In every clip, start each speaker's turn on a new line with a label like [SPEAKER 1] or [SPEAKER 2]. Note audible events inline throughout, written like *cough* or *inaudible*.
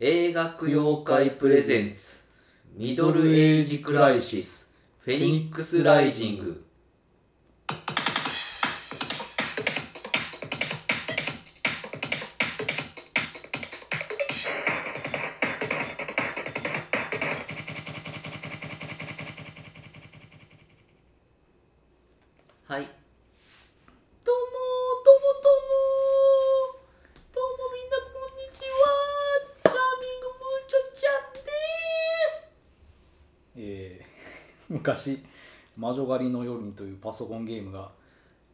[SPEAKER 1] 映画妖怪プレゼンツミドルエイジクライシスフェニックスライジングはいどうもどうもどうもどうもみんなこんにちはチャーミングムーチョちゃんです
[SPEAKER 2] えー *laughs* 昔「魔女狩りの夜に」というパソコンゲームが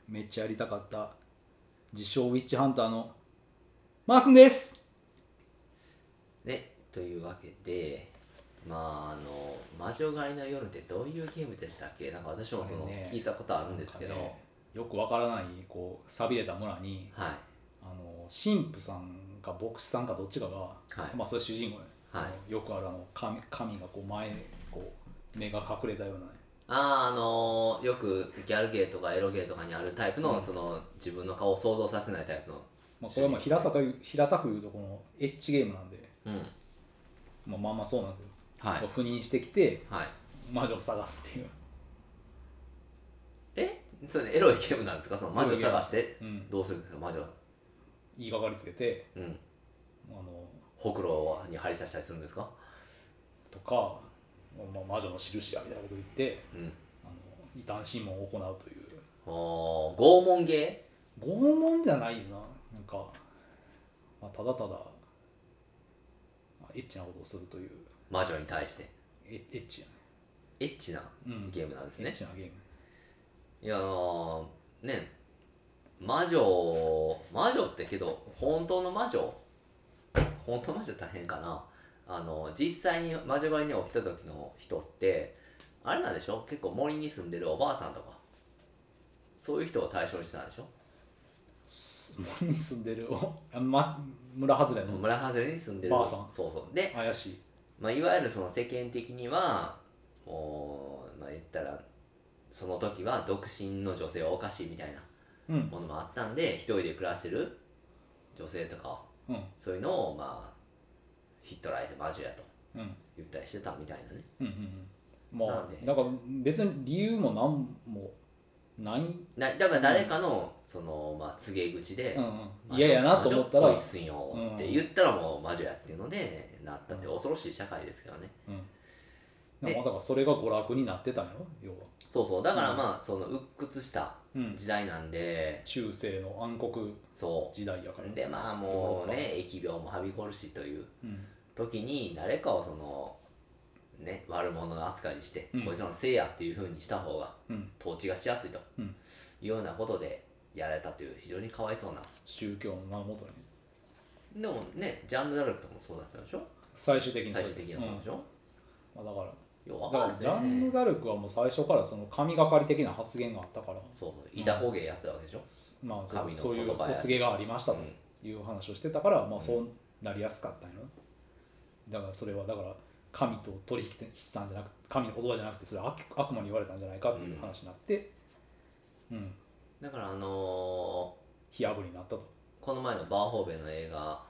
[SPEAKER 2] めっちゃやりたかった自称ウィッチハンターのマー君です
[SPEAKER 1] ね、というわけで、まあ、あの、魔女狩りの夜ってどういうゲームでしたっけなんか私もその、
[SPEAKER 2] あれね
[SPEAKER 1] 聞いたことあるんですけど、
[SPEAKER 2] なんかねよくわからないこう寂れた村に
[SPEAKER 1] は
[SPEAKER 2] あの神父さんか牧師さんかどっちかが、
[SPEAKER 1] い
[SPEAKER 2] まあそれ主人公ね、
[SPEAKER 1] はい
[SPEAKER 2] あのよくあるあの神神がこう前にこう目が隠れたようなね
[SPEAKER 1] あーあのーよくギャルゲーとかエロゲーとかにあるタイプの、
[SPEAKER 2] うん
[SPEAKER 1] その自分の顔を想像させないタイプの、
[SPEAKER 2] まあ、これはもう平たく言う平たく言うとこのエッチゲームなんで、
[SPEAKER 1] うん、
[SPEAKER 2] まあ、まあまあそうなんですよ、
[SPEAKER 1] は
[SPEAKER 2] 赴任してきて
[SPEAKER 1] はい
[SPEAKER 2] 魔女を探すっていう、
[SPEAKER 1] えそれエロいゲームなんですかその魔女探して
[SPEAKER 2] うん、
[SPEAKER 1] どうするんですか魔女
[SPEAKER 2] 言いがかりつけて
[SPEAKER 1] うん
[SPEAKER 2] あの
[SPEAKER 1] ほくろに針刺したりするんですか
[SPEAKER 2] とか、まあ、魔女の印やみたいなこと言って
[SPEAKER 1] うん
[SPEAKER 2] あの異端審問を行うという
[SPEAKER 1] おー拷問ゲ
[SPEAKER 2] 拷問じゃないよななんか、まあ、ただただまあエッチなことをするという
[SPEAKER 1] ー魔女に対して
[SPEAKER 2] エエッチやね
[SPEAKER 1] エッチな
[SPEAKER 2] うん
[SPEAKER 1] ゲームなんです
[SPEAKER 2] エ
[SPEAKER 1] ね
[SPEAKER 2] ッチなゲーム
[SPEAKER 1] いやーね魔女魔女ってけど本当の魔女本当の魔女大変かなあの実際に魔女狩りに起きた時の人ってあれなんでしょ結構森に住んでるおばあさんとかそういう人を対象にしてたんでしょ
[SPEAKER 2] す森に住んでる *laughs* おあ、ま、村外れの
[SPEAKER 1] 村外れに住んでる
[SPEAKER 2] ばあさん
[SPEAKER 1] そうそうで、
[SPEAKER 2] 怪しい
[SPEAKER 1] まあ、いわゆるその世間的にはもう、まあ、言ったらその時は独身の女性はおかしいみたいな
[SPEAKER 2] うん
[SPEAKER 1] ものもあったんで一人で暮らしてる女性とか
[SPEAKER 2] うん
[SPEAKER 1] そういうのをまあヒットライで魔女やと
[SPEAKER 2] うんうん
[SPEAKER 1] 言ったりしてたみたいなね
[SPEAKER 2] うんうんま
[SPEAKER 1] な
[SPEAKER 2] あ
[SPEAKER 1] んで
[SPEAKER 2] だから別に理由も何もない、
[SPEAKER 1] なだから誰かのその、まあ、告げ口で
[SPEAKER 2] うん
[SPEAKER 1] 「
[SPEAKER 2] うん、嫌やなと思ったら、
[SPEAKER 1] 魔女っ
[SPEAKER 2] う
[SPEAKER 1] ぽいっすんよ」って言ったらもう魔女やっていうのでなったって恐ろしい社会ですけどね
[SPEAKER 2] ん、まあだからそれが娯楽になってたんやろ要は、
[SPEAKER 1] そうそうだからまあその鬱屈した
[SPEAKER 2] うん、
[SPEAKER 1] 時代なんで
[SPEAKER 2] 中世の暗黒
[SPEAKER 1] そ
[SPEAKER 2] 時代やから
[SPEAKER 1] うでまあもうね疫病もはびこるしという
[SPEAKER 2] うん
[SPEAKER 1] 時に誰かをそのね悪者扱いにして、
[SPEAKER 2] うん
[SPEAKER 1] こいつらのせいやっていうふうにした方が
[SPEAKER 2] うん
[SPEAKER 1] 統治がしやすいと、
[SPEAKER 2] うん
[SPEAKER 1] いうようなことでやられたという非常にかわいそうな
[SPEAKER 2] 宗教の名のもとに
[SPEAKER 1] でもねジャンヌ・ダルクとかもそうだったでしょ
[SPEAKER 2] 最終的に
[SPEAKER 1] 最終的にはそうでしょ、
[SPEAKER 2] うんまあ、だから
[SPEAKER 1] ようわ
[SPEAKER 2] だ
[SPEAKER 1] かんない
[SPEAKER 2] から
[SPEAKER 1] です
[SPEAKER 2] ジャ
[SPEAKER 1] よ
[SPEAKER 2] ンヌ・
[SPEAKER 1] ね
[SPEAKER 2] ダルクはもう最初からその神がかり的な発言があったから、
[SPEAKER 1] そうそうイタコ芸やってたわけでしょ、
[SPEAKER 2] まあ、そう
[SPEAKER 1] 神の
[SPEAKER 2] そういう
[SPEAKER 1] 言葉や
[SPEAKER 2] お告げがありました
[SPEAKER 1] う
[SPEAKER 2] と
[SPEAKER 1] ん
[SPEAKER 2] いう話をしてたから、まあ、そうなりやすかったんやろだからそれはだから神と取引したんじゃなく神の言葉じゃなくてそれは悪悪魔に言われたんじゃないかっていう話になって、うん、
[SPEAKER 1] だからあの
[SPEAKER 2] 火あぶりになったと
[SPEAKER 1] ーこの前のバーホーベの映画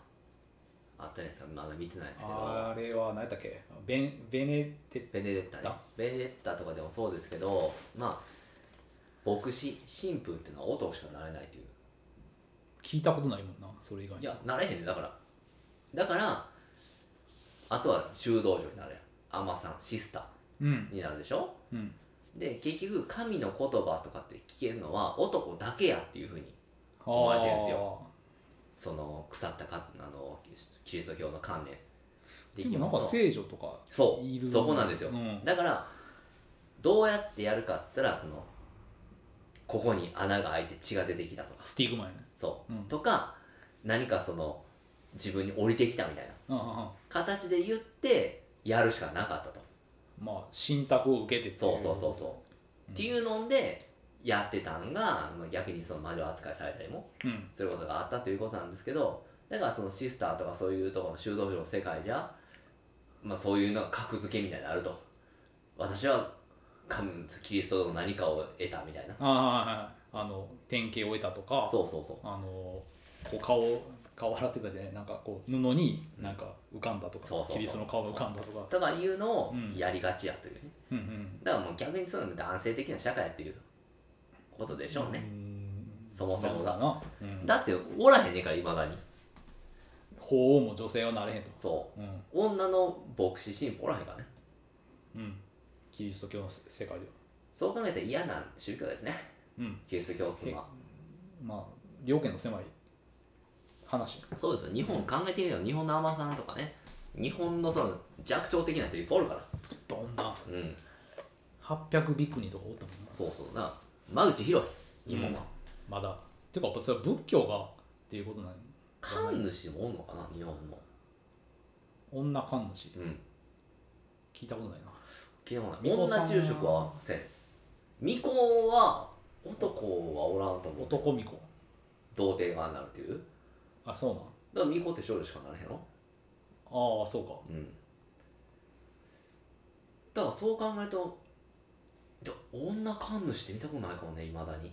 [SPEAKER 1] あったじゃないですかまだ見てないですけど
[SPEAKER 2] あれは何やったっけベンベネテ
[SPEAKER 1] ベネデッタね
[SPEAKER 2] だ
[SPEAKER 1] ベネデッタとかでもそうですけどまあ牧師神父っていうのは男しかなれないという
[SPEAKER 2] 聞いたことないもんなそれ以外
[SPEAKER 1] いやなれへんねだからだからあとは修道女になるやんアマさんシスタ
[SPEAKER 2] うん
[SPEAKER 1] ーになるでしょ
[SPEAKER 2] うん
[SPEAKER 1] で結局神の言葉とかって聞けるのは男だけやっていうふうに思われてるんです
[SPEAKER 2] よ
[SPEAKER 1] その腐ったかあのキリスト教の観念で
[SPEAKER 2] で
[SPEAKER 1] き
[SPEAKER 2] も
[SPEAKER 1] ま
[SPEAKER 2] なん
[SPEAKER 1] すと
[SPEAKER 2] か聖女とか
[SPEAKER 1] そ
[SPEAKER 2] いる
[SPEAKER 1] うそこなんですよ、
[SPEAKER 2] うん
[SPEAKER 1] だからどうやってやるかって言ったらそのここに穴が開いて血が出てきたとか
[SPEAKER 2] スティグマやね
[SPEAKER 1] そう、
[SPEAKER 2] うん
[SPEAKER 1] とか何かその自分に降りてきたみたいな
[SPEAKER 2] うんうんうん
[SPEAKER 1] 形で言ってやるしかなかったと
[SPEAKER 2] まあ信託を受けてってい
[SPEAKER 1] そうそうそうそう、っていうのでやってたんが、まあ、逆にその魔女扱いされたりも
[SPEAKER 2] ううん
[SPEAKER 1] することがあったということなんですけどだからそのシスターとかそういうところの修道女の世界じゃ、まあ、そういうのが格付けみたいなのあると私は神キリストの何かを得たみたいな
[SPEAKER 2] ああはいはいあの典型を得たとか
[SPEAKER 1] そうそうそ
[SPEAKER 2] あのこう顔顔洗ってたじゃないなんかこう布になんか浮かんだとか、
[SPEAKER 1] そうそうそう
[SPEAKER 2] キリストの顔が浮かんだとか
[SPEAKER 1] とかいうのを
[SPEAKER 2] うん
[SPEAKER 1] やりがちやというね、
[SPEAKER 2] うんうん
[SPEAKER 1] だからもう逆にそういうの男性的な社会やっていうことでしょうね、
[SPEAKER 2] うん
[SPEAKER 1] そもそもが
[SPEAKER 2] な、うん、
[SPEAKER 1] だっておらへんねんからいまだに
[SPEAKER 2] 法王も女性はなれへんと
[SPEAKER 1] そ
[SPEAKER 2] うん
[SPEAKER 1] う女の牧師神父おらへんからね
[SPEAKER 2] うんキリスト教の世界では
[SPEAKER 1] そう考えたら嫌な宗教ですね
[SPEAKER 2] うん
[SPEAKER 1] キリスト教っていうのは
[SPEAKER 2] まあ両家の狭い話
[SPEAKER 1] そうですよ日本考えてみると日本の海女さんとかね日本のその弱調的な人いっぱいおるから
[SPEAKER 2] どんな
[SPEAKER 1] うん
[SPEAKER 2] 800ビクニとかおったもんな
[SPEAKER 1] そうそうだから間口広い日本は、
[SPEAKER 2] まだてかやっぱそれは仏教がっていうことなの
[SPEAKER 1] 神主もおんのかな日本も
[SPEAKER 2] 女神主
[SPEAKER 1] うん
[SPEAKER 2] 聞いたことないな
[SPEAKER 1] 基本は
[SPEAKER 2] 巫女さんは
[SPEAKER 1] 女昼食はせん巫女は男はおらんと思う
[SPEAKER 2] 男巫女
[SPEAKER 1] 童貞がなるっていう
[SPEAKER 2] あそうなん
[SPEAKER 1] だから巫女って少女しかなれへんの
[SPEAKER 2] ああそうか
[SPEAKER 1] うんだからそう考えるとで女神主って見たことないかもねいまだに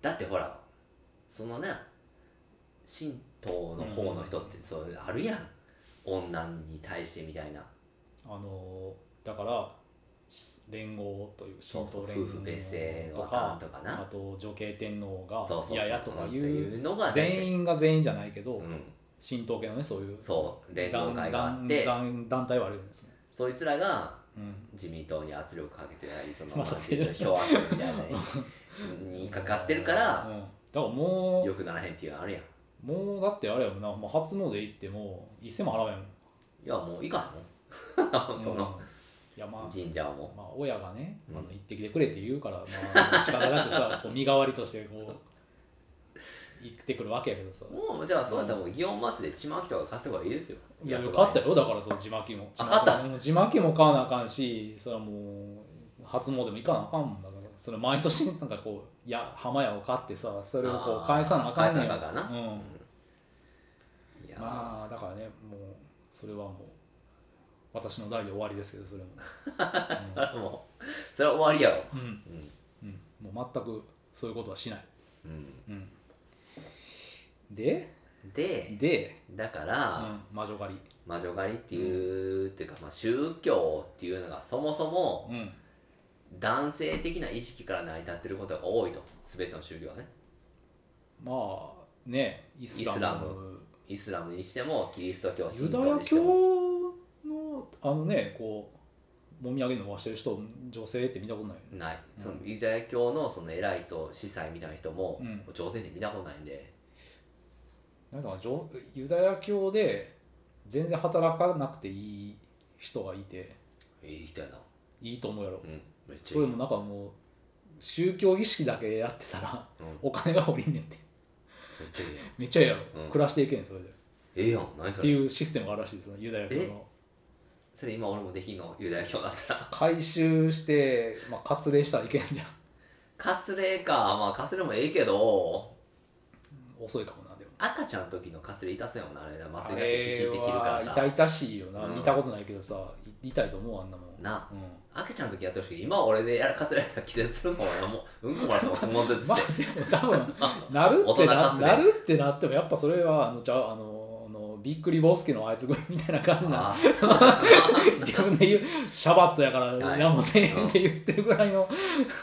[SPEAKER 1] だってほらそのね神道の方の人ってそういうあるやん、女に対してみたいな
[SPEAKER 2] あのーだからし連合という
[SPEAKER 1] そ
[SPEAKER 2] 神
[SPEAKER 1] うそう
[SPEAKER 2] 道連
[SPEAKER 1] 夫
[SPEAKER 2] 合
[SPEAKER 1] 婦別姓
[SPEAKER 2] と
[SPEAKER 1] はあかん
[SPEAKER 2] か
[SPEAKER 1] とかな
[SPEAKER 2] あと女系天皇
[SPEAKER 1] そうそう
[SPEAKER 2] が
[SPEAKER 1] そう
[SPEAKER 2] いやいやとかい
[SPEAKER 1] って
[SPEAKER 2] う
[SPEAKER 1] いうのが
[SPEAKER 2] 全
[SPEAKER 1] 員
[SPEAKER 2] 員が全員じゃないけど
[SPEAKER 1] うん
[SPEAKER 2] 神道系のねそういう
[SPEAKER 1] そう連合
[SPEAKER 2] 団
[SPEAKER 1] 会があって
[SPEAKER 2] 団団体はあるんですね
[SPEAKER 1] そいつらが
[SPEAKER 2] うん
[SPEAKER 1] 自民党に圧力かけてないその
[SPEAKER 2] ま
[SPEAKER 1] ま
[SPEAKER 2] た
[SPEAKER 1] あ
[SPEAKER 2] せる
[SPEAKER 1] 票集めみたいなのににかかってるから
[SPEAKER 2] うんだからも
[SPEAKER 1] よくならへんっていうのあるやん
[SPEAKER 2] うもうだってあれやもんなもう初詣行っても一銭も払わへん
[SPEAKER 1] いやもういかんも
[SPEAKER 2] *laughs*
[SPEAKER 1] んその
[SPEAKER 2] うんいやまあ
[SPEAKER 1] 神社はも
[SPEAKER 2] まあ、親がね、
[SPEAKER 1] うん
[SPEAKER 2] あの行ってきてくれって言うから、まあ、仕方な
[SPEAKER 1] *laughs*
[SPEAKER 2] くさこう身代わりとしてこう行ってくるわけやけどさ
[SPEAKER 1] うもうじゃあそうやったらもう祇園祭でちまきとか買った方がいいですよ
[SPEAKER 2] いや
[SPEAKER 1] 役
[SPEAKER 2] 勝った
[SPEAKER 1] 割
[SPEAKER 2] よだからその字巻きも
[SPEAKER 1] あ勝った
[SPEAKER 2] もう字巻きも買わなあかんしそれはもう初詣も行かなあかんもんだからそれ毎年なんかこうや浜屋を買ってさそれをこ
[SPEAKER 1] あ
[SPEAKER 2] う
[SPEAKER 1] ー
[SPEAKER 2] 返さなあかんね
[SPEAKER 1] 返さなあかんな
[SPEAKER 2] うん、
[SPEAKER 1] いや、
[SPEAKER 2] まあだからねもうそれはもう私の代で終わりですけどそれ
[SPEAKER 1] *laughs*
[SPEAKER 2] も、
[SPEAKER 1] それはもうそれは終わりやろ
[SPEAKER 2] うんうん
[SPEAKER 1] うん、
[SPEAKER 2] うん、もう全くそういうことはしない
[SPEAKER 1] うん
[SPEAKER 2] うんで
[SPEAKER 1] で
[SPEAKER 2] で、
[SPEAKER 1] だか
[SPEAKER 2] う
[SPEAKER 1] ら、
[SPEAKER 2] ん、魔女狩り、
[SPEAKER 1] 魔女狩りっていう、っていうか、まあ、宗教っていうのがそもそも
[SPEAKER 2] うん、
[SPEAKER 1] 男性的な意識から成り立ってることが多いと全ての宗教はね
[SPEAKER 2] まあねイスラム
[SPEAKER 1] イスラムイスラムにしてもキリスト教
[SPEAKER 2] ユ
[SPEAKER 1] 神
[SPEAKER 2] ダ
[SPEAKER 1] 道
[SPEAKER 2] ヤ
[SPEAKER 1] にして
[SPEAKER 2] 教
[SPEAKER 1] も
[SPEAKER 2] のあのねこうもみあげ伸ばしてる人女性って見たことないよね
[SPEAKER 1] ないそのユダヤ教のその偉い人司祭みたいな人も
[SPEAKER 2] うん
[SPEAKER 1] 朝鮮で見たことないんで、
[SPEAKER 2] なんかじょユダヤ教で全然働かなくていい人がいて
[SPEAKER 1] いい人やな、
[SPEAKER 2] いいと思うやろ
[SPEAKER 1] うん、めっちゃ
[SPEAKER 2] そ
[SPEAKER 1] いい
[SPEAKER 2] れもなんかもう宗教儀式だけやってたら
[SPEAKER 1] うん、めっ
[SPEAKER 2] お金が降りんねんって
[SPEAKER 1] ちゃいいやん
[SPEAKER 2] めっちゃええやろ、
[SPEAKER 1] うん
[SPEAKER 2] 暮らしていけんそれで
[SPEAKER 1] ええやん何
[SPEAKER 2] っ
[SPEAKER 1] そ
[SPEAKER 2] て
[SPEAKER 1] れ
[SPEAKER 2] いうシステムがあるらしいですねユダヤ教の
[SPEAKER 1] えそれ今俺もできんのユダヤ教だったら
[SPEAKER 2] 回収して、まあ、割礼したらいけんじゃん
[SPEAKER 1] 割礼かまあ割礼もええけど
[SPEAKER 2] 遅いかもなでも
[SPEAKER 1] 赤ちゃんの時の割礼痛そうやもんなあれな麻
[SPEAKER 2] あ
[SPEAKER 1] 酔がしてピチって切るから
[SPEAKER 2] れは
[SPEAKER 1] さ
[SPEAKER 2] 痛々しいよな、
[SPEAKER 1] うん
[SPEAKER 2] 見たことないけどさい痛いと思うあんなもん
[SPEAKER 1] な
[SPEAKER 2] うん
[SPEAKER 1] 赤ちゃんの時やってほしいけど今俺でやらかせられたら気絶するのも俺はもううんこもらっても悶絶
[SPEAKER 2] ま
[SPEAKER 1] し
[SPEAKER 2] あ
[SPEAKER 1] て、
[SPEAKER 2] でも多分なるって
[SPEAKER 1] 大人
[SPEAKER 2] な
[SPEAKER 1] 活動
[SPEAKER 2] なるってなってもやっぱそれはあのちゃうあのあのびっくりボスケのあいつぐらいみたいな感じな
[SPEAKER 1] あーそうなんだ
[SPEAKER 2] 自分で言うシャバットやから
[SPEAKER 1] はい
[SPEAKER 2] 何もせえへんって言ってるぐらいの、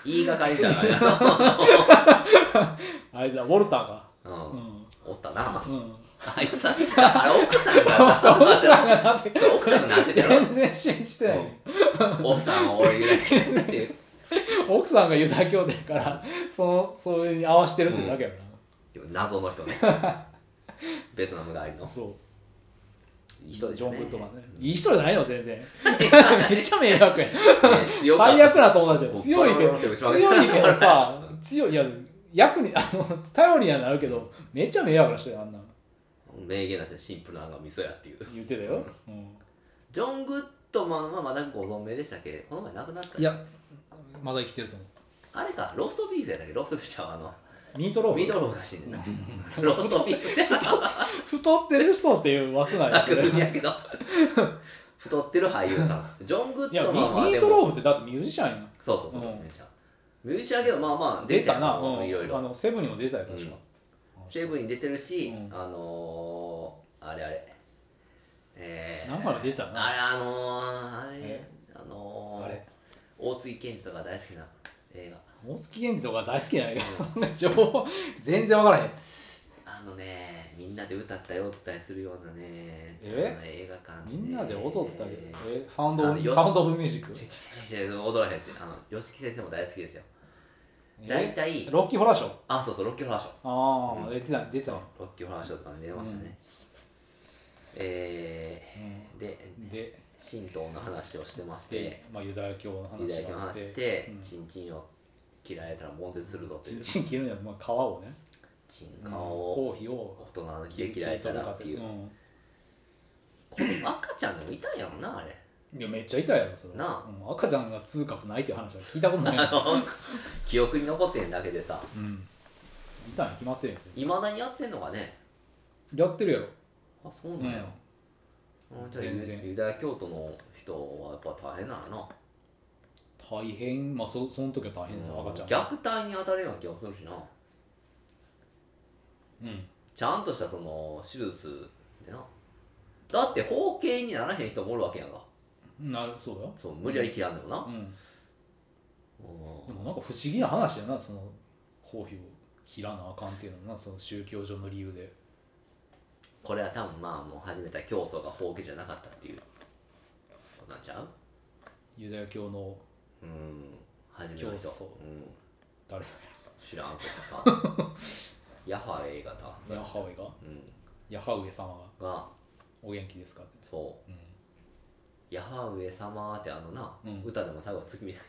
[SPEAKER 1] 言いがかりじゃないな *laughs*
[SPEAKER 2] あれだウォルターが
[SPEAKER 1] うん
[SPEAKER 2] うん
[SPEAKER 1] おったな。
[SPEAKER 2] うん
[SPEAKER 1] あいつさ、あれ奥さん *laughs* が、
[SPEAKER 2] そうウォルターがなって
[SPEAKER 1] そう奥さんがなってたやろ。
[SPEAKER 2] 全然信じてない、
[SPEAKER 1] 奥さんは俺ぐらいっていう。
[SPEAKER 2] 奥さんがユダヤ教徒やから *laughs* そのそれに合わしてるってだけやな、
[SPEAKER 1] でも謎の人ね。ベトナム帰りの。
[SPEAKER 2] そう
[SPEAKER 1] いい人でし
[SPEAKER 2] ジョ
[SPEAKER 1] ょ、
[SPEAKER 2] ン・
[SPEAKER 1] ね。
[SPEAKER 2] グッドマンね
[SPEAKER 1] うん
[SPEAKER 2] いい人じゃないよ
[SPEAKER 1] *laughs*
[SPEAKER 2] 全然めっ
[SPEAKER 1] ね
[SPEAKER 2] ちゃ迷惑やん
[SPEAKER 1] 強かった
[SPEAKER 2] 最悪な友達や
[SPEAKER 1] こう
[SPEAKER 2] 強いけ
[SPEAKER 1] バーンって
[SPEAKER 2] ど
[SPEAKER 1] 打ち負けた
[SPEAKER 2] 強いけどさ強いいや役にあの頼りにはなるけどめっちゃ迷惑な人やんあんなん
[SPEAKER 1] 名言なしでシンプルなのが味噌やっていう。
[SPEAKER 2] 言ってたよ、うん
[SPEAKER 1] ジョン・グッドマンはまだご存命でしたっけこの前亡くなった。
[SPEAKER 2] いやまだ生きてると思
[SPEAKER 1] あれか、ローストビーフやったっけローストビーフちゃうわあの。
[SPEAKER 2] うミートローフ
[SPEAKER 1] ミドルが死んでな。ローストビーフって
[SPEAKER 2] 太ってる人っていう枠なんやけ
[SPEAKER 1] *laughs*
[SPEAKER 2] ど
[SPEAKER 1] 悪
[SPEAKER 2] い
[SPEAKER 1] 意やけど。太ってる俳優さん。ジョン・グッ
[SPEAKER 2] や
[SPEAKER 1] ド
[SPEAKER 2] ミミ
[SPEAKER 1] マンはでも。
[SPEAKER 2] ートローフってだってミュージシャンやん
[SPEAKER 1] そうそうそう、
[SPEAKER 2] うん
[SPEAKER 1] ミュージシャンミュージシャンやけどまあまあ
[SPEAKER 2] 出た
[SPEAKER 1] よ
[SPEAKER 2] な、うん、
[SPEAKER 1] いろい
[SPEAKER 2] あ
[SPEAKER 1] ろ
[SPEAKER 2] のセブンにも出たよ確か、
[SPEAKER 1] セブンに出てるし、
[SPEAKER 2] うん
[SPEAKER 1] あのーあれあれえー、
[SPEAKER 2] なんかの出たな
[SPEAKER 1] あれあのー、あれ
[SPEAKER 2] え
[SPEAKER 1] あのー、
[SPEAKER 2] あれ
[SPEAKER 1] 大杉健二とか大好きな映画
[SPEAKER 2] 大月源氏とか大好きじゃないか *laughs* 情報全然分からへん
[SPEAKER 1] あのねみんなで歌ったり踊ったりするようなね
[SPEAKER 2] え
[SPEAKER 1] あの映画館
[SPEAKER 2] みんなで踊ったり、
[SPEAKER 1] えー
[SPEAKER 2] えファウンド・オ
[SPEAKER 1] あの
[SPEAKER 2] ブ・
[SPEAKER 1] よ
[SPEAKER 2] サウンドオブミュージック
[SPEAKER 1] ちょちょちょちょ踊らへんしあの吉木先生も大好きですよ
[SPEAKER 2] え
[SPEAKER 1] 大体
[SPEAKER 2] ロッキーホラーショー
[SPEAKER 1] あそうそうロッキーホラーショー
[SPEAKER 2] ああ、
[SPEAKER 1] うん
[SPEAKER 2] 出てた出てたわ、
[SPEAKER 1] ロッキーホラーショーとかに出てましたね、えー、で
[SPEAKER 2] うん、で
[SPEAKER 1] 神道の話をしてまして
[SPEAKER 2] で、まあ、ユダヤ教の
[SPEAKER 1] ユダ
[SPEAKER 2] 話
[SPEAKER 1] ヤ教の
[SPEAKER 2] があっ
[SPEAKER 1] 話
[SPEAKER 2] て
[SPEAKER 1] して
[SPEAKER 2] うん
[SPEAKER 1] チンチンを切られたら悶絶するぞと
[SPEAKER 2] チ
[SPEAKER 1] い
[SPEAKER 2] ン
[SPEAKER 1] う
[SPEAKER 2] チン切るには、まあ、皮をね
[SPEAKER 1] チ
[SPEAKER 2] う
[SPEAKER 1] ン
[SPEAKER 2] ん
[SPEAKER 1] 顔を
[SPEAKER 2] 頭皮を
[SPEAKER 1] 大人の切り切られたらっていう
[SPEAKER 2] うん
[SPEAKER 1] この赤ちゃんでもいたんやろなあれ
[SPEAKER 2] いやめっちゃ痛いやろそれ
[SPEAKER 1] なあ
[SPEAKER 2] うん、赤ちゃんが痛覚ないっていう話は聞いたことない
[SPEAKER 1] あ
[SPEAKER 2] よ、
[SPEAKER 1] の記憶に残ってんだけでさ
[SPEAKER 2] うん、痛いに決まってるやつ
[SPEAKER 1] いまだにやってんのかね
[SPEAKER 2] やってるやろ
[SPEAKER 1] あそうなんや、
[SPEAKER 2] うん
[SPEAKER 1] あじゃあユ
[SPEAKER 2] 全然
[SPEAKER 1] ユダヤ教徒の人はやっぱ大変なんやな
[SPEAKER 2] 大変まあそその時は大変だよ、
[SPEAKER 1] うん
[SPEAKER 2] 赤ちゃん
[SPEAKER 1] 虐待に当たるような気がするしな
[SPEAKER 2] うん
[SPEAKER 1] ちゃんとしたその手術でなだって包茎にならへん人もおるわけやんか
[SPEAKER 2] なるそうだよ、
[SPEAKER 1] そう無理やり切らんでもな、
[SPEAKER 2] う
[SPEAKER 1] う
[SPEAKER 2] ん、
[SPEAKER 1] ん
[SPEAKER 2] でもなんか不思議な話やなその公費を切らなあかんっていうのはなその宗教上の理由で
[SPEAKER 1] これは多分まあもう始めた競争が包茎じゃなかったっていうことなんちゃう
[SPEAKER 2] ユダヤ教の
[SPEAKER 1] うん始めた人
[SPEAKER 2] 教祖
[SPEAKER 1] うん
[SPEAKER 2] 誰
[SPEAKER 1] 知らんけど
[SPEAKER 2] *laughs*
[SPEAKER 1] さヤハウェイがさ
[SPEAKER 2] だヤハウェが
[SPEAKER 1] うん、
[SPEAKER 2] ヤハウェ様が
[SPEAKER 1] が
[SPEAKER 2] お元気ですかって
[SPEAKER 1] そう
[SPEAKER 2] うん
[SPEAKER 1] ヤハウェ様ってあのな、
[SPEAKER 2] うん
[SPEAKER 1] 歌でも最後月みたい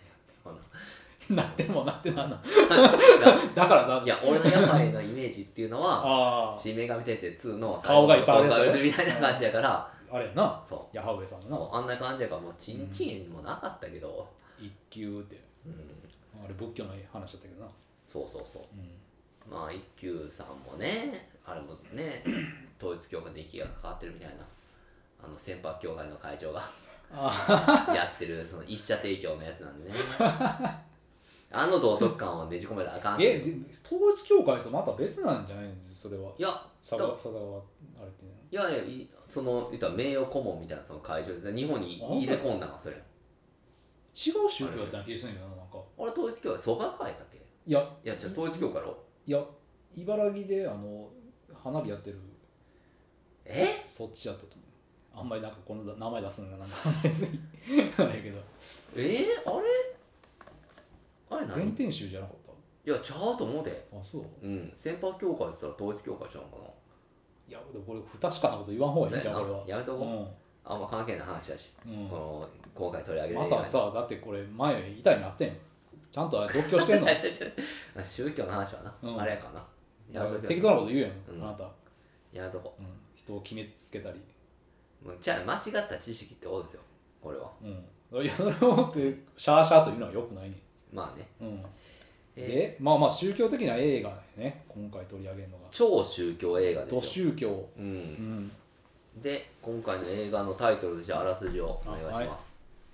[SPEAKER 1] になって
[SPEAKER 2] なってもなってなんなん
[SPEAKER 1] るあの
[SPEAKER 2] *laughs* だからだ
[SPEAKER 1] いや俺のヤハウェのイメージっていうのは
[SPEAKER 2] *laughs* あ
[SPEAKER 1] 新女神転生2の
[SPEAKER 2] 顔がいっぱいあるやつ
[SPEAKER 1] やみたいな感じやから
[SPEAKER 2] ああれやな
[SPEAKER 1] そ
[SPEAKER 2] ヤハウェ様
[SPEAKER 1] う
[SPEAKER 2] な
[SPEAKER 1] そうあんな感じやからもうチンチンもなかったけど、
[SPEAKER 2] 一級って
[SPEAKER 1] うん
[SPEAKER 2] あれ仏教の話だったけどな
[SPEAKER 1] そうそうそう
[SPEAKER 2] うん
[SPEAKER 1] まあ一休さんもねあれもね統一教会で息がかかってるみたいなあの船舶協会の会長が *laughs*
[SPEAKER 2] あ
[SPEAKER 1] やってるその一社提供のやつなんでねあの道徳感をねじ込めたらあかん
[SPEAKER 2] あ
[SPEAKER 1] って
[SPEAKER 2] え
[SPEAKER 1] い
[SPEAKER 2] で
[SPEAKER 1] う
[SPEAKER 2] 統一教会とまた別なんじゃないんですそれはい
[SPEAKER 1] や
[SPEAKER 2] 佐
[SPEAKER 1] だ
[SPEAKER 2] 賀佐川あれってね
[SPEAKER 1] いやいやいその言ったら名誉顧問みたいなその会長ですね日本に
[SPEAKER 2] あそう
[SPEAKER 1] 入れ込んだのそれ
[SPEAKER 2] 違う宗教だったら気がするんだけどななんか
[SPEAKER 1] あれ統一教会疎開会だっけ
[SPEAKER 2] いや
[SPEAKER 1] いやじゃあ統一教会やろ
[SPEAKER 2] いや茨城であの花火やってる
[SPEAKER 1] え
[SPEAKER 2] そっちやったと思うあんまりなんかこの名前出すのがなんか *laughs* 別にあれやけど
[SPEAKER 1] えー、あれあれ何
[SPEAKER 2] 弁
[SPEAKER 1] い
[SPEAKER 2] 天宗じゃなかっ
[SPEAKER 1] やちゃうと思うで
[SPEAKER 2] たあそう
[SPEAKER 1] うん船舶協会って言ったら統一教会ちゃうんかない
[SPEAKER 2] やでもこれ不確かなこと言わん方がいいんじゃん
[SPEAKER 1] そうや
[SPEAKER 2] これ
[SPEAKER 1] な
[SPEAKER 2] は
[SPEAKER 1] やめとこうあんま関係ない話だし、
[SPEAKER 2] うん、うん
[SPEAKER 1] この今回取り上げる
[SPEAKER 2] ま
[SPEAKER 1] 映画
[SPEAKER 2] たさだってこれ前痛いたになってんちゃんとあれ独居してん
[SPEAKER 1] *laughs*
[SPEAKER 2] の
[SPEAKER 1] 宗教の話はな、
[SPEAKER 2] うん
[SPEAKER 1] あれやからなやめとけ
[SPEAKER 2] 適当なこと言うやん、
[SPEAKER 1] うん
[SPEAKER 2] あなた、うん、
[SPEAKER 1] やめとこ
[SPEAKER 2] 人を決めつけたり
[SPEAKER 1] うもうじゃあ間違った知識ってことですよこれは
[SPEAKER 2] うんいやそれを持ってシャーシャーというのはよくないね
[SPEAKER 1] まあね
[SPEAKER 2] うん
[SPEAKER 1] え
[SPEAKER 2] でまあまあ宗教的な映画だよね今回取り上げるのが
[SPEAKER 1] 超宗教映画
[SPEAKER 2] 土
[SPEAKER 1] ですよ、
[SPEAKER 2] 宗教
[SPEAKER 1] う、
[SPEAKER 2] うんん
[SPEAKER 1] で今回の映画のタイトルじゃああらすじをお願いします、
[SPEAKER 2] あはい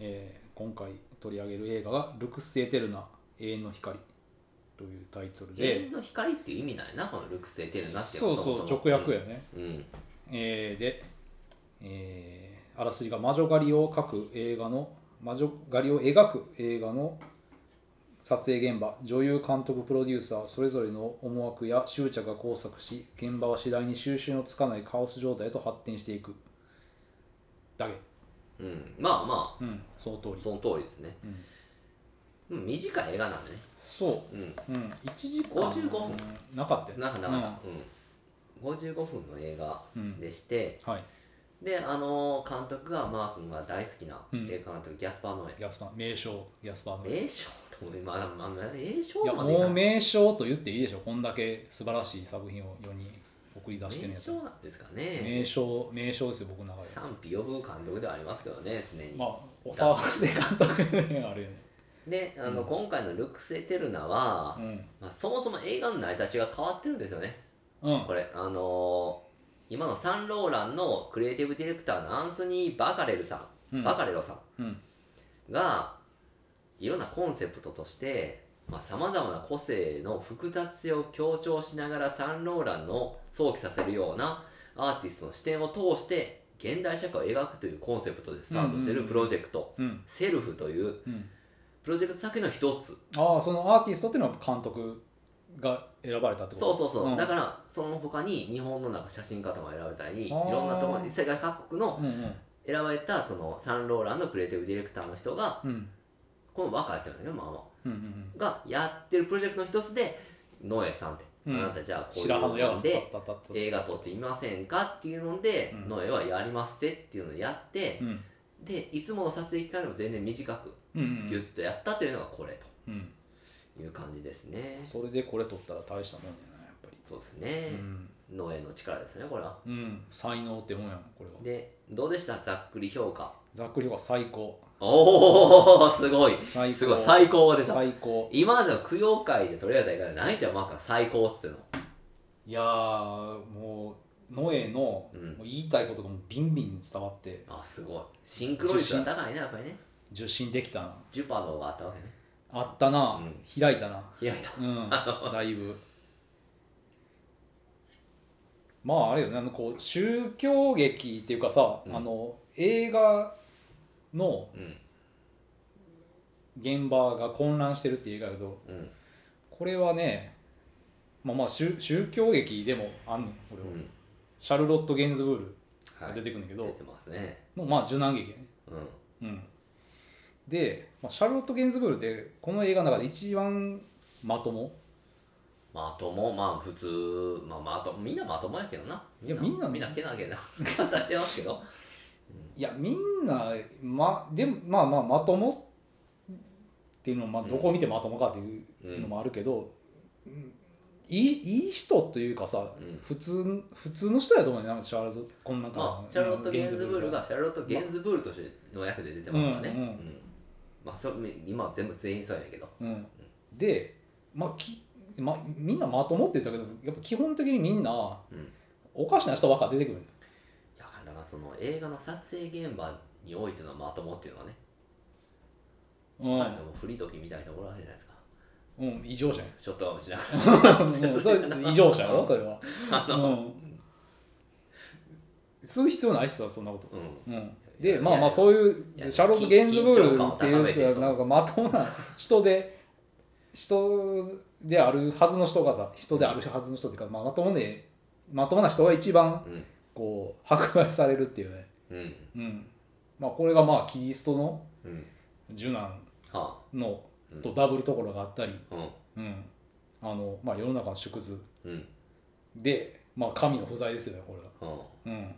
[SPEAKER 2] えー今回取り上げる映画が「ルクス・エテルナ永遠の光」というタイトル
[SPEAKER 1] 永
[SPEAKER 2] で
[SPEAKER 1] 遠の光っていう意味ないなこのルクスエテルナってい
[SPEAKER 2] そ
[SPEAKER 1] の
[SPEAKER 2] うう
[SPEAKER 1] は
[SPEAKER 2] そう
[SPEAKER 1] もも
[SPEAKER 2] 直訳やね、
[SPEAKER 1] うん、うん
[SPEAKER 2] えーで、えーあらすじが魔女狩りを描く映画の魔女狩りを描く映画の撮影現場女優監督プロデューサーそれぞれの思惑や執着が交錯し現場は次第に収拾のつかないカオス状態へと発展していくだけ
[SPEAKER 1] うんまあま
[SPEAKER 2] うんその通
[SPEAKER 1] あ
[SPEAKER 2] り
[SPEAKER 1] その通りですね、
[SPEAKER 2] うん
[SPEAKER 1] うん、短い映画なんでね
[SPEAKER 2] そう
[SPEAKER 1] うん
[SPEAKER 2] うん、1時間
[SPEAKER 1] 55分
[SPEAKER 2] なかったよ
[SPEAKER 1] なかなかな、うん55分の映画でして、
[SPEAKER 2] はい
[SPEAKER 1] であの監督がマー君が大好きな
[SPEAKER 2] うん
[SPEAKER 1] 映画監督、ギャスパー・ノエ
[SPEAKER 2] ギャスパン名称ギャスパンのい
[SPEAKER 1] 名称とも今、まあまあ、名称
[SPEAKER 2] や
[SPEAKER 1] とまでい
[SPEAKER 2] も
[SPEAKER 1] か
[SPEAKER 2] う
[SPEAKER 1] ない
[SPEAKER 2] 名称と言っていいでしょこんだけ素晴らしい作品を世に送り出してるん
[SPEAKER 1] 名
[SPEAKER 2] やった
[SPEAKER 1] 称
[SPEAKER 2] ら
[SPEAKER 1] なんですかね
[SPEAKER 2] 名称名称ですよ僕の中で
[SPEAKER 1] 賛否呼ぶ監督ではありますけどね常に、
[SPEAKER 2] まあお騒がせ監督があるよね
[SPEAKER 1] であの、
[SPEAKER 2] うん
[SPEAKER 1] 今回の「ルックス・エテルナは」
[SPEAKER 2] うん
[SPEAKER 1] まあ、そもそも映画の成り立ちが変わってるんですよね
[SPEAKER 2] うん
[SPEAKER 1] これあのー今のサンローランのクリエイティブディレクターのアンソニー・バカレルさん、
[SPEAKER 2] うん
[SPEAKER 1] バカレロさん
[SPEAKER 2] うん
[SPEAKER 1] がいろんなコンセプトとしてさまざ、まな個性の複雑性を強調しながらサンローランの想起させるようなアーティストの視点を通して現代社会を描くというコンセプトでスタートして
[SPEAKER 2] うん
[SPEAKER 1] る
[SPEAKER 2] うんうん
[SPEAKER 1] プロジェクト
[SPEAKER 2] うん
[SPEAKER 1] セルフという
[SPEAKER 2] うん、
[SPEAKER 1] プロジェクト先の一つ
[SPEAKER 2] ああそのアーティストっていうのは監督が選ばれたってこ
[SPEAKER 1] そ
[SPEAKER 2] と
[SPEAKER 1] うそうそう、
[SPEAKER 2] ん
[SPEAKER 1] だからその他に日本のなんか写真家とかも選べたりい
[SPEAKER 2] あー
[SPEAKER 1] ろんなところに世界各国の
[SPEAKER 2] うんうん
[SPEAKER 1] 選ばれたそのサンローランのクリエイティブディレクターの人が
[SPEAKER 2] うん
[SPEAKER 1] この若い人なんだけどまあまあ
[SPEAKER 2] うんうん
[SPEAKER 1] がやってるプロジェクトの一つでノエさんって、
[SPEAKER 2] うん
[SPEAKER 1] あなたじゃあこういう
[SPEAKER 2] 白羽の矢が
[SPEAKER 1] ので
[SPEAKER 2] 立ったった
[SPEAKER 1] 映画撮ってみませんかっていうので、
[SPEAKER 2] うん
[SPEAKER 1] ノエはやりますぜっていうのをやって
[SPEAKER 2] う、ん
[SPEAKER 1] でいつもの撮影期間よりも全然短く
[SPEAKER 2] うん
[SPEAKER 1] ギュッとやったというのがこれ
[SPEAKER 2] うんうん
[SPEAKER 1] という感じですね、
[SPEAKER 2] それでこれ取ったら大したもんやなやっぱり
[SPEAKER 1] そうですね
[SPEAKER 2] う、ん、
[SPEAKER 1] ノエの力ですねこれは
[SPEAKER 2] うん、才能ってもんやもんこれは
[SPEAKER 1] でどうでしたざっくり評価
[SPEAKER 2] ざっくりは最高
[SPEAKER 1] おおすごい
[SPEAKER 2] 最高
[SPEAKER 1] すごい最高が出た
[SPEAKER 2] 最高
[SPEAKER 1] 今までの供養会で取り上げた映画で何ちゃんマーカー最高っつうの
[SPEAKER 2] いやーもうノエの、
[SPEAKER 1] うん
[SPEAKER 2] もう言いたいことがもうビンビン伝わって
[SPEAKER 1] あすごいシンクロ率が高いねやっぱりね
[SPEAKER 2] 受信できたな
[SPEAKER 1] ジュパの方があったわけね
[SPEAKER 2] あったな、
[SPEAKER 1] うん
[SPEAKER 2] 開いたな
[SPEAKER 1] 開いた
[SPEAKER 2] う
[SPEAKER 1] *laughs*
[SPEAKER 2] んだいぶまああれよねあのこう宗教劇っていうかさ、
[SPEAKER 1] うん
[SPEAKER 2] あの映画の
[SPEAKER 1] うん
[SPEAKER 2] 現場が混乱してるっていう映画やけど
[SPEAKER 1] うん
[SPEAKER 2] これはねまあまあ宗宗教劇でもあんねんこれは、
[SPEAKER 1] うん
[SPEAKER 2] シャルロット・ゲンズブール
[SPEAKER 1] は
[SPEAKER 2] が
[SPEAKER 1] い
[SPEAKER 2] 出てくるんだけど、
[SPEAKER 1] 出てますね
[SPEAKER 2] のまあ柔軟劇やね
[SPEAKER 1] うん
[SPEAKER 2] うんで、まあ、シャルロット・ゲンズブールってこの映画の中で一番まとも
[SPEAKER 1] まともまあ普通まあまとみんなまともやけどない
[SPEAKER 2] やみんな
[SPEAKER 1] みんなけなげな語ってますけど
[SPEAKER 2] いやみんなまでもまあまあまともっていうのも、まあ、どこを見てまともかっていうのもあるけど、うんいいいい人というかさ、
[SPEAKER 1] うん
[SPEAKER 2] 普通普通の人やと思うねなんかシャーロットこんな
[SPEAKER 1] まあシャーロット・ゲンズブール
[SPEAKER 2] が
[SPEAKER 1] がシャーロット・ゲンズブールとしての役で出てますからね
[SPEAKER 2] うんうん
[SPEAKER 1] まあそれ今は全部全員そうやねんけど
[SPEAKER 2] うん、で、まあきま、みんなまともって言ったけどやっぱ基本的にみんな
[SPEAKER 1] うん
[SPEAKER 2] おかしな人ばっか出てくる
[SPEAKER 1] だからだからその映画の撮影現場においてのまともっていうのはね、
[SPEAKER 2] うん、
[SPEAKER 1] あれでもフリー時みたいなところあるじゃないですか
[SPEAKER 2] うん、異常者や
[SPEAKER 1] ショットガンもしなが
[SPEAKER 2] *laughs* うんそれ *laughs* 異常者やろそれは、うん、する必要ないしさそんなこと、
[SPEAKER 1] ら、うん、
[SPEAKER 2] うん、
[SPEAKER 1] い
[SPEAKER 2] で
[SPEAKER 1] や
[SPEAKER 2] まあまあそういうシャーロット・ゲンズブ
[SPEAKER 1] 緊張感
[SPEAKER 2] ール
[SPEAKER 1] を
[SPEAKER 2] っていう
[SPEAKER 1] 高めて
[SPEAKER 2] 人はなんかまともな人で人であるはずの人がさ人であるはずの人っていうか、まあ、まともでまともな人が一番
[SPEAKER 1] うん
[SPEAKER 2] こう迫害されるっていうね、
[SPEAKER 1] うん
[SPEAKER 2] うんまあ、これがまあキリストの
[SPEAKER 1] うん
[SPEAKER 2] 受難
[SPEAKER 1] は
[SPEAKER 2] の
[SPEAKER 1] うん
[SPEAKER 2] とダブルところがあったり、
[SPEAKER 1] あうん
[SPEAKER 2] うんあのまあ、世の中の縮図
[SPEAKER 1] うん
[SPEAKER 2] で、まあ、神の不在ですよねこれは。
[SPEAKER 1] は
[SPEAKER 2] うん、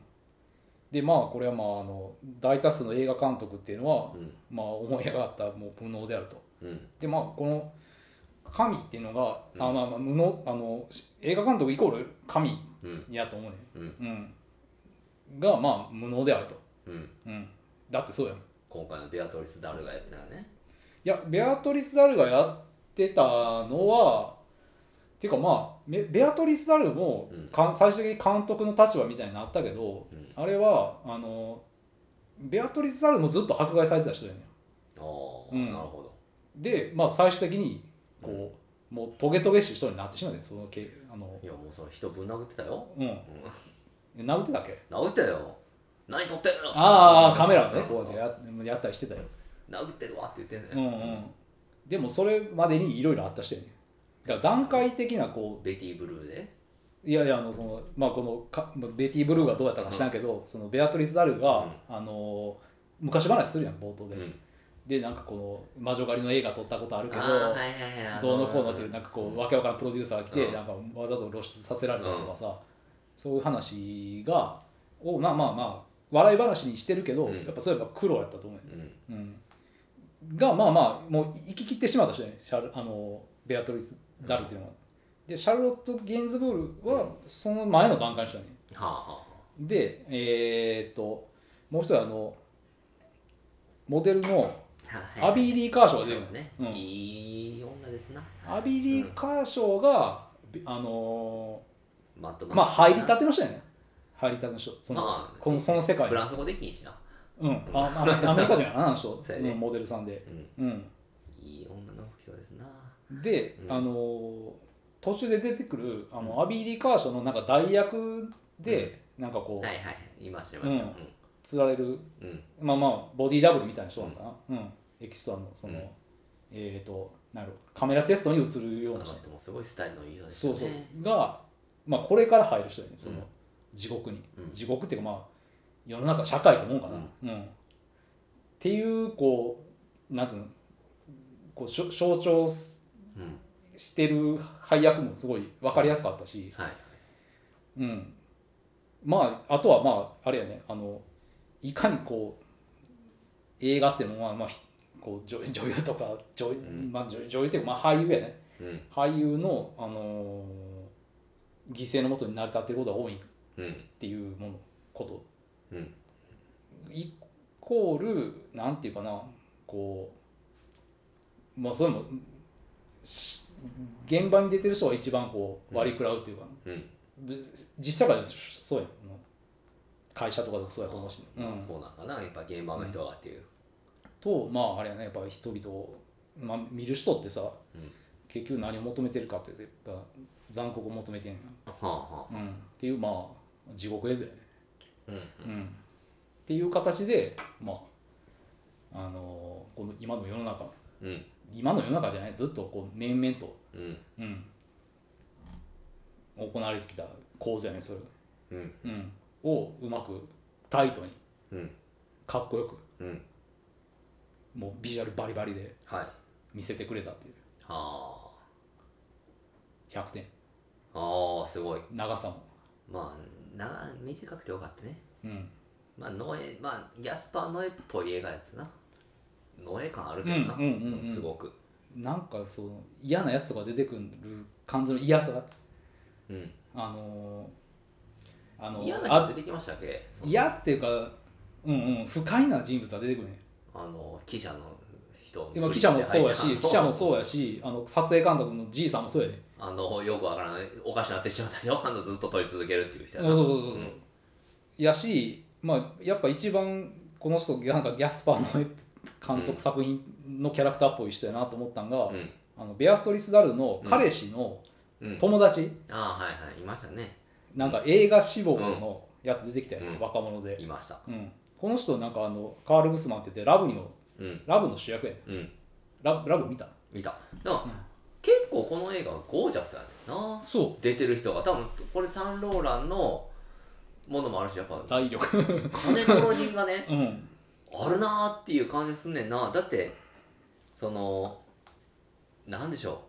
[SPEAKER 2] でまあこれはまああの大多数の映画監督っていうのは
[SPEAKER 1] あ、うん
[SPEAKER 2] まあ、思い上がったもう無能であると。
[SPEAKER 1] うん
[SPEAKER 2] でまあこの神っていうのが、
[SPEAKER 1] うん
[SPEAKER 2] あまあまあ無能あのし映画監督イコール神
[SPEAKER 1] うん
[SPEAKER 2] やと思うね
[SPEAKER 1] うん
[SPEAKER 2] ん、うん、がまあ無能であると、
[SPEAKER 1] うん
[SPEAKER 2] うん、だってそうやもんい
[SPEAKER 1] 今回のベアトリス・ダルがやってたね
[SPEAKER 2] やベアトリス・ダルがやってたのはっていうかまあベベアトリス・ダルも
[SPEAKER 1] うん
[SPEAKER 2] か、最終的に監督の立場みたいになったけど
[SPEAKER 1] うん
[SPEAKER 2] あれはあのベアトリス・ダルもずっと迫害されてた人やねん
[SPEAKER 1] ああ、
[SPEAKER 2] うん
[SPEAKER 1] なるほ
[SPEAKER 2] で、まあ、最終的にこう、もうトゲトゲしい人になってしまうねそのけあの
[SPEAKER 1] どいやもうその人ぶん殴ってたよ
[SPEAKER 2] うんえ殴ってたっけ
[SPEAKER 1] 殴ってたよ何撮ってるの
[SPEAKER 2] ああカメラをね
[SPEAKER 1] うん
[SPEAKER 2] こうやってややったりしてたよ、
[SPEAKER 1] 殴ってるわって言って
[SPEAKER 2] うん
[SPEAKER 1] ね、
[SPEAKER 2] うん、でもそれまでにいろいろあった人やねだから段階的なこ
[SPEAKER 1] ベティ・ブルーで
[SPEAKER 2] ういやいやあのそのまあこのかベティ・ブルーがどうやったか知らんけど、そのベアトリス・ダルが、あの昔話するやん冒頭で、
[SPEAKER 1] うん
[SPEAKER 2] でなんかこの魔女狩りの映画撮ったことあるけど、
[SPEAKER 1] ああはいはいはい
[SPEAKER 2] どうのこうのっていうなん
[SPEAKER 1] か
[SPEAKER 2] かこうわけわからんプロデューサーが来て
[SPEAKER 1] うん
[SPEAKER 2] なんかわざわざ露出させられたとかさそういう話がをまあまあまあ笑い話にしてるけど
[SPEAKER 1] うん
[SPEAKER 2] やっぱそういえば苦労やったと思うよ
[SPEAKER 1] うん
[SPEAKER 2] うんがまあまあもう行き切ってしまった人やねシャルあのベアトリス・ダルっていうのは。でシャルロット・ゲンズブールはその前の段階の人やね
[SPEAKER 1] はあは
[SPEAKER 2] でえーっともう一人あのモデルの
[SPEAKER 1] あはあ
[SPEAKER 2] アビー・リー・カーショーが出てくる
[SPEAKER 1] ね、
[SPEAKER 2] うん
[SPEAKER 1] いい女ですな
[SPEAKER 2] アビリー・カーショーが、びあの
[SPEAKER 1] マット
[SPEAKER 2] ーまあ入りたての人やね入りたての人その,、
[SPEAKER 1] まあ
[SPEAKER 2] このその世界
[SPEAKER 1] フランス語できんしな、
[SPEAKER 2] うんあまあアメリカ人やなあの
[SPEAKER 1] *laughs*
[SPEAKER 2] 人、
[SPEAKER 1] そうやね
[SPEAKER 2] うんモデルさんで、
[SPEAKER 1] う
[SPEAKER 2] うん、
[SPEAKER 1] ん、いい女の人ですな
[SPEAKER 2] で、
[SPEAKER 1] うん
[SPEAKER 2] あのー途中で出てくるあのアビリー・カーショーのなんか代役で、なんかこう、
[SPEAKER 1] はいはい言いました言いました
[SPEAKER 2] 釣られる
[SPEAKER 1] うんうん
[SPEAKER 2] まあまあボディダブルみたいな人なのかな、うんエキストラのその、
[SPEAKER 1] うん
[SPEAKER 2] えっ、となんやろカメラテストに映るよ
[SPEAKER 1] あの
[SPEAKER 2] うな人、
[SPEAKER 1] 人もすごいスタイルのいい人です
[SPEAKER 2] そ
[SPEAKER 1] よ
[SPEAKER 2] う
[SPEAKER 1] ね
[SPEAKER 2] そうが、まあ、これから入る人だよねその、
[SPEAKER 1] うん
[SPEAKER 2] 地獄に、
[SPEAKER 1] うん
[SPEAKER 2] 地獄っていうかまあ世の中社会ってもんかな、うんっていうこうなんていうのこうしょ象徴
[SPEAKER 1] うん
[SPEAKER 2] してる配役もすごい分かりやすかったし、
[SPEAKER 1] はい
[SPEAKER 2] うん、まああとはまああれやねあのいかにこう映画っていうのは、まあ、ひこう女女優とか女,、
[SPEAKER 1] ん
[SPEAKER 2] まあ、女女優っていうか、まあ、俳優やね
[SPEAKER 1] うん
[SPEAKER 2] 俳優の、あのー犠牲のもとに成り立ってることが多いっ
[SPEAKER 1] うん
[SPEAKER 2] ていうものこと
[SPEAKER 1] うん
[SPEAKER 2] イコールなんていうかなこうまあそれもし現場に出てる人が一番こう割り食らうっていうか、
[SPEAKER 1] うん
[SPEAKER 2] 実際からそうやんな会社とかでもそうやと思うし、う
[SPEAKER 1] あ
[SPEAKER 2] ん、
[SPEAKER 1] そうなんかなやっぱ現場の人がっていう
[SPEAKER 2] とまああれやねやっぱ人々を、まあ、見る人ってさ、
[SPEAKER 1] うん
[SPEAKER 2] 結局何を求めてるかってやっぱ残酷を求めてんや
[SPEAKER 1] はあは
[SPEAKER 2] ん、うん、っていうまあ地獄絵図やね、
[SPEAKER 1] あうん
[SPEAKER 2] うん、っていう形でまああのこの今の世の中
[SPEAKER 1] うん
[SPEAKER 2] 今の世の中じゃないずっとこう面々と、
[SPEAKER 1] うん
[SPEAKER 2] うん、行われてきた構図やねそれが
[SPEAKER 1] うん
[SPEAKER 2] うん、をうまくタイトに
[SPEAKER 1] うん
[SPEAKER 2] かっこよく
[SPEAKER 1] うん
[SPEAKER 2] もうビジュアルバリバリで
[SPEAKER 1] はい
[SPEAKER 2] 見せてくれたっていう
[SPEAKER 1] は
[SPEAKER 2] 100点
[SPEAKER 1] あああすごい
[SPEAKER 2] 長さも、
[SPEAKER 1] まあ長短くてよかったね
[SPEAKER 2] うん、
[SPEAKER 1] まあノエまあギャスパーノエっぽい映画やつなノエ感あるけどな、
[SPEAKER 2] うんうんうんうん
[SPEAKER 1] すごく
[SPEAKER 2] なんかその嫌なやつが出てくる感じの嫌さが
[SPEAKER 1] うん
[SPEAKER 2] あのーあの
[SPEAKER 1] 嫌な人
[SPEAKER 2] あ
[SPEAKER 1] 出てきましたっけその
[SPEAKER 2] 嫌っていうかうんうん不快な人物が出てくるね
[SPEAKER 1] あの記者の人
[SPEAKER 2] 今記者もそうや
[SPEAKER 1] 無理
[SPEAKER 2] して
[SPEAKER 1] 入った
[SPEAKER 2] 記者もそうやしあの撮影監督のじいさんもそうやね
[SPEAKER 1] あのよくわからないおかしなってしまった人あのずっと撮り続けるっていう人
[SPEAKER 2] そう
[SPEAKER 1] や
[SPEAKER 2] そ
[SPEAKER 1] な
[SPEAKER 2] うそうそう、やし、まあ、やっぱ一番この人なんかギャスパーの *laughs* 監督作品のキャラクターっぽい人やなと思ったんが、
[SPEAKER 1] うん
[SPEAKER 2] あのベアストリス・ダルの彼氏の
[SPEAKER 1] うん
[SPEAKER 2] 友達、
[SPEAKER 1] ああはいはいいましたね
[SPEAKER 2] なんか映画志望のやつ出てきたよね、
[SPEAKER 1] うん
[SPEAKER 2] 若者で、
[SPEAKER 1] いました
[SPEAKER 2] うん、この人なんかあのカール・グスマンって言ってラブの
[SPEAKER 1] うん
[SPEAKER 2] ラブの主役やね
[SPEAKER 1] うん
[SPEAKER 2] ラブラブ見た
[SPEAKER 1] 見ただから、
[SPEAKER 2] うん
[SPEAKER 1] 結構この映画ゴージャスやねんな
[SPEAKER 2] そ
[SPEAKER 1] 出てる人が多分これサンローランのものもあるしやっぱ
[SPEAKER 2] *laughs* う財力
[SPEAKER 1] 金の老人がね
[SPEAKER 2] うん
[SPEAKER 1] あるなーっていう感じがすんねんなだってそのなんでしょ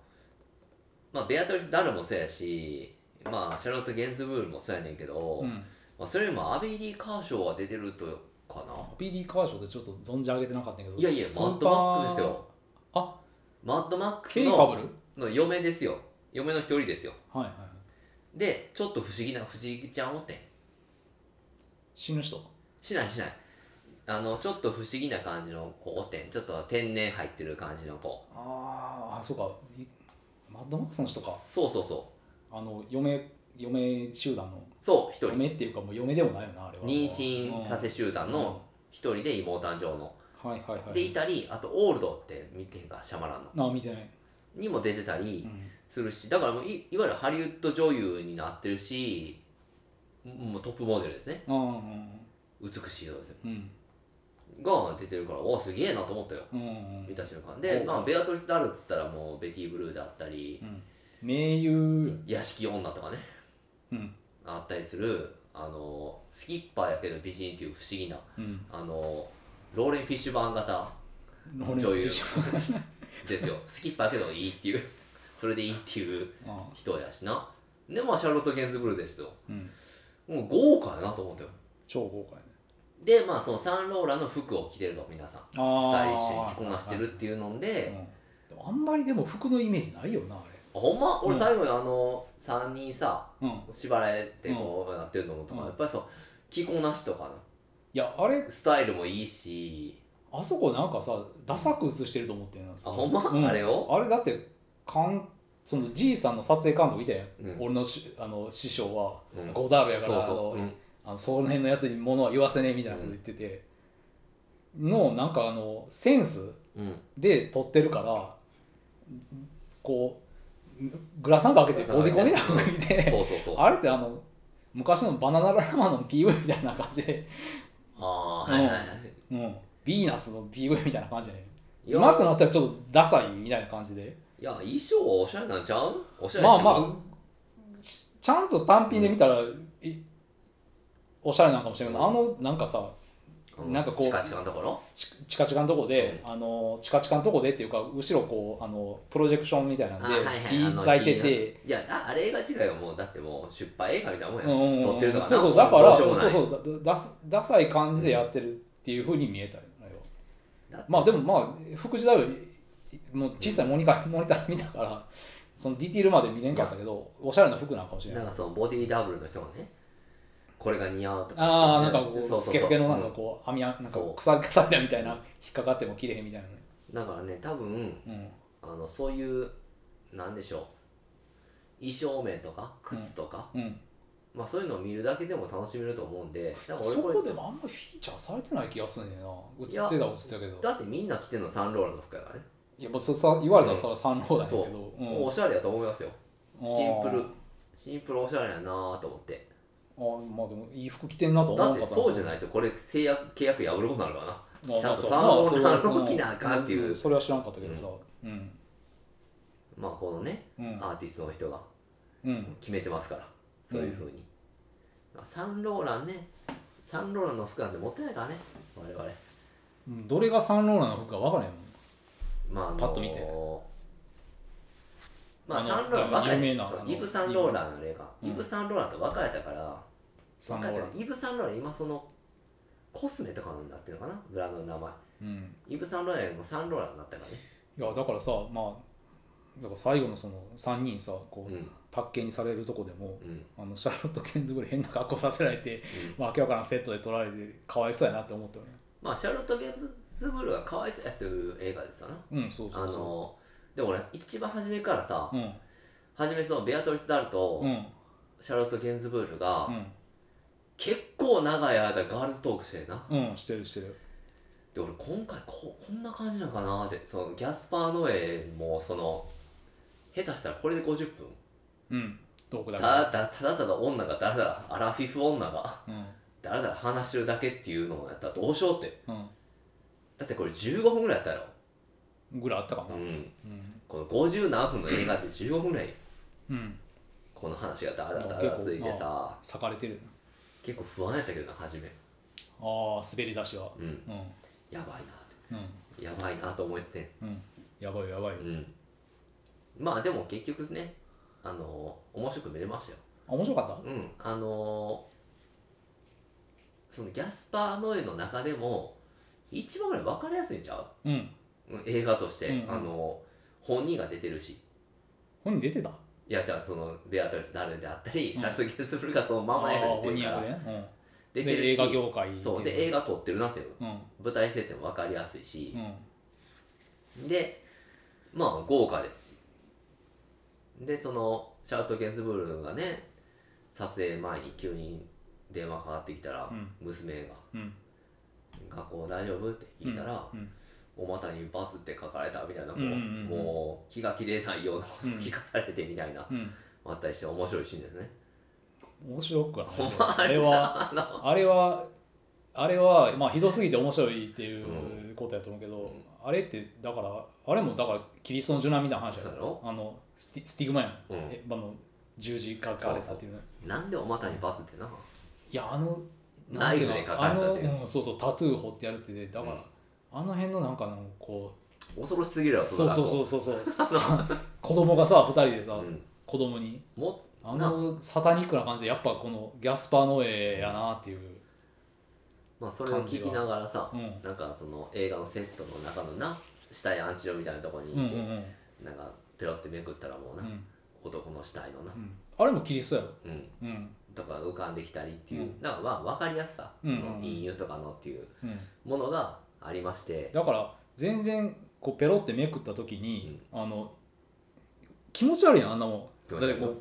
[SPEAKER 1] うまあベアトリス・ダルもそうやしまあシャーロット・ゲンズブールもそうやねんけど、
[SPEAKER 2] うん
[SPEAKER 1] まあ、それよりもアビリー・カーショーが出てるとかな
[SPEAKER 2] PD カーショーでちょっと存じ上げてなかったんやけど
[SPEAKER 1] いやいや
[SPEAKER 2] ス
[SPEAKER 1] マ
[SPEAKER 2] ーパー
[SPEAKER 1] ッドマックスですよ
[SPEAKER 2] あ
[SPEAKER 1] マッドマック
[SPEAKER 2] ケ
[SPEAKER 1] ス
[SPEAKER 2] イパ
[SPEAKER 1] の
[SPEAKER 2] ブル
[SPEAKER 1] の嫁ですよ嫁の一人ですよ
[SPEAKER 2] はいはいはい
[SPEAKER 1] でちょっと不思議な不思議ちゃんおってん
[SPEAKER 2] 死ぬ人
[SPEAKER 1] しないしないあのちょっと不思議な感じの子おってんちょっと天然入ってる感じの子
[SPEAKER 2] ああそうかいマッドマックスの人か
[SPEAKER 1] そうそうそう
[SPEAKER 2] あの嫁嫁集団の
[SPEAKER 1] そう一人
[SPEAKER 2] 嫁っていうかもう嫁でもないよなあれは
[SPEAKER 1] 妊娠させ集団の
[SPEAKER 2] う
[SPEAKER 1] 一人で妹誕生の、
[SPEAKER 2] んはいはいはい
[SPEAKER 1] でいたりあとオールドって見てんかシャマランの
[SPEAKER 2] あ見てない、
[SPEAKER 1] にも出てた
[SPEAKER 2] う
[SPEAKER 1] り
[SPEAKER 2] ん、
[SPEAKER 1] するしだからもういいわゆるハリウッド女優になってるしもうトップモデルですね
[SPEAKER 2] うん
[SPEAKER 1] 美しい人ですよ
[SPEAKER 2] うん
[SPEAKER 1] が出てるからおすげえなと思ったよ
[SPEAKER 2] うんうん
[SPEAKER 1] 見た瞬間で、まあ、ベアトリス・ダルっつったらもうベティ・ブルーだったり
[SPEAKER 2] うん名優
[SPEAKER 1] 屋敷女とかね
[SPEAKER 2] うん
[SPEAKER 1] あったりするあのスキッパーやけど美人っていう不思議な
[SPEAKER 2] うん
[SPEAKER 1] あのローレン・フィッシュバーン型
[SPEAKER 2] ローレンス・フィッシャー
[SPEAKER 1] ですよスキッパーやけどいいっていうそれでいいっていう
[SPEAKER 2] ああ
[SPEAKER 1] 人やしなでまあシャーロット・ゲンズブルーですよ
[SPEAKER 2] うん
[SPEAKER 1] もう豪華やなと思ったよ
[SPEAKER 2] 超豪華やね
[SPEAKER 1] でまあそのサンローラの服を着てると皆さんス
[SPEAKER 2] あ
[SPEAKER 1] タイリッシュに着こなしてるっていうので、
[SPEAKER 2] うん、あんまりでも服のイメージないよなあ
[SPEAKER 1] あほんま
[SPEAKER 2] う
[SPEAKER 1] 俺
[SPEAKER 2] ん
[SPEAKER 1] 最後にあの3人さ
[SPEAKER 2] れうんい
[SPEAKER 1] 縛られてこうなってるのとか、
[SPEAKER 2] うん
[SPEAKER 1] やっぱりそう着こなしとか
[SPEAKER 2] やあれ
[SPEAKER 1] のスタイルもいいし
[SPEAKER 2] あそこなんかさダサく映してると思ってんな
[SPEAKER 1] あほんま、あれを
[SPEAKER 2] あれだってかんそのじいさんの撮影監督いたやん、
[SPEAKER 1] うん
[SPEAKER 2] 俺のしあの師匠は
[SPEAKER 1] うん
[SPEAKER 2] ゴダールやか
[SPEAKER 1] そ
[SPEAKER 2] ら、
[SPEAKER 1] うそう、う
[SPEAKER 2] あの
[SPEAKER 1] ん
[SPEAKER 2] あのその辺のやつに物は言わせねえみたいなこと言ってて、のなんかあのセンス
[SPEAKER 1] うん、
[SPEAKER 2] で撮ってるからこうグラサンかけて
[SPEAKER 1] グラサン
[SPEAKER 2] お
[SPEAKER 1] かけ
[SPEAKER 2] で
[SPEAKER 1] て
[SPEAKER 2] こみたいなのにいて
[SPEAKER 1] そうそうそう
[SPEAKER 2] あれってあの昔のバナナラマの PV みたいな感じで、
[SPEAKER 1] ああーはいはいはい
[SPEAKER 2] うん、ビーナスの PV みたいな感じで、
[SPEAKER 1] いや
[SPEAKER 2] 上手くなったらちょっとダサいみたいな感じで、
[SPEAKER 1] いや衣装はおしゃれなんちゃうおしゃれ
[SPEAKER 2] まあ
[SPEAKER 1] って
[SPEAKER 2] ま
[SPEAKER 1] いうか
[SPEAKER 2] あ、ちちゃんと単品で見たら、いおしゃれなんかもしれないけど、あの、なんかさ、
[SPEAKER 1] う
[SPEAKER 2] なんかこう
[SPEAKER 1] チカチカのところ
[SPEAKER 2] チチカチカのとこで、あのチカチカのとこでっていうか後ろこうあのプロジェクションみたいなんで
[SPEAKER 1] あはいはい
[SPEAKER 2] 火
[SPEAKER 1] あの
[SPEAKER 2] 焚いてて、
[SPEAKER 1] いやああれ映画違いはもうだってもう出版映画みたいなもんや、
[SPEAKER 2] うんうんうん
[SPEAKER 1] 撮ってるから
[SPEAKER 2] そうそうだから
[SPEAKER 1] ど
[SPEAKER 2] そう
[SPEAKER 1] うし
[SPEAKER 2] そ
[SPEAKER 1] よ
[SPEAKER 2] う
[SPEAKER 1] うもない
[SPEAKER 2] だだダサい感じでやってるっていうふうに見えたよ、あれ
[SPEAKER 1] だ
[SPEAKER 2] は
[SPEAKER 1] って
[SPEAKER 2] まあでもまあ副次だよもう小さいモニカモニター見たからそのディティールまで見れんかったけどおしゃれな服なんかもしれな
[SPEAKER 1] ないんかそのボディダブルの人がねこれが似合うとか
[SPEAKER 2] ああなんかこ
[SPEAKER 1] そうそうそう
[SPEAKER 2] うスケスケのなんかこう網やなんか
[SPEAKER 1] そう
[SPEAKER 2] 草肩みたいな引っかかっても切れへんみたいなね
[SPEAKER 1] うんだからね多分
[SPEAKER 2] うん
[SPEAKER 1] あのそういうなんでしょう衣装面とか靴とか、
[SPEAKER 2] うん、
[SPEAKER 1] まあそういうのを見るだけでも楽しめると思うんでだから俺
[SPEAKER 2] そ
[SPEAKER 1] これ
[SPEAKER 2] こでもあんまりフィーチャーされてない気がするねんな映ってた映ってたけど
[SPEAKER 1] だってみんな着てんのサンローランの服やからね、
[SPEAKER 2] いやもうそさ言われたらそれは三郎だけ
[SPEAKER 1] そう
[SPEAKER 2] ど、うん
[SPEAKER 1] もうおしゃれやと思いますよシンプル
[SPEAKER 2] あ
[SPEAKER 1] シンプルおしゃれやなと思って
[SPEAKER 2] ーまあでもいい服着てんなと思
[SPEAKER 1] だ
[SPEAKER 2] わ
[SPEAKER 1] って
[SPEAKER 2] なかった
[SPEAKER 1] そうじゃないとこれ制約契約破ることになるからな
[SPEAKER 2] まあ
[SPEAKER 1] ちゃんと
[SPEAKER 2] まあ
[SPEAKER 1] 三郎
[SPEAKER 2] そうまあそれは
[SPEAKER 1] の着なあかんっていう
[SPEAKER 2] うんそれは知らんかったけどさうん
[SPEAKER 1] まあこのね
[SPEAKER 2] うん
[SPEAKER 1] アーティストの人が
[SPEAKER 2] うん
[SPEAKER 1] 決めてますからそういうふうに、サンローランねサンローランの服なんて持ってないからね我々
[SPEAKER 2] うんどれがサンローランの服か分からへんもん
[SPEAKER 1] まああの
[SPEAKER 2] パッと見て
[SPEAKER 1] まあ
[SPEAKER 2] あの
[SPEAKER 1] サンローラン若
[SPEAKER 2] 有名
[SPEAKER 1] い
[SPEAKER 2] な
[SPEAKER 1] そう
[SPEAKER 2] あの
[SPEAKER 1] イブ・サンローランの例が
[SPEAKER 2] うん
[SPEAKER 1] イブ・サンローランと別れたから
[SPEAKER 2] サンローラン
[SPEAKER 1] 別れたイブ・サンローラン今そのコスメとかになってるのかなブランドの名前
[SPEAKER 2] うん
[SPEAKER 1] イブ・サンローランよりもサンローランになったからね
[SPEAKER 2] いやだからさまあだから最後のその三人さこ
[SPEAKER 1] う
[SPEAKER 2] うん卓形にされるとこでも
[SPEAKER 1] うん
[SPEAKER 2] あのシャーロット・ケンズぐらい変な格好させられて、
[SPEAKER 1] うん
[SPEAKER 2] まあ、明らかなセットで撮られてかわいそうやなって思ったよね
[SPEAKER 1] まあシャーロット・ゲームズブルがかわいそうやっていう映画ですよな
[SPEAKER 2] うんそうそ
[SPEAKER 1] あ
[SPEAKER 2] うそ
[SPEAKER 1] のでも俺一番初めからさ
[SPEAKER 2] ううん
[SPEAKER 1] 初めそのベアトリス・ダルと、
[SPEAKER 2] うん
[SPEAKER 1] シャーロット・ゲンズブールが、
[SPEAKER 2] うん
[SPEAKER 1] 結構長い間ガールズトークしてるな
[SPEAKER 2] うんしてるしてる
[SPEAKER 1] で俺今回ここんな感じなのかなってそのギャスパー・ノエもその下手したらこれで50分
[SPEAKER 2] うんトークだ
[SPEAKER 1] た
[SPEAKER 2] から
[SPEAKER 1] だただただ女がだらだらアラフィフ女が
[SPEAKER 2] うん
[SPEAKER 1] だらだら話してるだけっていうのをやったらどうしようって
[SPEAKER 2] う
[SPEAKER 1] だってこれ15分ぐらいやったや
[SPEAKER 2] ん、ぐらいあったかな
[SPEAKER 1] ろ、うん、
[SPEAKER 2] うん、
[SPEAKER 1] この50何分の映画って15分ぐらい
[SPEAKER 2] うん、
[SPEAKER 1] この話がだらだらだらついてさ
[SPEAKER 2] 裂かれてる
[SPEAKER 1] 結構不安やったけどな初め
[SPEAKER 2] ああ滑り出しは
[SPEAKER 1] うん
[SPEAKER 2] うん
[SPEAKER 1] やばいな
[SPEAKER 2] うん
[SPEAKER 1] ってやばいなと思ってて
[SPEAKER 2] うんやばいよやばいよ
[SPEAKER 1] うん、まあでも結局ねあの面白く見れましたよ
[SPEAKER 2] あ面白かった
[SPEAKER 1] うんあのそのギャスパー・ノエの中でも一番ぐらい分かりやすいんちゃう
[SPEAKER 2] うん
[SPEAKER 1] うん映画として、
[SPEAKER 2] うんうん
[SPEAKER 1] あの本人が出てるし
[SPEAKER 2] 本人出てた
[SPEAKER 1] いやじゃあそのベアトリス・ダルであったり、
[SPEAKER 2] うん
[SPEAKER 1] シャース・ゲンスブルがそのまま
[SPEAKER 2] あー
[SPEAKER 1] 役で出
[SPEAKER 2] 本
[SPEAKER 1] て
[SPEAKER 2] 人
[SPEAKER 1] るか
[SPEAKER 2] 役
[SPEAKER 1] ら
[SPEAKER 2] で、ねうん、
[SPEAKER 1] 出て
[SPEAKER 2] で
[SPEAKER 1] る
[SPEAKER 2] 映
[SPEAKER 1] し
[SPEAKER 2] 画業界
[SPEAKER 1] そうで映画撮ってるなっていう
[SPEAKER 2] うんうん
[SPEAKER 1] 舞台設定も分かりやすいし、でまあ豪華ですしでそのシャーロット・ゲンズブールがね撮影前に急に電話かかってきたら、
[SPEAKER 2] うん
[SPEAKER 1] 娘が
[SPEAKER 2] うん
[SPEAKER 1] 「学校大丈夫?」って聞いたら
[SPEAKER 2] うん
[SPEAKER 1] 「お股にバツって書かれた」みたいなこう、
[SPEAKER 2] うんうんうん
[SPEAKER 1] もう気が切れないようなことを
[SPEAKER 2] う
[SPEAKER 1] *laughs*
[SPEAKER 2] ん
[SPEAKER 1] 聞かされてみたいな、
[SPEAKER 2] うん
[SPEAKER 1] あったりして面白いシーンですね
[SPEAKER 2] 面白くはないあれはあれはあれはまあひどすぎて面白いっていうことやと思うけど、あれってだからあれもだからキリストの受難みたいな話
[SPEAKER 1] そう
[SPEAKER 2] や
[SPEAKER 1] やろ
[SPEAKER 2] あのスティスティグマやん、
[SPEAKER 1] うん
[SPEAKER 2] えあの十字架かれたっていうね
[SPEAKER 1] なんでお股にバツってない
[SPEAKER 2] やあの
[SPEAKER 1] ナイフで
[SPEAKER 2] なんていう
[SPEAKER 1] 書かれた
[SPEAKER 2] あ
[SPEAKER 1] っ
[SPEAKER 2] の、
[SPEAKER 1] ていう
[SPEAKER 2] うん、そうそうタトゥー彫ってやるってねだから、
[SPEAKER 1] うん
[SPEAKER 2] あの辺のなんかのこ
[SPEAKER 1] 恐ろしすぎる
[SPEAKER 2] う
[SPEAKER 1] やろ
[SPEAKER 2] そうそうそううそうそうさ
[SPEAKER 1] *laughs*
[SPEAKER 2] 子供がさ二人でさ、
[SPEAKER 1] ん、
[SPEAKER 2] 子供に
[SPEAKER 1] も
[SPEAKER 2] あのサタニックな感じでやっぱこのギャスパーノエやなっていう、
[SPEAKER 1] まあ、それを聞きながらさ、
[SPEAKER 2] うん
[SPEAKER 1] なんかその映画のセットの中のな死体アンチロみたいなところに
[SPEAKER 2] うんう
[SPEAKER 1] い
[SPEAKER 2] ん
[SPEAKER 1] て、
[SPEAKER 2] うんうん
[SPEAKER 1] なんかペロってめくったらもうな、
[SPEAKER 2] うん
[SPEAKER 1] 男の死体のな、
[SPEAKER 2] あれもキリストやろ
[SPEAKER 1] うん、
[SPEAKER 2] うん
[SPEAKER 1] とか浮かんできたりっていう、
[SPEAKER 2] うん
[SPEAKER 1] なんかまあ分かりやすさ、
[SPEAKER 2] うん
[SPEAKER 1] この陰誘とかのっていう
[SPEAKER 2] うん
[SPEAKER 1] ものがありまして、
[SPEAKER 2] だから全然こうペロってめくった時に、あの気持ち悪いやんあんなも
[SPEAKER 1] 気
[SPEAKER 2] ん
[SPEAKER 1] 持
[SPEAKER 2] だ
[SPEAKER 1] ち悪
[SPEAKER 2] って
[SPEAKER 1] い
[SPEAKER 2] こう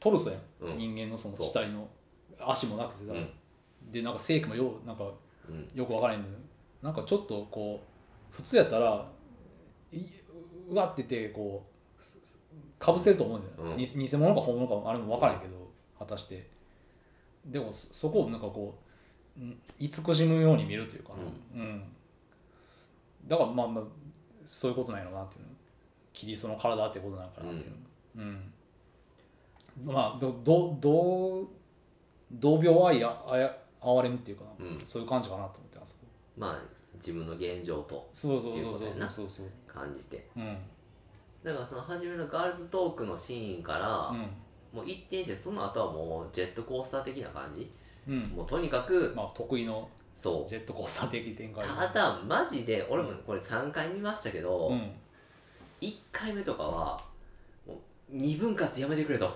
[SPEAKER 2] トルソやん、
[SPEAKER 1] うん
[SPEAKER 2] 人間のその
[SPEAKER 1] そう
[SPEAKER 2] 死体の足もなくてさ、
[SPEAKER 1] うん
[SPEAKER 2] でなんか性器もようなんか
[SPEAKER 1] うん
[SPEAKER 2] よく分からへんのよなんかちょっとこう普通やったらいうわっててこうかぶせると思うんだよ、
[SPEAKER 1] うん
[SPEAKER 2] に偽物か本物かあれも分からへんけど果たしてでもそそこをなんかこうん慈しむように見るというかな、うんだからまあまあそういうことないのかなっていうキリストの体ってことなのかなっていう、うんまあどどどう同病愛ああや哀れみっていうか、
[SPEAKER 1] うん
[SPEAKER 2] そういう感じかなと思ってます
[SPEAKER 1] まあ自分の現状と
[SPEAKER 2] そうそう
[SPEAKER 1] っていう
[SPEAKER 2] そう
[SPEAKER 1] こ
[SPEAKER 2] そ
[SPEAKER 1] と
[SPEAKER 2] う
[SPEAKER 1] やな
[SPEAKER 2] そうそう
[SPEAKER 1] 感じて
[SPEAKER 2] うんうん
[SPEAKER 1] だからその初めのガールズトークのシーンから、もう一転してその後はもうジェットコースター的な感じ
[SPEAKER 2] うん
[SPEAKER 1] もうとにかく
[SPEAKER 2] まあ得意の
[SPEAKER 1] そう
[SPEAKER 2] ジェットコースター的展開
[SPEAKER 1] ただマジで俺もこれ3回見ましたけど、
[SPEAKER 2] うん
[SPEAKER 1] 1回目とかはもう2分割やめてくれと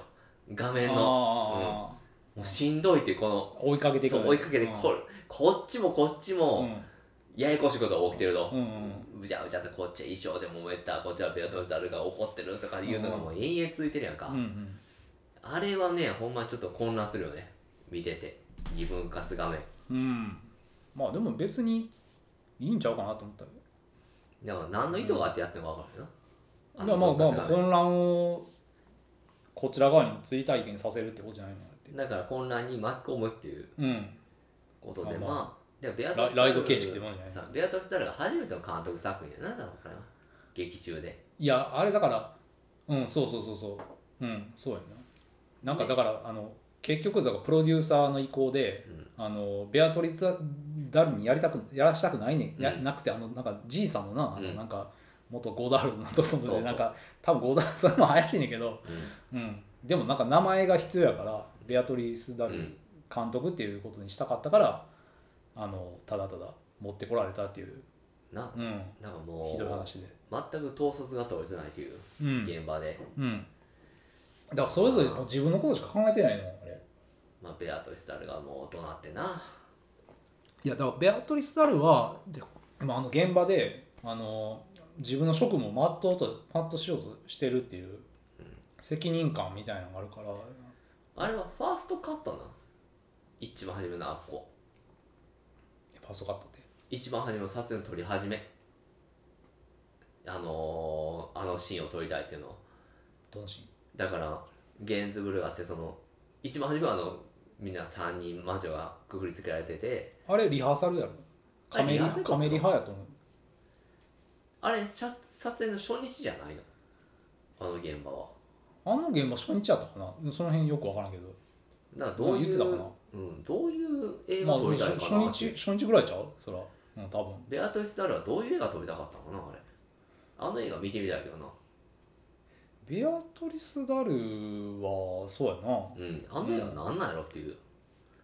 [SPEAKER 1] 画面の
[SPEAKER 2] あ
[SPEAKER 1] もうしんどいっていうこの
[SPEAKER 2] あ追いかけていく
[SPEAKER 1] そう追いかけてこ,、こっちもこっち
[SPEAKER 2] うん
[SPEAKER 1] もややこしいことが起きてると、
[SPEAKER 2] うん
[SPEAKER 1] うじゃうじゃとこっちは衣装で揉めたこっちはベルトで誰が怒ってるとかいうのがもう延々続いてるやんか、
[SPEAKER 2] うんうん
[SPEAKER 1] あれはねほんまちょっと混乱するよね見てて2分割画面
[SPEAKER 2] うんまあでも別にいいんちゃうかなと思った
[SPEAKER 1] だから何の意図があってやっても分かるよな、
[SPEAKER 2] まあまあ
[SPEAKER 1] の分割
[SPEAKER 2] まあ
[SPEAKER 1] 画面
[SPEAKER 2] 混乱をこちら側にも追体験させるってことじゃないのかなって
[SPEAKER 1] だから混乱に巻き込むっていう
[SPEAKER 2] うん
[SPEAKER 1] ことで、
[SPEAKER 2] ま
[SPEAKER 1] ま
[SPEAKER 2] あ
[SPEAKER 1] あ、でもベア
[SPEAKER 2] ラ
[SPEAKER 1] トスタ
[SPEAKER 2] ラ
[SPEAKER 1] ル
[SPEAKER 2] イド形式でもあるんじゃない
[SPEAKER 1] さベアトスタルが初めての監督作品やな、だからな、劇中で。
[SPEAKER 2] いやあれだからうんそうそうそうそううんそうやんななんかだから、あの結局だからプロデューサーの意向で、あのベアトリス・ダルにやりたくやらしたくないね、や
[SPEAKER 1] うん
[SPEAKER 2] なくてあのなんかじいさんもなあの、
[SPEAKER 1] うん
[SPEAKER 2] なんか元ゴダールのところで
[SPEAKER 1] そうそう
[SPEAKER 2] なんか多分ゴダールさんも怪しいねんけど、
[SPEAKER 1] う
[SPEAKER 2] うん、でもなんか名前が必要やからベアトリス・ダ
[SPEAKER 1] ん。う
[SPEAKER 2] ル
[SPEAKER 1] ん
[SPEAKER 2] 監督っていうことにしたかったから、あのただただ持ってこられたっていう、
[SPEAKER 1] な、
[SPEAKER 2] うん、
[SPEAKER 1] なんか
[SPEAKER 2] ひどい
[SPEAKER 1] も
[SPEAKER 2] 話で。
[SPEAKER 1] う、全く統率が取れてないという、
[SPEAKER 2] うん
[SPEAKER 1] 現場で、
[SPEAKER 2] うん、だからそれぞれもう自分のことしか考えてないのあれ
[SPEAKER 1] まあ、ベアトスタルがもう大人ってな。
[SPEAKER 2] いやだからベアトリス・ダルはでまああの現場であの自分の職務を全うと全うしようとしてるっていう責任感みたいなのがあるから
[SPEAKER 1] あれはファーストカットな。一番初めのアッコ。
[SPEAKER 2] パソカットで
[SPEAKER 1] 一番初めの撮影の撮り始め。あのー、あのシーンを撮りたいっていうのは。
[SPEAKER 2] どのシーン
[SPEAKER 1] だからゲンズブルがあってその一番初めはあのみんな3人魔女がくくりつけられてて
[SPEAKER 2] あれリハーサルやろカメリ
[SPEAKER 1] あリハーサル
[SPEAKER 2] カメリハやと思う
[SPEAKER 1] あれ写撮影の初日じゃないのあの現場は
[SPEAKER 2] あの現場初日やったかなその辺よく分からんけど
[SPEAKER 1] だからどういう、
[SPEAKER 2] まあ言ってたか
[SPEAKER 1] うん、どういう映
[SPEAKER 2] ま
[SPEAKER 1] 画
[SPEAKER 2] あ
[SPEAKER 1] を撮りたいの
[SPEAKER 2] 初
[SPEAKER 1] かな、
[SPEAKER 2] 日初日ぐらいちゃうそら、うん、多分
[SPEAKER 1] ベアトリス・ダルはどういう映画撮りたかったのかなあれあの映画見てみたいけどな
[SPEAKER 2] ベアトリス・ダルはそうやな
[SPEAKER 1] うんあの映画なんなんやろっていう、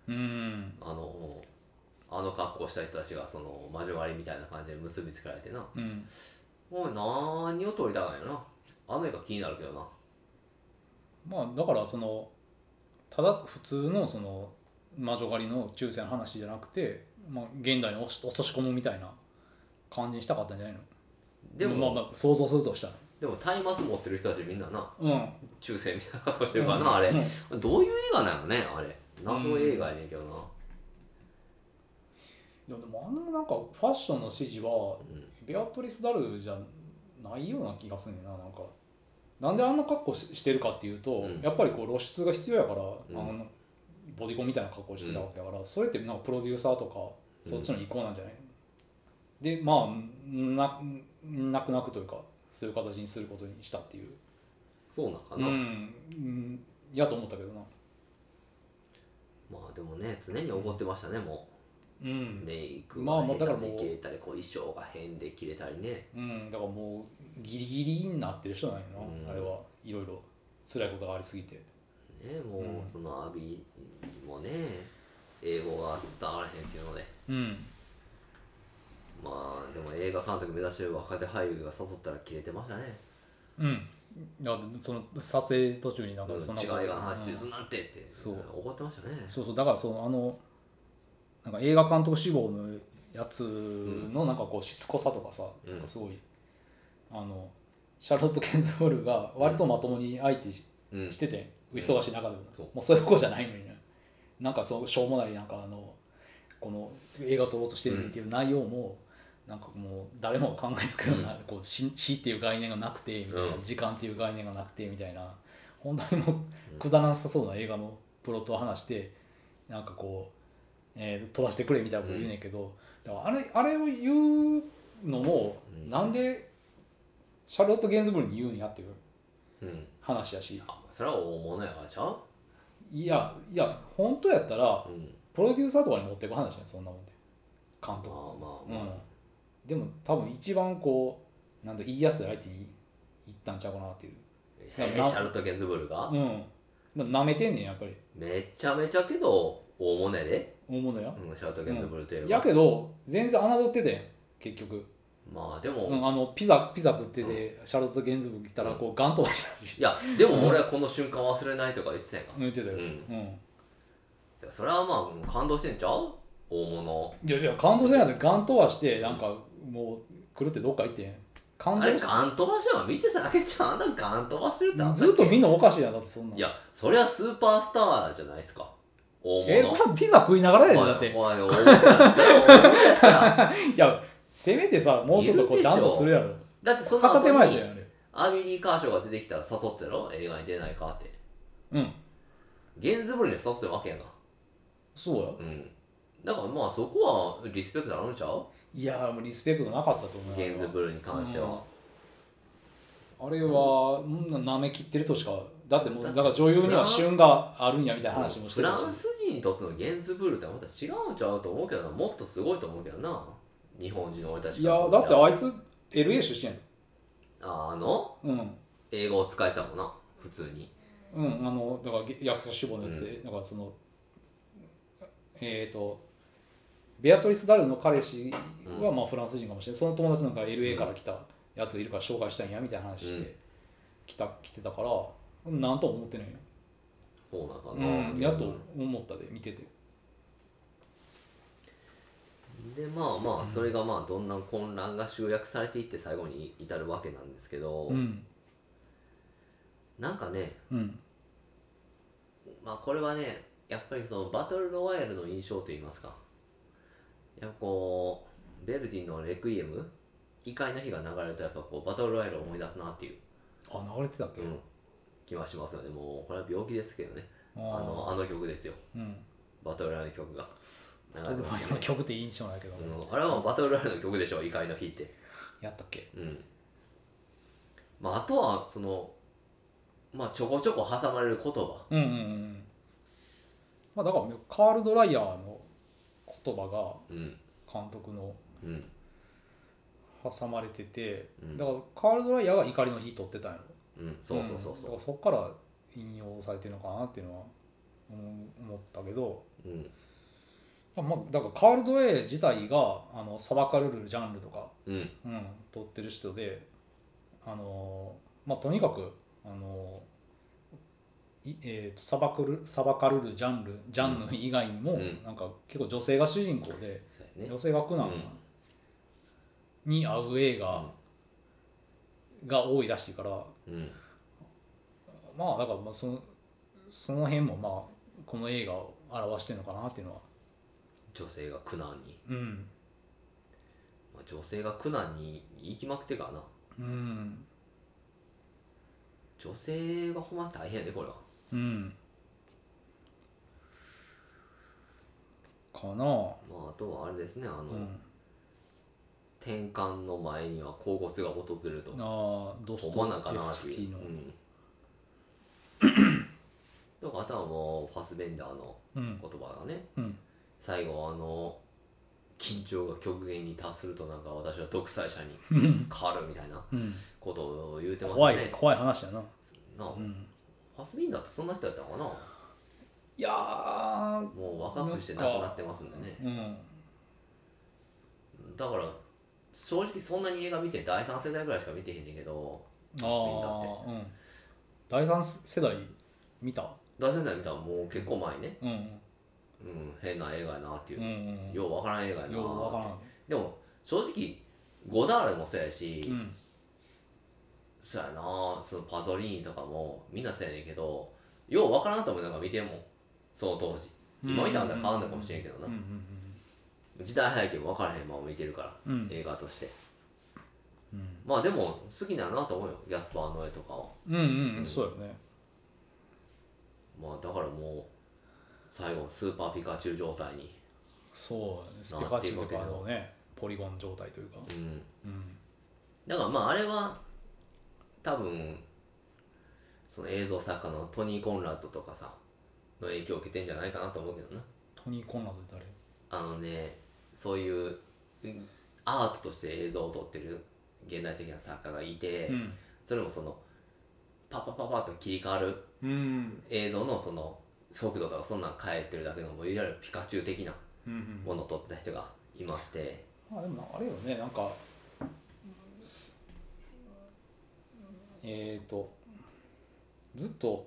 [SPEAKER 2] うん
[SPEAKER 1] あのあの格好した人たちがその魔女狩りみたいな感じで結びつけられてな
[SPEAKER 2] うん
[SPEAKER 1] もう何を撮りたかんやなあの映画気になるけどな
[SPEAKER 2] まあだからそのただ普通のその魔女狩りの中世の話じゃなくて、まあ、現代に落とし込むみたいな感じにしたかったんじゃないの
[SPEAKER 1] でも、
[SPEAKER 2] まあまあ想像するとしたら
[SPEAKER 1] でも松明持ってる人たちみんなな
[SPEAKER 2] うん
[SPEAKER 1] 中世みたいなこというかなあれ
[SPEAKER 2] うん
[SPEAKER 1] どういう映画なのねあれ謎の映画やねんけどな
[SPEAKER 2] でもあのなんかファッションの指示は
[SPEAKER 1] うん
[SPEAKER 2] ベアトリス・ダルじゃないような気がするねんななんかなんであんな格好ししてるかっていうと、
[SPEAKER 1] うん
[SPEAKER 2] やっぱりこう露出が必要やから、
[SPEAKER 1] ん
[SPEAKER 2] あのボディコンみたいな格好をしてたわけやから、それってなんかプロデューサーとかそっちの意向なんじゃないの、でまあななくなくというかそういう形にすることにしたっていう、
[SPEAKER 1] そうなんか
[SPEAKER 2] うん
[SPEAKER 1] な、
[SPEAKER 2] うんやと思ったけどな
[SPEAKER 1] まあでもね常に怒ってましたねも
[SPEAKER 2] う、
[SPEAKER 1] うんメイク
[SPEAKER 2] まあ
[SPEAKER 1] が
[SPEAKER 2] まあだから
[SPEAKER 1] 下
[SPEAKER 2] も
[SPEAKER 1] 手で
[SPEAKER 2] う
[SPEAKER 1] 切れたりこう衣装が変で切れたりね
[SPEAKER 2] うん、だからもうギリギリになってる人なんやな、
[SPEAKER 1] うん
[SPEAKER 2] あれはいろいろ辛いことがありすぎて
[SPEAKER 1] ねも
[SPEAKER 2] うん
[SPEAKER 1] うそのアビもね英語が伝わらへんっていうので
[SPEAKER 2] うん
[SPEAKER 1] まあでも映画監督目指してる若手俳優が誘ったら切れてましたね
[SPEAKER 2] うん、いやその撮影途中になんか
[SPEAKER 1] うん
[SPEAKER 2] そんな
[SPEAKER 1] 違
[SPEAKER 2] こと
[SPEAKER 1] いが話
[SPEAKER 2] うん
[SPEAKER 1] するなんてって
[SPEAKER 2] そう
[SPEAKER 1] 怒ってましたね
[SPEAKER 2] そうそうだからそのあのなんか映画監督志望のやつのなんかこうしつこさとかさ、
[SPEAKER 1] うん
[SPEAKER 2] なんかすごいあのシャーロット・ケンズボールが割とまともに相手し,、
[SPEAKER 1] うん
[SPEAKER 2] てて忙しい中でも、
[SPEAKER 1] そう
[SPEAKER 2] もうそういうとこじゃないのにねなんかそうしょうもないなんかあのこの映画撮ろうとしてるっていう内容も、なんかもう誰もが考えつくような、こう死死っていう概念がなくてみたいな、
[SPEAKER 1] うん
[SPEAKER 2] 時間っていう概念がなくてみたいな本当にもうくだらなさそうな映画のプロットを話してなんかこう、えー、飛ばしてくれみたいなこと言うねんけど、だからあれあれを言うのも、
[SPEAKER 1] うん
[SPEAKER 2] なんでシャーロット・ゲンズブルーに言うんやっていう
[SPEAKER 1] うん
[SPEAKER 2] 話やし
[SPEAKER 1] あそれは大物やからちゃう
[SPEAKER 2] いやいや本当やったら
[SPEAKER 1] うん
[SPEAKER 2] プロデューサーとかに持っていく話やんそんなもんで監
[SPEAKER 1] まあ
[SPEAKER 2] 督
[SPEAKER 1] まあまあ、
[SPEAKER 2] うん、でも多分一番こうなんだ言いやすい相手に言ったんちゃうかなっていう
[SPEAKER 1] えー
[SPEAKER 2] な
[SPEAKER 1] シャルト・ゲンズブルが、
[SPEAKER 2] うんな舐めてんねんやっぱり
[SPEAKER 1] めっちゃめちゃけど大物やで、
[SPEAKER 2] 大物や、
[SPEAKER 1] うん、シャルト・ゲンズブルといえば、
[SPEAKER 2] やけど全然侮っててん結局、
[SPEAKER 1] まあでも、
[SPEAKER 2] う
[SPEAKER 1] い
[SPEAKER 2] ん、あのピザピザ食ってて、シャーロット・ゲンズブル来たらこうガン飛ばしたし
[SPEAKER 1] やでも俺はこの瞬間忘れないとか言ってないから、
[SPEAKER 2] 抜いてたよ、
[SPEAKER 1] うん
[SPEAKER 2] うん
[SPEAKER 1] いやそれはまあ感動してんちゃう大物
[SPEAKER 2] いやいや感動してないでガン飛ばしてなんかもう来るってどっか行ってん感
[SPEAKER 1] あ
[SPEAKER 2] 動
[SPEAKER 1] れ
[SPEAKER 2] し
[SPEAKER 1] ガン飛ばしては見てただけちゃうあんなガン飛ばしてるってあんだけ
[SPEAKER 2] ずっとみんなおかしいやんだってそんなん
[SPEAKER 1] いやそりゃスーパースターじゃないですか大物
[SPEAKER 2] えこれピザ食いながらやで
[SPEAKER 1] まあ
[SPEAKER 2] だって
[SPEAKER 1] まあ大物やそれは大物やから
[SPEAKER 2] いやせめてさもうちょっとこ
[SPEAKER 1] いうるで
[SPEAKER 2] ち
[SPEAKER 1] しょ
[SPEAKER 2] ゃんとするやろ
[SPEAKER 1] だってその
[SPEAKER 2] 片手
[SPEAKER 1] 後
[SPEAKER 2] 前
[SPEAKER 1] に
[SPEAKER 2] だよあれ
[SPEAKER 1] アビリー・カーショーが出てきたら誘ってろ映画に出ないかって
[SPEAKER 2] うん
[SPEAKER 1] ゲンズブルには誘ってるわけやな
[SPEAKER 2] そうや
[SPEAKER 1] うんだからまあそこはリスペクトあるんちゃう
[SPEAKER 2] いやもうリスペクトなかったと思う
[SPEAKER 1] ゲンズブルに関しては、
[SPEAKER 2] あれはなめきってるとしかだってもう
[SPEAKER 1] だ
[SPEAKER 2] だから女優には旬があるんやみたいな話もして
[SPEAKER 1] フ
[SPEAKER 2] る
[SPEAKER 1] ラ
[SPEAKER 2] し
[SPEAKER 1] ンス人にとってのゲンズブルってまた違うんちゃうと思うけどなもっとすごいと思うけどな日本人の俺たち
[SPEAKER 2] い
[SPEAKER 1] から
[SPEAKER 2] や
[SPEAKER 1] と
[SPEAKER 2] だ
[SPEAKER 1] っ
[SPEAKER 2] っててあいつ LA 出身や
[SPEAKER 1] ああの
[SPEAKER 2] んうん
[SPEAKER 1] 英語を使えたもんな普通に
[SPEAKER 2] うんあのだから役者志望のやつで、だからそのえっ、とベアトリス・ダルの彼氏はまあフランス人かもしれない、その友達なんか LA から来たやついるから紹介したいんやみたいな話して、
[SPEAKER 1] うん
[SPEAKER 2] 来た来てたからなんとも思ってないよ、
[SPEAKER 1] そうなのかな、
[SPEAKER 2] うん、やっと思ったで見てて
[SPEAKER 1] でまあまあそれがまあどんな混乱が集約されていって最後に至るわけなんですけど、
[SPEAKER 2] うん
[SPEAKER 1] なんかね
[SPEAKER 2] うん
[SPEAKER 1] まあこれはねやっぱりそのバトルロワイヤルの印象といいますかやっぱこうベルディの「レクイエム」怒りの日が流れるとやっぱこうバトルロワイヤルを思い出すなっていう、
[SPEAKER 2] あ流れてたっけ、
[SPEAKER 1] うん気はしますよねもうこれは病気ですけどね
[SPEAKER 2] あ
[SPEAKER 1] あ
[SPEAKER 2] ー
[SPEAKER 1] のあの曲ですよ
[SPEAKER 2] うん
[SPEAKER 1] バトルロワイヤルの曲が流れ
[SPEAKER 2] と
[SPEAKER 1] て
[SPEAKER 2] ても
[SPEAKER 1] ます
[SPEAKER 2] 今の曲って印象ないけど、
[SPEAKER 1] うんあれはもうバトルロワイヤルの曲でしょ怒りの日って
[SPEAKER 2] やったっけ
[SPEAKER 1] うんまああとはそのまあちょこちょこ挟まれる言葉
[SPEAKER 2] うんうんうんまあだからねカール・ドライヤーの言葉
[SPEAKER 1] うん
[SPEAKER 2] が監督の
[SPEAKER 1] うん
[SPEAKER 2] 挟まれてて、
[SPEAKER 1] うん
[SPEAKER 2] だからカール・ドライヤーが怒りの日撮ってたんやろ
[SPEAKER 1] うんそうそうそうそ
[SPEAKER 2] んだ
[SPEAKER 1] う
[SPEAKER 2] からそっから引用されてるのかなっていうのは思思ったけど
[SPEAKER 1] うん
[SPEAKER 2] まあだからカール・ドライヤー自体があのサバカルルジャンルとか
[SPEAKER 1] うん
[SPEAKER 2] うん、撮ってる人で、あのーまあ、とにかく、あのーいえーとサバクルサバカルルジャンルジャンル以外にも、
[SPEAKER 1] うん
[SPEAKER 2] なんか結構女性が主人公で、
[SPEAKER 1] そうやね
[SPEAKER 2] 女性が苦難に合う映画が多いらしいから、
[SPEAKER 1] うん
[SPEAKER 2] まあだからまあそのその辺もまあこの映画を表してるのかなっていうのは、
[SPEAKER 1] 女性が苦難に、
[SPEAKER 2] うん
[SPEAKER 1] まあ、女性が苦難に行きまくってからな
[SPEAKER 2] うん
[SPEAKER 1] 女性がほんま大変やでこれは
[SPEAKER 2] うん、かなあ
[SPEAKER 1] まああとはあれですねあの、
[SPEAKER 2] うん
[SPEAKER 1] 転換の前には恍惚が訪れると
[SPEAKER 2] ああ、ドス
[SPEAKER 1] 思わなか
[SPEAKER 2] ト
[SPEAKER 1] な
[SPEAKER 2] エ
[SPEAKER 1] っ
[SPEAKER 2] フ
[SPEAKER 1] て
[SPEAKER 2] スキ
[SPEAKER 1] い
[SPEAKER 2] ー
[SPEAKER 1] う、
[SPEAKER 2] の。
[SPEAKER 1] うん、 *coughs* だからあとはもうファスベンダーの
[SPEAKER 2] うん
[SPEAKER 1] 言。葉がね
[SPEAKER 2] うん。
[SPEAKER 1] 最後あの緊張が極限に達するとなんか私は独裁者に変わるみたいな
[SPEAKER 2] うん。
[SPEAKER 1] ことを言うてました
[SPEAKER 2] 怖い、
[SPEAKER 1] ね
[SPEAKER 2] 怖い話やな。
[SPEAKER 1] なあ
[SPEAKER 2] うん。
[SPEAKER 1] ファスベンダーってそんな人やったのかない
[SPEAKER 2] やー、
[SPEAKER 1] もう若くして亡くなってますんでね
[SPEAKER 2] うん。
[SPEAKER 1] だから正直そんなに映画見て第三世代ぐらいしか見てへんねんけど
[SPEAKER 2] ああ、うん。第三世代見た
[SPEAKER 1] 第三世代見たらもう結構前ね、
[SPEAKER 2] うん。う
[SPEAKER 1] う
[SPEAKER 2] ん
[SPEAKER 1] ん、変な映画やなっていうう、
[SPEAKER 2] ん。
[SPEAKER 1] ようわからん映画やな
[SPEAKER 2] ようわから
[SPEAKER 1] でも正直ゴダールもそうやし、
[SPEAKER 2] ん。うん。
[SPEAKER 1] そうやなそのパゾリーニとかもみんなそうやねんけどようわからんと思いながら見てんもんその当時今見たら変わんないかもしれんけどな、
[SPEAKER 2] うん。うん
[SPEAKER 1] 時代背景も分からへんまま見てるから、
[SPEAKER 2] うん。うん。
[SPEAKER 1] 映画として
[SPEAKER 2] うん。
[SPEAKER 1] まあでも好きだなと思うよギャスパーの絵とかは
[SPEAKER 2] うん。うん。そうよね。
[SPEAKER 1] まあだからもう最後のスーパーピカチュウ状態に、
[SPEAKER 2] そうス
[SPEAKER 1] な
[SPEAKER 2] ピカチュウ
[SPEAKER 1] なっ
[SPEAKER 2] と
[SPEAKER 1] ていくわけ
[SPEAKER 2] かあ
[SPEAKER 1] だ
[SPEAKER 2] のねポリゴン状態というか、
[SPEAKER 1] うん、
[SPEAKER 2] うん、
[SPEAKER 1] だからまああれは多分その映像作家のトニー・コンラッドとかさの影響を受けてんじゃないかなと思うけどな
[SPEAKER 2] トニー・コンラドって
[SPEAKER 1] あのねそういううんアートとして映像を撮ってる現代的な作家がいて、
[SPEAKER 2] 誰うん
[SPEAKER 1] それもそのパパパパッと切り替わる
[SPEAKER 2] うん
[SPEAKER 1] 映像のその速度とかそんなん変えてるだけのもういわゆるピカチュウ的な
[SPEAKER 2] うんうん
[SPEAKER 1] ものを撮ってた人がいまして、
[SPEAKER 2] まあでもなあれよねなんかすえっ、とずっと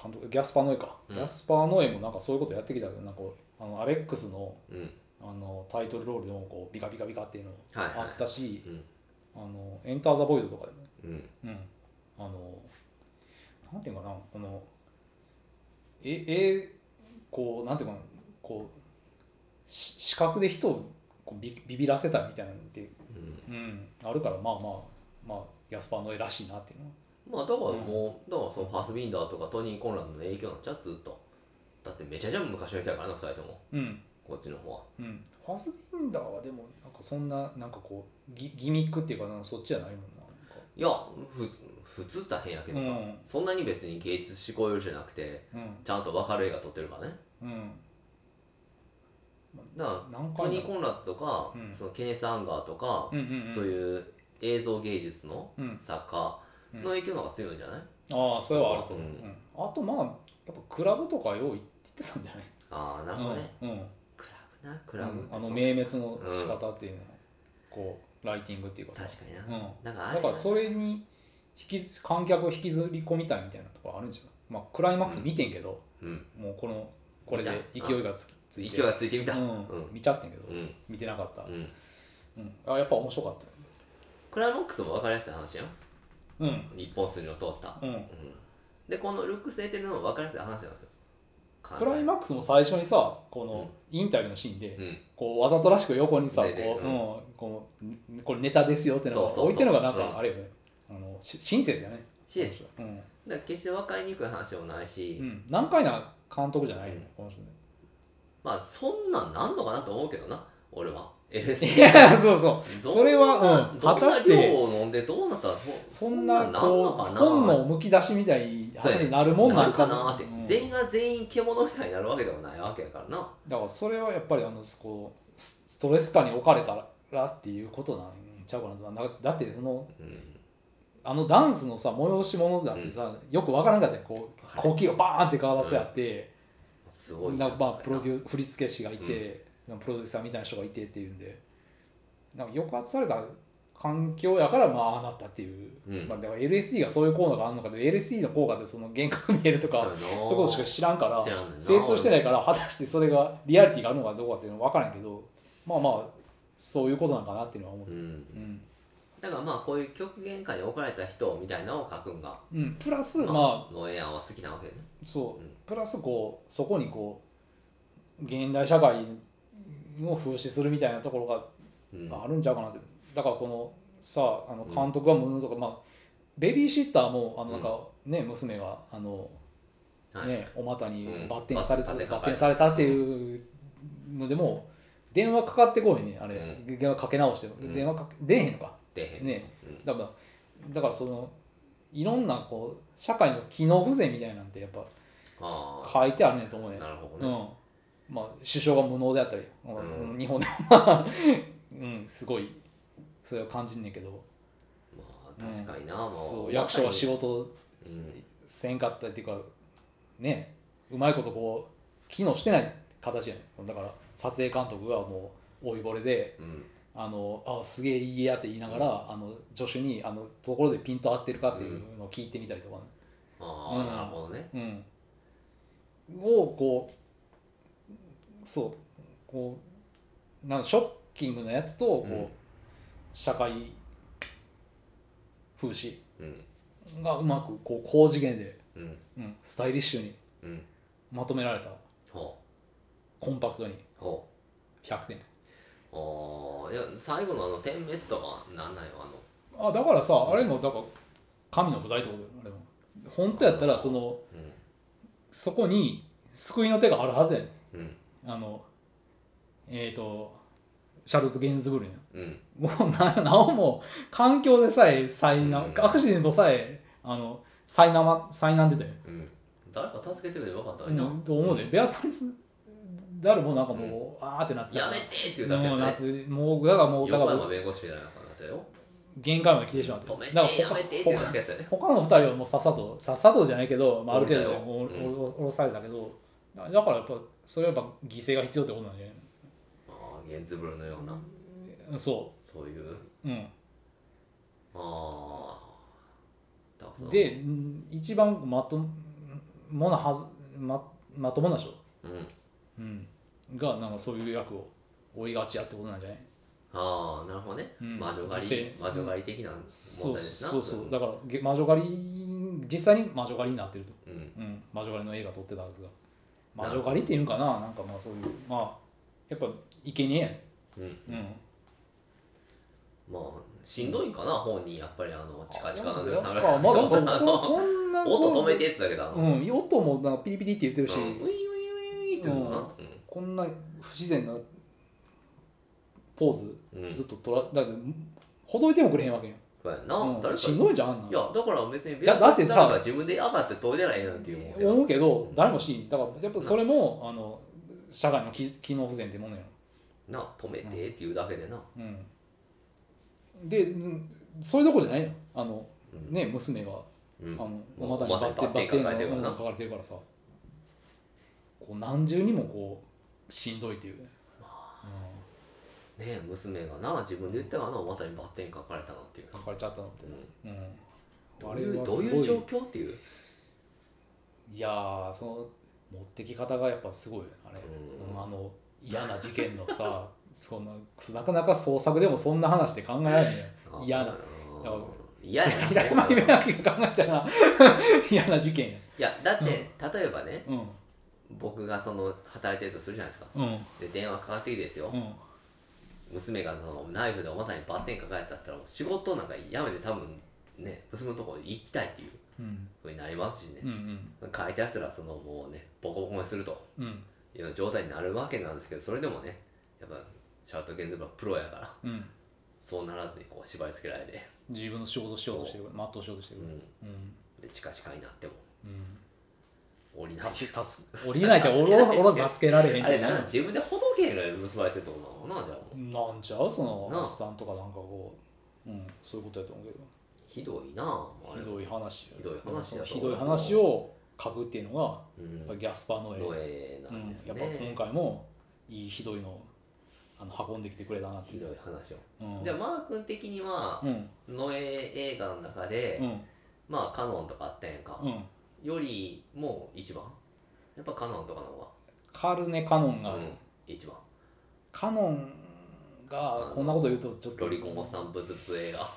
[SPEAKER 2] 監督ギャスパー・ノエか、
[SPEAKER 1] うん
[SPEAKER 2] ギャスパー・ノエもなんかそういうことやってきたけどなんかあのアレックスの
[SPEAKER 1] うん
[SPEAKER 2] あのタイトルロールでもこうビカビカビカっていうのも
[SPEAKER 1] はいはい
[SPEAKER 2] あったし、
[SPEAKER 1] うん
[SPEAKER 2] あのエンター・ザ・ボイドとかでも
[SPEAKER 1] うん
[SPEAKER 2] うん、あのなんていうかなこのええこうなんていうかなこうし視覚で人をこうビビビらせたみたいなのって、
[SPEAKER 1] うん
[SPEAKER 2] うん、あるからまあまあまあヤスパーの絵らしいなっていうの
[SPEAKER 1] ま
[SPEAKER 2] は
[SPEAKER 1] あだからもう、だからそのファスビンダーとかトニー・コンランドの影響なんちゃうずっとだってめちゃめちゃ昔の人やからな2人とも
[SPEAKER 2] うん
[SPEAKER 1] こっちの方は
[SPEAKER 2] うんファスビンダーはでもなんかそんななんかこうギギミックっていうかなんかそっちじゃないもんななんか
[SPEAKER 1] いやふ普通大変やけどさ、
[SPEAKER 2] うん
[SPEAKER 1] そんなに別に芸術思考よりじゃなくてちゃんと分かる映画撮ってるからね
[SPEAKER 2] うんうん
[SPEAKER 1] だから
[SPEAKER 2] 何
[SPEAKER 1] ト
[SPEAKER 2] 回
[SPEAKER 1] ニ
[SPEAKER 2] だ
[SPEAKER 1] ー・
[SPEAKER 2] ろ
[SPEAKER 1] コンラッドとか、
[SPEAKER 2] うん
[SPEAKER 1] そのケネス・アンガーとか
[SPEAKER 2] う、うんうんうん
[SPEAKER 1] そういう映像芸術の
[SPEAKER 2] うん
[SPEAKER 1] 作家の影響の方が強いんじゃない、
[SPEAKER 2] ああそれはあると
[SPEAKER 1] う
[SPEAKER 2] 思う、
[SPEAKER 1] ん
[SPEAKER 2] うんあとまあやっぱクラブとかよう行ってたんじゃない
[SPEAKER 1] ああなるほどね、
[SPEAKER 2] うんうん
[SPEAKER 1] クラブなクラブって
[SPEAKER 2] あ
[SPEAKER 1] そ
[SPEAKER 2] の
[SPEAKER 1] う
[SPEAKER 2] 明滅の仕方っていうのは、こうライティングっていうかさ
[SPEAKER 1] 確かにな、
[SPEAKER 2] うん
[SPEAKER 1] だからあ
[SPEAKER 2] だ
[SPEAKER 1] れ
[SPEAKER 2] からそれに引き観客を引きずり込みたいみたいなところあるんじゃないまあクライマックス見てんけど、
[SPEAKER 1] うん
[SPEAKER 2] もうこのこれで
[SPEAKER 1] 見た
[SPEAKER 2] 勢いがつきつ
[SPEAKER 1] 勢
[SPEAKER 2] い
[SPEAKER 1] い
[SPEAKER 2] て
[SPEAKER 1] がついてみた、
[SPEAKER 2] うん
[SPEAKER 1] うん
[SPEAKER 2] 見ちゃってんけど、
[SPEAKER 1] うん
[SPEAKER 2] 見てなかった、
[SPEAKER 1] うん
[SPEAKER 2] うんあやっぱ面白かったよ
[SPEAKER 1] クライマックスも分かりやすい話やん
[SPEAKER 2] うん
[SPEAKER 1] 一本筋の通った、
[SPEAKER 2] うん
[SPEAKER 1] うんでこのルックスエテルのも分かりやすい話なんですよ
[SPEAKER 2] クライマックスも最初にさこのインタビューのシーンで、
[SPEAKER 1] うん
[SPEAKER 2] こうわざとらしく横にさこ
[SPEAKER 1] でで
[SPEAKER 2] う、
[SPEAKER 1] うん
[SPEAKER 2] うんこうんこれネタですよっての
[SPEAKER 1] そ
[SPEAKER 2] が
[SPEAKER 1] うそうそう
[SPEAKER 2] 置いてるのがなん
[SPEAKER 1] うん
[SPEAKER 2] かあれよね、あのし親切だね
[SPEAKER 1] シです
[SPEAKER 2] うん
[SPEAKER 1] だから決して分かりにくい話でもないし、
[SPEAKER 2] うん、難解な監督じゃないよね、この人ね
[SPEAKER 1] まあそんなんなんのかなと思うけどな俺は LSD
[SPEAKER 2] いやそうそ
[SPEAKER 1] どんな
[SPEAKER 2] *laughs* それはうん
[SPEAKER 1] どん
[SPEAKER 2] 果た
[SPEAKER 1] な
[SPEAKER 2] して
[SPEAKER 1] 量を飲んでどうなったらそう
[SPEAKER 2] うそんなん
[SPEAKER 1] なんの
[SPEAKER 2] こ
[SPEAKER 1] か
[SPEAKER 2] う
[SPEAKER 1] な
[SPEAKER 2] 本能むき出しみたいに
[SPEAKER 1] そうやね
[SPEAKER 2] になるもん
[SPEAKER 1] な
[SPEAKER 2] なん
[SPEAKER 1] るか
[SPEAKER 2] かな
[SPEAKER 1] なって、
[SPEAKER 2] うん
[SPEAKER 1] 全員が全員獣みたいになるわけでもないわけやからな
[SPEAKER 2] だからそれはやっぱりあのこうスストレス下に置かれたらっていうことなんちゃうかなとなだってその
[SPEAKER 1] うん
[SPEAKER 2] あのダンスのさ催し物だってさ、よくわからんかったよこう
[SPEAKER 1] はい
[SPEAKER 2] 呼吸がバーンって変わってあって、
[SPEAKER 1] すごい
[SPEAKER 2] なんかまあプロデ
[SPEAKER 1] ュー
[SPEAKER 2] ュー振付師がいて、なんかプロデューサーみたいな人がいてっていうんでなんか抑圧された環境やからまあああなったっていう、
[SPEAKER 1] うん
[SPEAKER 2] まあ、でも LSD がそういう効果があるのかで LSD の効果ってその幻覚見えるとか
[SPEAKER 1] そう
[SPEAKER 2] そういうことしか知らんから
[SPEAKER 1] 知らんねんな
[SPEAKER 2] 精通してないから果たしてそれがリアリティがあるのかどうかっていうのは分からんけどまあまあそういうことなんかなっていうのは思う、
[SPEAKER 1] うん
[SPEAKER 2] うん
[SPEAKER 1] だからまあこういう極限下に置かれた人みたいなのを書くんが、
[SPEAKER 2] うん、プラスまあ
[SPEAKER 1] まあ、ノエアンは好きなわけね
[SPEAKER 2] そう、
[SPEAKER 1] うん
[SPEAKER 2] プラスこうそこにこう現代社会を風刺するみたいなところ
[SPEAKER 1] うん
[SPEAKER 2] があるんちゃうかなって、だからこのさあの監督がものとか、まあベビーシッターもあのなんか、ね娘があの、
[SPEAKER 1] はい
[SPEAKER 2] ねお股に
[SPEAKER 1] うん
[SPEAKER 2] バッテンされ
[SPEAKER 1] バ
[SPEAKER 2] た、
[SPEAKER 1] ッテン
[SPEAKER 2] バッテンされたっていうのでも電話かかってこいねあれ、
[SPEAKER 1] う
[SPEAKER 2] 電話かけ直して、
[SPEAKER 1] ん
[SPEAKER 2] 電話かけ出えへんのか
[SPEAKER 1] 出へん
[SPEAKER 2] ね
[SPEAKER 1] うん
[SPEAKER 2] だからだからそのいろんなこう社会の機能不全みたいなんてやっぱ
[SPEAKER 1] ああ
[SPEAKER 2] 書いてあるねんと思うねん
[SPEAKER 1] なるほ
[SPEAKER 2] う
[SPEAKER 1] どね、
[SPEAKER 2] んまあ、首相が無能であったり、
[SPEAKER 1] うん
[SPEAKER 2] 日本でもまあ、 *laughs* うん、すごいそれを感じんねんけど
[SPEAKER 1] まあ確かにな、まあ
[SPEAKER 2] そう役所は仕事
[SPEAKER 1] うん
[SPEAKER 2] せんかったりっていうかねうまいことこう機能してない形やねんだから撮影監督がもう老いぼれで
[SPEAKER 1] うん
[SPEAKER 2] あのあすげえいいやって言いながら、あの助手にあのところでピント合ってるかっていうのを聞いてみたりとか、ね
[SPEAKER 1] ああ、
[SPEAKER 2] うん
[SPEAKER 1] なるほどね
[SPEAKER 2] うん、をこうそうこうなんかショッキングなやつとこう、
[SPEAKER 1] うん
[SPEAKER 2] 社会風刺
[SPEAKER 1] うん
[SPEAKER 2] がうまくこう高次元で、
[SPEAKER 1] うん
[SPEAKER 2] うん、スタイリッシュに
[SPEAKER 1] うん
[SPEAKER 2] まとめられた
[SPEAKER 1] ほ
[SPEAKER 2] コンパクトに
[SPEAKER 1] うほう
[SPEAKER 2] 100点
[SPEAKER 1] おーいや最後のあの点滅とかなんないよあの
[SPEAKER 2] あだからさあれもだから神の不在ってことだよあれも本当やったらその
[SPEAKER 1] うん
[SPEAKER 2] そこに救いの手があるはずやね
[SPEAKER 1] う
[SPEAKER 2] ん
[SPEAKER 1] ん
[SPEAKER 2] あのえっ、とシャルト・ゲインズブルーや
[SPEAKER 1] う
[SPEAKER 2] ん
[SPEAKER 1] ん
[SPEAKER 2] もうななおも環境でさえ災難、
[SPEAKER 1] うん
[SPEAKER 2] アクシデントさえあの災難ま災難でたよ、
[SPEAKER 1] うん誰か助けてくればよかったの
[SPEAKER 2] う
[SPEAKER 1] にな、
[SPEAKER 2] ん、と思うで、ベアトリスであるもなんかもう、あーってなってた
[SPEAKER 1] や
[SPEAKER 2] から
[SPEAKER 1] めてって言うだけ
[SPEAKER 2] もう
[SPEAKER 1] だ
[SPEAKER 2] な
[SPEAKER 1] っ
[SPEAKER 2] った
[SPEAKER 1] ね
[SPEAKER 2] てもうだからもうだか
[SPEAKER 1] 横
[SPEAKER 2] ら
[SPEAKER 1] 山弁護士みたいな感じだったよ
[SPEAKER 2] 限界まで来てしまって
[SPEAKER 1] 止め
[SPEAKER 2] だから
[SPEAKER 1] てやめてって言うだけだったね
[SPEAKER 2] 他他の二人はもうさっさとさっさとじゃないけど、まあ、ある程
[SPEAKER 1] 降
[SPEAKER 2] 度
[SPEAKER 1] りたよ
[SPEAKER 2] もう
[SPEAKER 1] うん
[SPEAKER 2] おおおろされたけどだだからやっぱそれはやっぱ犠牲が必要ってことなんじゃない
[SPEAKER 1] ああゲンズブルのような
[SPEAKER 2] うんそ
[SPEAKER 1] そういう
[SPEAKER 2] う、うん、
[SPEAKER 1] ああだからその
[SPEAKER 2] でうん一番まともなはずままともな人、
[SPEAKER 1] うん
[SPEAKER 2] うん、がなんかそういう役を負いがちやってことなんじゃない
[SPEAKER 1] ああなるほどね、
[SPEAKER 2] うん
[SPEAKER 1] 魔女狩
[SPEAKER 2] 女
[SPEAKER 1] り
[SPEAKER 2] 性
[SPEAKER 1] 魔女狩り的な問題
[SPEAKER 2] そう
[SPEAKER 1] ですな
[SPEAKER 2] そうそう
[SPEAKER 1] れ
[SPEAKER 2] だからげ魔女狩り実際に魔女狩りになってると、
[SPEAKER 1] うん
[SPEAKER 2] うん、魔女狩りの映画撮ってたはずが魔女狩りっていうんかななんかまあそういうまあやっぱいけにえやね
[SPEAKER 1] うん
[SPEAKER 2] うん
[SPEAKER 1] まあしんどいんかな、本人やっぱりあのチカチカの
[SPEAKER 2] で
[SPEAKER 1] で
[SPEAKER 2] ま
[SPEAKER 1] 探
[SPEAKER 2] だ
[SPEAKER 1] し
[SPEAKER 2] こ
[SPEAKER 1] て
[SPEAKER 2] ここんな
[SPEAKER 1] 音止めてってだけだな、
[SPEAKER 2] う
[SPEAKER 1] うん、ウ
[SPEAKER 2] ん音もなんかピリピリって言ってる
[SPEAKER 1] ィ
[SPEAKER 2] し、
[SPEAKER 1] ーンウィーンウィーンって言うのかな
[SPEAKER 2] こんな不自然なポーズ
[SPEAKER 1] うん、うん、
[SPEAKER 2] ず
[SPEAKER 1] そ
[SPEAKER 2] っととらだってほどいてもくれへんわけやん、
[SPEAKER 1] うやな、
[SPEAKER 2] う
[SPEAKER 1] 誰か
[SPEAKER 2] ん、しんどいじゃんあんなん
[SPEAKER 1] いやだから別に
[SPEAKER 2] いやだってさ
[SPEAKER 1] 誰か自分で上がってどうでらええなんていうもんけど
[SPEAKER 2] 思うけど誰もしんだからやっぱそれも、あの社会の機機能不全ってものやん
[SPEAKER 1] な止めてって言うだけでな、
[SPEAKER 2] うん、でうんそれどころじゃないよあの、
[SPEAKER 1] うん
[SPEAKER 2] ね、娘が
[SPEAKER 1] うん
[SPEAKER 2] あの
[SPEAKER 1] まあ
[SPEAKER 2] お股にバッテ
[SPEAKER 1] お股に
[SPEAKER 2] バッテン
[SPEAKER 1] バッテンが書いてるからな
[SPEAKER 2] が書かれてるからさこう何重にもこうしんどいっていうね、
[SPEAKER 1] ね娘がな自分で言ったからなお股にバッテン書かれたなっていう
[SPEAKER 2] うん、書かれちゃったのって、うん
[SPEAKER 1] ど
[SPEAKER 2] あ
[SPEAKER 1] う
[SPEAKER 2] れ
[SPEAKER 1] いう
[SPEAKER 2] は
[SPEAKER 1] どう
[SPEAKER 2] す
[SPEAKER 1] い
[SPEAKER 2] ご
[SPEAKER 1] う
[SPEAKER 2] い
[SPEAKER 1] 状況っていう、
[SPEAKER 2] いやーその持ってき方がやっぱすごいよねあれ、
[SPEAKER 1] うん
[SPEAKER 2] うんあの嫌な事件のさ *laughs* そのなかなか創作でもそんな話って考えられないよ
[SPEAKER 1] あ
[SPEAKER 2] 嫌なだから
[SPEAKER 1] うん嫌やな
[SPEAKER 2] 平山夢明が考えたら *laughs* 嫌な事件や
[SPEAKER 1] いやだって、例えばね
[SPEAKER 2] うん
[SPEAKER 1] 僕がその働いてるとするじゃないですか
[SPEAKER 2] うん
[SPEAKER 1] で電話かかってきてですよ、
[SPEAKER 2] うん
[SPEAKER 1] 娘がそのナイフでおまさにバッテンかかれたったら仕事なんかやめて多分ね娘のところ行きたいっていう
[SPEAKER 2] うん
[SPEAKER 1] ふうになりますしね、
[SPEAKER 2] うん
[SPEAKER 1] 書いたやつらそのもうねボコボコにすると
[SPEAKER 2] うん
[SPEAKER 1] いうような状態になるわけなんですけどそれでもねやっぱシャウト・ゲンズブラはプロやから
[SPEAKER 2] うん
[SPEAKER 1] そうならずにこう縛り付けられて、
[SPEAKER 2] 自分の仕事しようとしてる全うしようとして
[SPEAKER 1] う
[SPEAKER 2] る
[SPEAKER 1] ん、
[SPEAKER 2] うん
[SPEAKER 1] で近々になっても
[SPEAKER 2] うん
[SPEAKER 1] 降りない
[SPEAKER 2] 助降りないとおろおろ助けられへん
[SPEAKER 1] あれ
[SPEAKER 2] けど
[SPEAKER 1] なん自分でほどけへんぐらい結ばれてるとこなのかなじゃあもう
[SPEAKER 2] なんちゃうそ
[SPEAKER 1] な
[SPEAKER 2] の
[SPEAKER 1] あ
[SPEAKER 2] アシスタントかなんかこううんそういうことやと思うけど
[SPEAKER 1] ひどいなああれ
[SPEAKER 2] ひどい話
[SPEAKER 1] ひどい話やと
[SPEAKER 2] ひどい話を書くっていうのが
[SPEAKER 1] う
[SPEAKER 2] やっぱ
[SPEAKER 1] ん
[SPEAKER 2] りギャスパーノエ
[SPEAKER 1] ど
[SPEAKER 2] ル
[SPEAKER 1] えな
[SPEAKER 2] うんん
[SPEAKER 1] です
[SPEAKER 2] やっぱ今
[SPEAKER 1] ね
[SPEAKER 2] 回もいいひどいのをあの運んできてくれたなって
[SPEAKER 1] ひ
[SPEAKER 2] い
[SPEAKER 1] ど
[SPEAKER 2] う
[SPEAKER 1] い話を
[SPEAKER 2] うん
[SPEAKER 1] じゃあマー君的には
[SPEAKER 2] うん
[SPEAKER 1] ノエ映画の中で
[SPEAKER 2] うん
[SPEAKER 1] まあカノンとかあったやんか
[SPEAKER 2] うん
[SPEAKER 1] よりもう一番やっぱカノンとかの方
[SPEAKER 2] カルネ・カノン
[SPEAKER 1] が
[SPEAKER 2] が
[SPEAKER 1] うん一番
[SPEAKER 2] カノンがこんなこと言うとちょっと
[SPEAKER 1] ロリコンおっさんブツブツ映画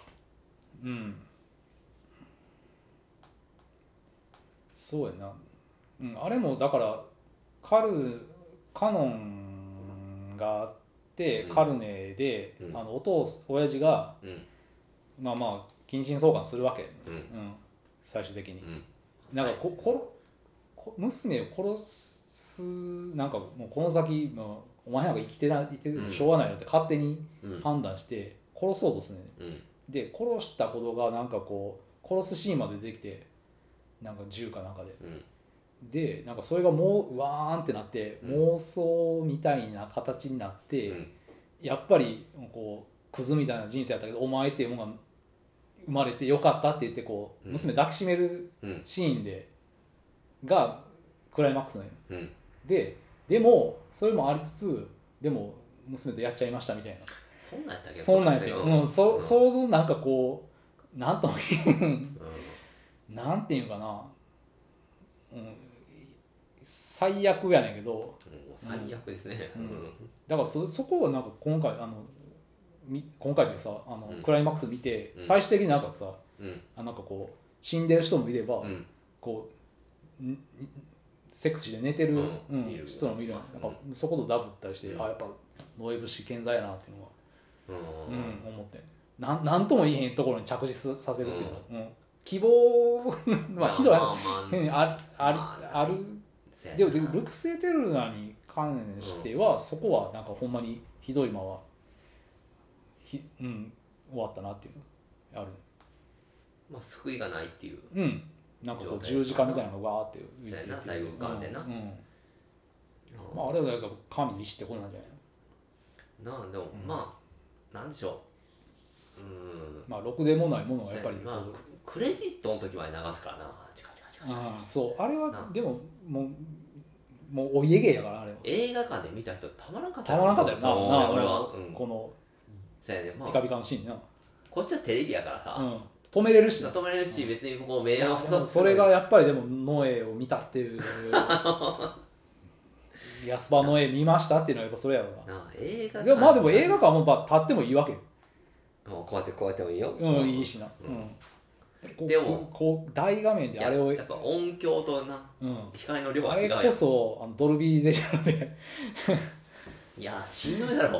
[SPEAKER 2] うんそうやな、うん、あれもだからカルカノンがあって、
[SPEAKER 1] うん
[SPEAKER 2] カルネで、
[SPEAKER 1] うん
[SPEAKER 2] あのお父親父が
[SPEAKER 1] うん
[SPEAKER 2] まあまあ近親相関するわけ、
[SPEAKER 1] うん
[SPEAKER 2] うん、最終的に
[SPEAKER 1] う、ん
[SPEAKER 2] なんかこここ娘を殺すなんかもうこの先もうお前なんか生きてない生きててもしょうがないよって勝手に
[SPEAKER 1] うん
[SPEAKER 2] 判断して殺そうとするねん
[SPEAKER 1] うん
[SPEAKER 2] で殺したことがなんかこう殺すシーンまで出てきてなんか銃かなんかで
[SPEAKER 1] うん
[SPEAKER 2] でなんかそれがもううわーんってなって、
[SPEAKER 1] うん
[SPEAKER 2] 妄想みたいな形になって、
[SPEAKER 1] うん
[SPEAKER 2] やっぱりこうクズみたいな人生だったけどお前っていうもんが生まれてよかったって言ってこう
[SPEAKER 1] うん
[SPEAKER 2] 娘抱きしめる
[SPEAKER 1] うん
[SPEAKER 2] シーンで、がクライマックスなのよ
[SPEAKER 1] うん
[SPEAKER 2] ででもそれもありつつでも娘とやっちゃいましたみたいな
[SPEAKER 1] そんなんやったっけ
[SPEAKER 2] そんなんやってもうそ想像なんかこうなんとも言えん
[SPEAKER 1] うん
[SPEAKER 2] なんていうんかな、うん、最悪やねんけど
[SPEAKER 1] もう最悪ですね
[SPEAKER 2] うんだからそそこはなんか今回あのみ今回でさあの、
[SPEAKER 1] うん
[SPEAKER 2] クライマックス見て
[SPEAKER 1] うん
[SPEAKER 2] 最終的になんかさ、
[SPEAKER 1] うんうん
[SPEAKER 2] あなんかこう死んでる人もいれば、
[SPEAKER 1] うん
[SPEAKER 2] こうんセックスして寝てる、
[SPEAKER 1] う
[SPEAKER 2] うんん
[SPEAKER 1] いる
[SPEAKER 2] 人もいるやん
[SPEAKER 1] うん
[SPEAKER 2] なんかそことダブったりして、
[SPEAKER 1] うん
[SPEAKER 2] あやっぱノエブシ健在やなっていうのは、
[SPEAKER 1] うん
[SPEAKER 2] うん思ってなんなんとも言えへんところに着実させるっていうのは、うん希望 *laughs* まあひどい
[SPEAKER 1] まあまあ
[SPEAKER 2] うんあある
[SPEAKER 1] まあ
[SPEAKER 2] ある
[SPEAKER 1] せやな
[SPEAKER 2] でもでもルクセーテルナに関しては、そこはなんかほんまにひどいままひ、うん、終わったなっていうのある
[SPEAKER 1] まあ救いがないっていう
[SPEAKER 2] うんなんかこ
[SPEAKER 1] 状態
[SPEAKER 2] う
[SPEAKER 1] かな
[SPEAKER 2] 十字架みたいなのがわーって浮い
[SPEAKER 1] そう
[SPEAKER 2] て
[SPEAKER 1] やな最後浮かんでな
[SPEAKER 2] うんうんまああれはだから神の意志ってことなんじゃないの
[SPEAKER 1] なあでも、
[SPEAKER 2] うん
[SPEAKER 1] まあなんでしょううーん
[SPEAKER 2] まあろくでもないものはやっぱりこう、
[SPEAKER 1] まあククレジットの時まで流すからなチカチカチカチカ
[SPEAKER 2] ああそうあれは
[SPEAKER 1] な
[SPEAKER 2] でももうもうお家芸やからあれは
[SPEAKER 1] 映画館で見た人たまらんかった
[SPEAKER 2] たまらんかったよな
[SPEAKER 1] と思う
[SPEAKER 2] な
[SPEAKER 1] ね俺は、うん、
[SPEAKER 2] この
[SPEAKER 1] そうやねま
[SPEAKER 2] ピカ
[SPEAKER 1] あ
[SPEAKER 2] ピカのシーンな、
[SPEAKER 1] こっちはテレビやからさ、
[SPEAKER 2] うん、止めれるしな
[SPEAKER 1] 止めれるし、
[SPEAKER 2] うん
[SPEAKER 1] 別にこう名
[SPEAKER 2] いや
[SPEAKER 1] 誉
[SPEAKER 2] でもそれがやっぱりでもノエを見たって
[SPEAKER 1] *laughs*
[SPEAKER 2] いう安場ノエ見ましたっていうのはやっぱそれやろう
[SPEAKER 1] なあ映画館
[SPEAKER 2] なでもまあでも映画館はもうまあ立ってもいいわけ
[SPEAKER 1] もうこうやってこうやってもいいよ
[SPEAKER 2] うんいいしな、
[SPEAKER 1] う
[SPEAKER 2] うん
[SPEAKER 1] ん
[SPEAKER 2] こう
[SPEAKER 1] でも
[SPEAKER 2] こう大画面
[SPEAKER 1] い
[SPEAKER 2] で
[SPEAKER 1] や
[SPEAKER 2] あれを、う、
[SPEAKER 1] やっぱ音響となん光の量
[SPEAKER 2] あ
[SPEAKER 1] は違
[SPEAKER 2] れ
[SPEAKER 1] うやん
[SPEAKER 2] こそあのドルビーでしょね
[SPEAKER 1] いやしんどいだろも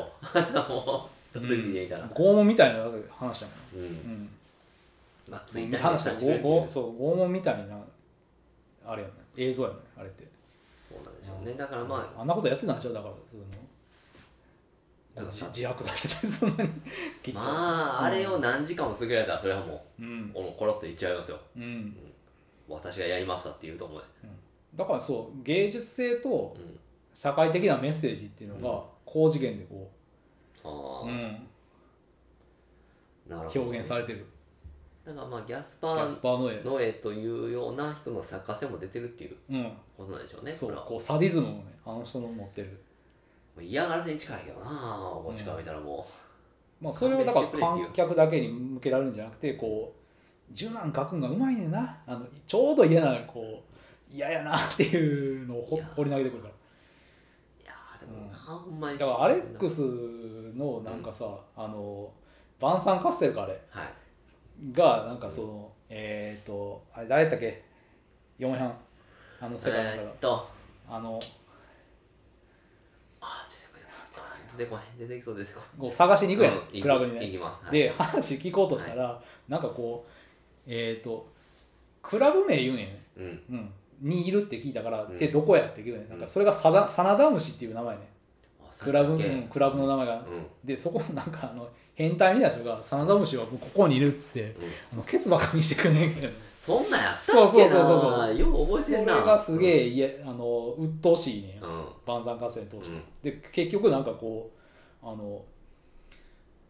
[SPEAKER 1] うドルビーで見たら
[SPEAKER 2] 拷問みたいな話だも
[SPEAKER 1] うん、
[SPEAKER 2] ん、うん、
[SPEAKER 1] まあツイッターに
[SPEAKER 2] 話
[SPEAKER 1] さ
[SPEAKER 2] だ
[SPEAKER 1] せて
[SPEAKER 2] と
[SPEAKER 1] くれっていう
[SPEAKER 2] 拷
[SPEAKER 1] そ
[SPEAKER 2] そう拷問みたいなあれやね映像やねあれって
[SPEAKER 1] うなんでしょうねだからまあ
[SPEAKER 2] あんなことやってたんでしょだからそういうの
[SPEAKER 1] だから
[SPEAKER 2] 自自白させたりそんなにきっと、
[SPEAKER 1] まああれを何時間も過ぎられたらそれはも
[SPEAKER 2] う
[SPEAKER 1] うん俺もコロッと言っちゃいますよ
[SPEAKER 2] うん、
[SPEAKER 1] 私がやりましたって言うと思う
[SPEAKER 2] だからそう芸術性と
[SPEAKER 1] うん
[SPEAKER 2] 社会的なメッセージっていうの
[SPEAKER 1] う
[SPEAKER 2] が高次元でこ
[SPEAKER 1] あ
[SPEAKER 2] う、う
[SPEAKER 1] あ、
[SPEAKER 2] ん、
[SPEAKER 1] なるほど
[SPEAKER 2] 表現されてる
[SPEAKER 1] だからまあギャス
[SPEAKER 2] ギ
[SPEAKER 1] パ
[SPEAKER 2] ャス
[SPEAKER 1] ー
[SPEAKER 2] パーノエの、
[SPEAKER 1] ノエというような人の作家性も出てるっていう
[SPEAKER 2] う
[SPEAKER 1] ことなんでしょうね
[SPEAKER 2] ん、そ
[SPEAKER 1] こ
[SPEAKER 2] う
[SPEAKER 1] れは
[SPEAKER 2] こうサディズムをねあの人の持ってる
[SPEAKER 1] 嫌がらせに近いよなこっちから見たらも
[SPEAKER 2] まあそれをだから
[SPEAKER 1] 勘弁
[SPEAKER 2] 観
[SPEAKER 1] して
[SPEAKER 2] 客だけに向けられるんじゃなくてこう柔軟書くんがうまいねんなあのちょうど嫌なこう嫌やなっていうのをほ
[SPEAKER 1] いや
[SPEAKER 2] 掘り投げてくるから
[SPEAKER 1] ういやーで
[SPEAKER 2] うん
[SPEAKER 1] もなほんまに
[SPEAKER 2] だからアレックスのなんかさ、あのバンサンカッセルかあれ
[SPEAKER 1] はい
[SPEAKER 2] がなんかその、えっ、ー、とあれ誰やったっけ四半あの世界の
[SPEAKER 1] え
[SPEAKER 2] 中だ、
[SPEAKER 1] ーっと
[SPEAKER 2] あの
[SPEAKER 1] あー出てこない出てこない出てきそう出てこない
[SPEAKER 2] こう探しに行くやん、
[SPEAKER 1] うん
[SPEAKER 2] クラブに
[SPEAKER 1] 行
[SPEAKER 2] ね
[SPEAKER 1] きますはい
[SPEAKER 2] で話聞こうとしたら、なんかこうえっ、ー、とクラブ名言うんやね
[SPEAKER 1] うん
[SPEAKER 2] うん、にいるって聞いたから、
[SPEAKER 1] うん
[SPEAKER 2] でどこやって言うねなんかそれがサダサナダムシっていう名前ね
[SPEAKER 1] あ
[SPEAKER 2] クラブ,、
[SPEAKER 1] そううやったっけ
[SPEAKER 2] ん、クラブの名前が、
[SPEAKER 1] うんうん
[SPEAKER 2] でそこなんかあの変態みたいな人がサナダムシはもうここにいるっつってあのケツばっかにしてくんねんけど
[SPEAKER 1] そんなんやったっけ
[SPEAKER 2] そ
[SPEAKER 1] な
[SPEAKER 2] うそうそうそうそう
[SPEAKER 1] よう覚えてんな
[SPEAKER 2] それがすげえ、いえあの鬱陶しいね、
[SPEAKER 1] うんうん
[SPEAKER 2] 万山合戦通して、
[SPEAKER 1] うん
[SPEAKER 2] で結局なんかこうあの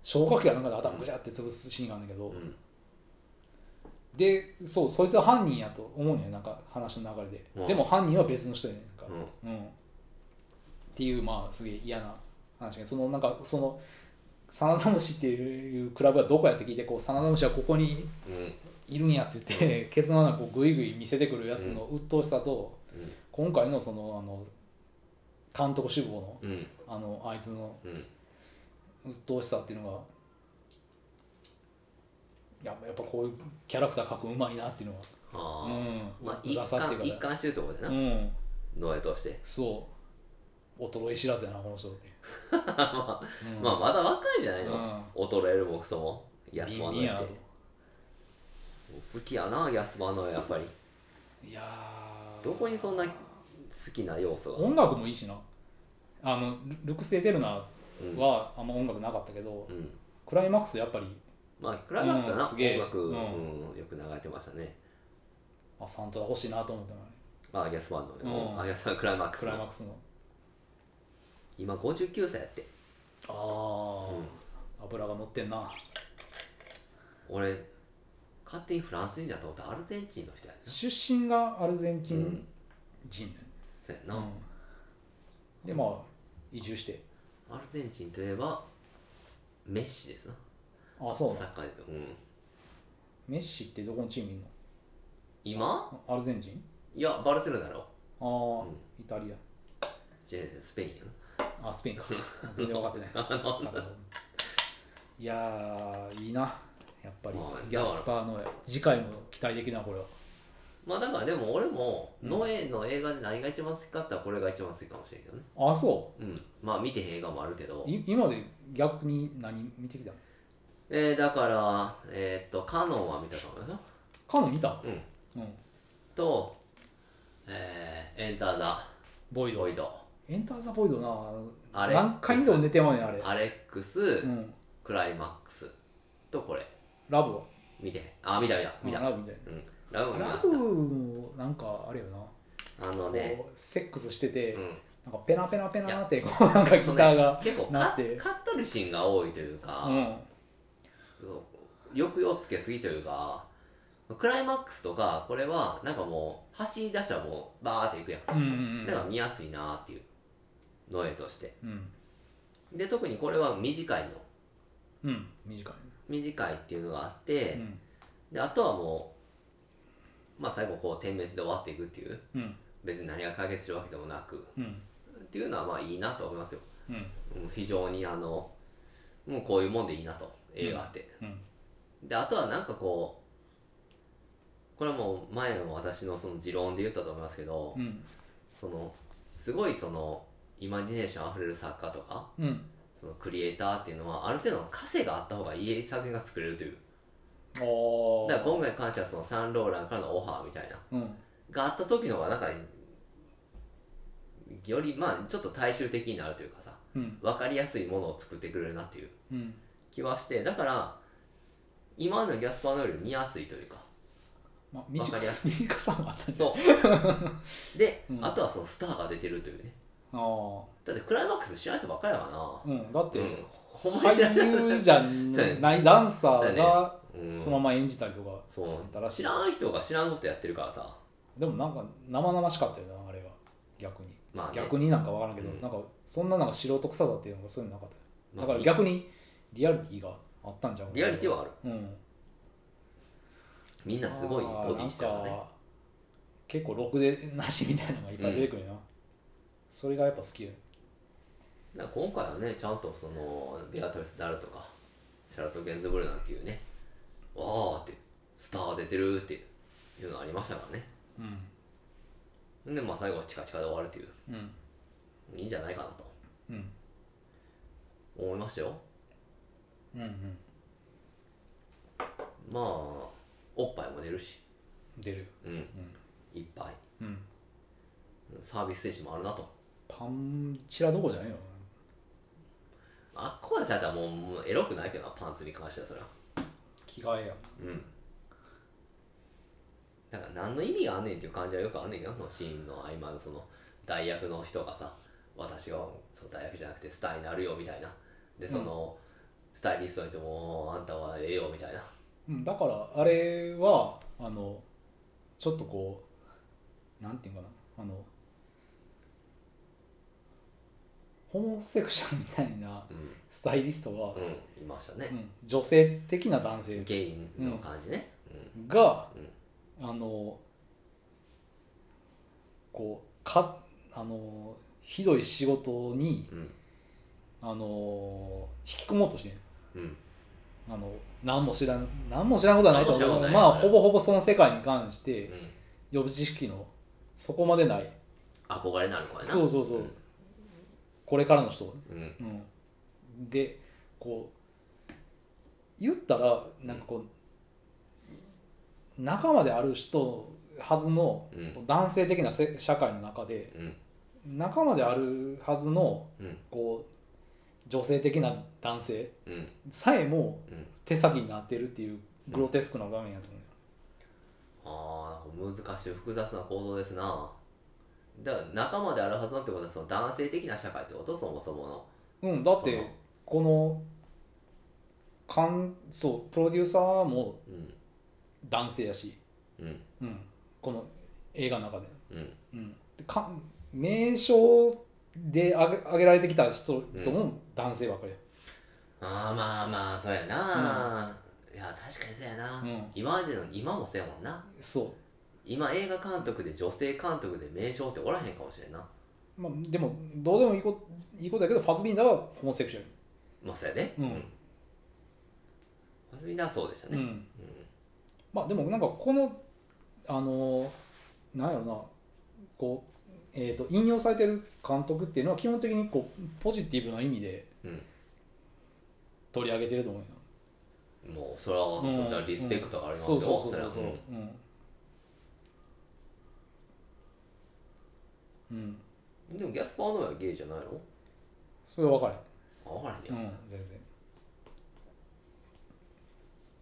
[SPEAKER 2] 消火器やなんかで頭ぐちゃって潰すシーンがあるんだけど、
[SPEAKER 1] うん
[SPEAKER 2] でそうそいつは犯人やと思うねんなんか話の流れで、
[SPEAKER 1] うん
[SPEAKER 2] でも犯人は別の人やねんなんか、
[SPEAKER 1] うん
[SPEAKER 2] うん、っていうまあすげえ嫌な話がそのなんかその真田虫っていうクラブはどこやって聞いてこう真田虫はここに
[SPEAKER 1] うん
[SPEAKER 2] いるんやって言って、ケツの穴をこうグイグイ見せてくるやつの鬱陶しさと、今回のそのあの監督志望の
[SPEAKER 1] うんうん
[SPEAKER 2] あのあいつの
[SPEAKER 1] うん
[SPEAKER 2] 鬱陶しさっていうのがいややっぱこういうキャラクター描くのうまいなっていうの
[SPEAKER 1] あ
[SPEAKER 2] は、う
[SPEAKER 1] ー
[SPEAKER 2] ん
[SPEAKER 1] まあ
[SPEAKER 2] う
[SPEAKER 1] 一
[SPEAKER 2] ざさって
[SPEAKER 1] 貫
[SPEAKER 2] いうかね
[SPEAKER 1] 一貫してるってことや
[SPEAKER 2] う、
[SPEAKER 1] なんノエとして
[SPEAKER 2] そう衰え知らずやなこの人って、うん
[SPEAKER 1] まあまだ若いんじゃないの
[SPEAKER 2] うん
[SPEAKER 1] 衰える僕そも安
[SPEAKER 2] ビ
[SPEAKER 1] 間
[SPEAKER 2] ン
[SPEAKER 1] の
[SPEAKER 2] ビンや
[SPEAKER 1] や
[SPEAKER 2] な
[SPEAKER 1] っ
[SPEAKER 2] と
[SPEAKER 1] て好きやな安間のやっぱり
[SPEAKER 2] いやー
[SPEAKER 1] どこにそんな好きな要素が
[SPEAKER 2] 音楽もいいしなあのルルクス・エテルナ
[SPEAKER 1] うん
[SPEAKER 2] はあんま音楽なかったけど、
[SPEAKER 1] うん
[SPEAKER 2] クライマックスやっぱり
[SPEAKER 1] まあクラガスだな
[SPEAKER 2] うんすげえ
[SPEAKER 1] 音楽
[SPEAKER 2] う
[SPEAKER 1] うんよく流れてましたね
[SPEAKER 2] あサントラ欲しいなと思ったのね
[SPEAKER 1] あ安間
[SPEAKER 2] うん
[SPEAKER 1] のあ安間クライマックス
[SPEAKER 2] クライマッ
[SPEAKER 1] の
[SPEAKER 2] クスの
[SPEAKER 1] 今59歳やって
[SPEAKER 2] ああ、油が乗ってんな
[SPEAKER 1] 俺勝手にフランス人だと思ったアルゼンチンの人やな
[SPEAKER 2] 出身がアルゼンチン人ね、
[SPEAKER 1] そうや
[SPEAKER 2] う
[SPEAKER 1] な、
[SPEAKER 2] んでまあ移住して
[SPEAKER 1] アルゼンチンといえばメッシですな
[SPEAKER 2] あそう
[SPEAKER 1] サ
[SPEAKER 2] な
[SPEAKER 1] ッカーで言うとうん
[SPEAKER 2] メッシってどこのチームいんの
[SPEAKER 1] 今
[SPEAKER 2] アルゼンチン
[SPEAKER 1] いやバルセロナだろ
[SPEAKER 2] ああ、
[SPEAKER 1] うん
[SPEAKER 2] イタリ
[SPEAKER 1] 違うスペインやな
[SPEAKER 2] アあスペインか全然分か
[SPEAKER 1] *laughs*
[SPEAKER 2] ってないサッカーいやーいいなやっぱり
[SPEAKER 1] まあだから
[SPEAKER 2] ギャスパーの次回も期待できるなこれは
[SPEAKER 1] まあだからでも俺も
[SPEAKER 2] うん
[SPEAKER 1] ノエの映画で何が一番好きかって言ったらこれが一番好きかもしれんけどね
[SPEAKER 2] あそ
[SPEAKER 1] うんまあ見てへん映画もあるけど
[SPEAKER 2] うい今まで逆に何見てきたの
[SPEAKER 1] えー、だからえーっとカノンは見たと思うよ
[SPEAKER 2] カノン見た
[SPEAKER 1] うん
[SPEAKER 2] うん
[SPEAKER 1] とえーエンター・ザ・
[SPEAKER 2] ボイド
[SPEAKER 1] ボイド
[SPEAKER 2] エンター・ザ・ボイドなあ
[SPEAKER 1] あ
[SPEAKER 2] の
[SPEAKER 1] れ
[SPEAKER 2] 何回でも寝てまうねんあれ
[SPEAKER 1] アレックス、
[SPEAKER 2] うん、
[SPEAKER 1] クライマックスとこれ
[SPEAKER 2] ラブは
[SPEAKER 1] 見てあ見た見た見た、
[SPEAKER 2] ラブみたい
[SPEAKER 1] うん、ラブも
[SPEAKER 2] な
[SPEAKER 1] 見ま
[SPEAKER 2] ラ
[SPEAKER 1] し
[SPEAKER 2] ブもなんかあれよな
[SPEAKER 1] たあのね
[SPEAKER 2] こうセックスしてて、
[SPEAKER 1] うん
[SPEAKER 2] なんかペナペナペナってこうなんかギターが、
[SPEAKER 1] 結構
[SPEAKER 2] なっ
[SPEAKER 1] カ
[SPEAKER 2] て
[SPEAKER 1] カットるシーンが多いというか、
[SPEAKER 2] うん、
[SPEAKER 1] そう抑揚つけすぎというかクライマックスとかこれはなんかもう走り出したらもうバーっていくやん、
[SPEAKER 2] うんうん
[SPEAKER 1] だから見やすいなっていうの絵として
[SPEAKER 2] うん
[SPEAKER 1] で特にこれは短いの
[SPEAKER 2] うん短い、
[SPEAKER 1] 短いっていうのがあって、
[SPEAKER 2] うん
[SPEAKER 1] であとはもうまあ最後こう点滅で終わっていくっていう
[SPEAKER 2] うん
[SPEAKER 1] 別に何が解決するわけでもなく
[SPEAKER 2] うん
[SPEAKER 1] っていうのはまあいいなと思いますよ、
[SPEAKER 2] うん
[SPEAKER 1] うん非常にあのもうこういうもんでいいなと映画って、
[SPEAKER 2] うん
[SPEAKER 1] であとはなんかこうこれはもう前の私のその持論で言ったと思いますけど、
[SPEAKER 2] うん
[SPEAKER 1] そのすごいそのイマジネーションあふれる作家とか
[SPEAKER 2] うん
[SPEAKER 1] そのクリエイターっていうのはある程度の枷があった方がいい作品が作れるという
[SPEAKER 2] お
[SPEAKER 1] だから今回に関してはそのサンローランからのオファーみたいな
[SPEAKER 2] うん
[SPEAKER 1] があった時の方がなんかよりまあちょっと大衆的になるというかさ
[SPEAKER 2] うん
[SPEAKER 1] 分かりやすいものを作ってくれるなっていう
[SPEAKER 2] うん
[SPEAKER 1] 気はしてだから今のギャスパーノエルより見やすいというか
[SPEAKER 2] まあ
[SPEAKER 1] わか
[SPEAKER 2] 短
[SPEAKER 1] りやす
[SPEAKER 2] 短さもあったんじゃない
[SPEAKER 1] そう
[SPEAKER 2] *laughs*
[SPEAKER 1] で、
[SPEAKER 2] うん
[SPEAKER 1] あとはそのスターが出てるというね
[SPEAKER 2] あ
[SPEAKER 1] だってクライマックス知らない人ばっかりやか
[SPEAKER 2] あうん
[SPEAKER 1] らな
[SPEAKER 2] だっ
[SPEAKER 1] うん
[SPEAKER 2] て
[SPEAKER 1] ほんまに知らない
[SPEAKER 2] 俳優じゃないダンサーが
[SPEAKER 1] うん
[SPEAKER 2] そのまま演じたりとか
[SPEAKER 1] そう
[SPEAKER 2] してたらし
[SPEAKER 1] 知
[SPEAKER 2] い
[SPEAKER 1] らん人が知らんことやってるからさ
[SPEAKER 2] でもなんか生々しかったよなあれは逆に
[SPEAKER 1] まあ、ね、
[SPEAKER 2] 逆になんかわからんけど
[SPEAKER 1] うん
[SPEAKER 2] なんかそんななんか素人臭さっていうのがそういうのなかったよ
[SPEAKER 1] ま
[SPEAKER 2] だ
[SPEAKER 1] あ
[SPEAKER 2] から逆にリアリティがあったんじゃん
[SPEAKER 1] リアリティはある
[SPEAKER 2] うん
[SPEAKER 1] みんなすごいボディしてた
[SPEAKER 2] あーなん
[SPEAKER 1] ね
[SPEAKER 2] か結構ろくでなしみたいなのがいっぱい出てくるよな、それがやっぱ好きよ
[SPEAKER 1] だから今回はねちゃんとそのベアトリス・ダルとかシャラト・ゲンズブルなんていうねわーってスターが出てるっていうのありましたからね
[SPEAKER 2] うん
[SPEAKER 1] でまあ最後はチカチカで終わるっていう
[SPEAKER 2] うん
[SPEAKER 1] いいんじゃないかなと
[SPEAKER 2] うん
[SPEAKER 1] 思いましたよ
[SPEAKER 2] うんうん
[SPEAKER 1] まあおっぱいも出るし
[SPEAKER 2] 出る
[SPEAKER 1] うん、いっぱい
[SPEAKER 2] うん
[SPEAKER 1] サービス精神もあるなと
[SPEAKER 2] パンチラどころじゃないよ
[SPEAKER 1] あっこまでされたらもうもうエロくないけどなパンツに関してはそれは
[SPEAKER 2] 着替えや
[SPEAKER 1] うんだから何の意味があんねんっていう感じはよくあんねんけどそのシーンの合間のその代役の人がさ私がその代役じゃなくてスターになるよみたいなでその、スタイリストの人もあんたはええよみたいな
[SPEAKER 2] うんだからあれはあのちょっとこうなんていうのかなあのホモセクシャルみたいな
[SPEAKER 1] うん、
[SPEAKER 2] スタイリストは、
[SPEAKER 1] うん、いましたね
[SPEAKER 2] う、ん女性的な男性
[SPEAKER 1] ゲイの感じね、うん
[SPEAKER 2] が、あのこうかあのひどい仕事に
[SPEAKER 1] うん
[SPEAKER 2] あの引き込もうとしてん
[SPEAKER 1] うん
[SPEAKER 2] あの何も知らん何も知らんことはないと思うけど
[SPEAKER 1] 何も知
[SPEAKER 2] ま
[SPEAKER 1] らん
[SPEAKER 2] あ
[SPEAKER 1] ことはない
[SPEAKER 2] ほぼほぼその世界に関し
[SPEAKER 1] う
[SPEAKER 2] て
[SPEAKER 1] ん、
[SPEAKER 2] 予備知識のそこまでない
[SPEAKER 1] 憧れになる子やな
[SPEAKER 2] そうそうそうこれからの人、
[SPEAKER 1] うん
[SPEAKER 2] うん、でこう言ったらなんかこう仲間である人はずの
[SPEAKER 1] うん
[SPEAKER 2] 男性的なせ社会の中で
[SPEAKER 1] うん
[SPEAKER 2] 仲間であるはずの
[SPEAKER 1] うん
[SPEAKER 2] こう女性的な男性
[SPEAKER 1] うん
[SPEAKER 2] さえも
[SPEAKER 1] うん
[SPEAKER 2] 手先になってるっていうグロテスクな場面やと思
[SPEAKER 1] ああ難しい複雑な構造ですなだから仲間であるはずのってことはその男性的な社会ってことそもそもの
[SPEAKER 2] うよ、うん、だっ
[SPEAKER 1] そう
[SPEAKER 2] て
[SPEAKER 1] なの
[SPEAKER 2] このかんそうプロデューサーも
[SPEAKER 1] うん
[SPEAKER 2] 男性やし、
[SPEAKER 1] うん
[SPEAKER 2] うん、この映画の中で、
[SPEAKER 1] うん
[SPEAKER 2] うん、でか名称で挙げ挙げられてきた人とも男性ばっかりや、
[SPEAKER 1] ああまあまあそうやな、いや確かにそうやな、
[SPEAKER 2] うん
[SPEAKER 1] 今までの今もそうやもんな
[SPEAKER 2] そ
[SPEAKER 1] 今映画監督で女性監督で名称っておらへんかもしれんな
[SPEAKER 2] う、まあ、でもどうでもいいこといいことだけどファズビンダーはホモセクシャル
[SPEAKER 1] まあそうやね
[SPEAKER 2] うん
[SPEAKER 1] ファスビンダーはそうでした
[SPEAKER 2] う
[SPEAKER 1] ね
[SPEAKER 2] んまあでもなんかこのあのなんやろなこうえー、と引用されてる監督っていうのは基本的にこうポジティブな意味で
[SPEAKER 1] うん、
[SPEAKER 2] 取り上げてると思うよ、
[SPEAKER 1] もうそれは、
[SPEAKER 2] うん
[SPEAKER 1] それはリスペクトがあります
[SPEAKER 2] そ
[SPEAKER 1] よ、
[SPEAKER 2] うそうそうそう
[SPEAKER 1] れは
[SPEAKER 2] そう、
[SPEAKER 1] ん
[SPEAKER 2] うんうん
[SPEAKER 1] でもギャスパーのはゲイじゃないの
[SPEAKER 2] それは分から
[SPEAKER 1] あ分からへんや
[SPEAKER 2] へん
[SPEAKER 1] ん、
[SPEAKER 2] うん全然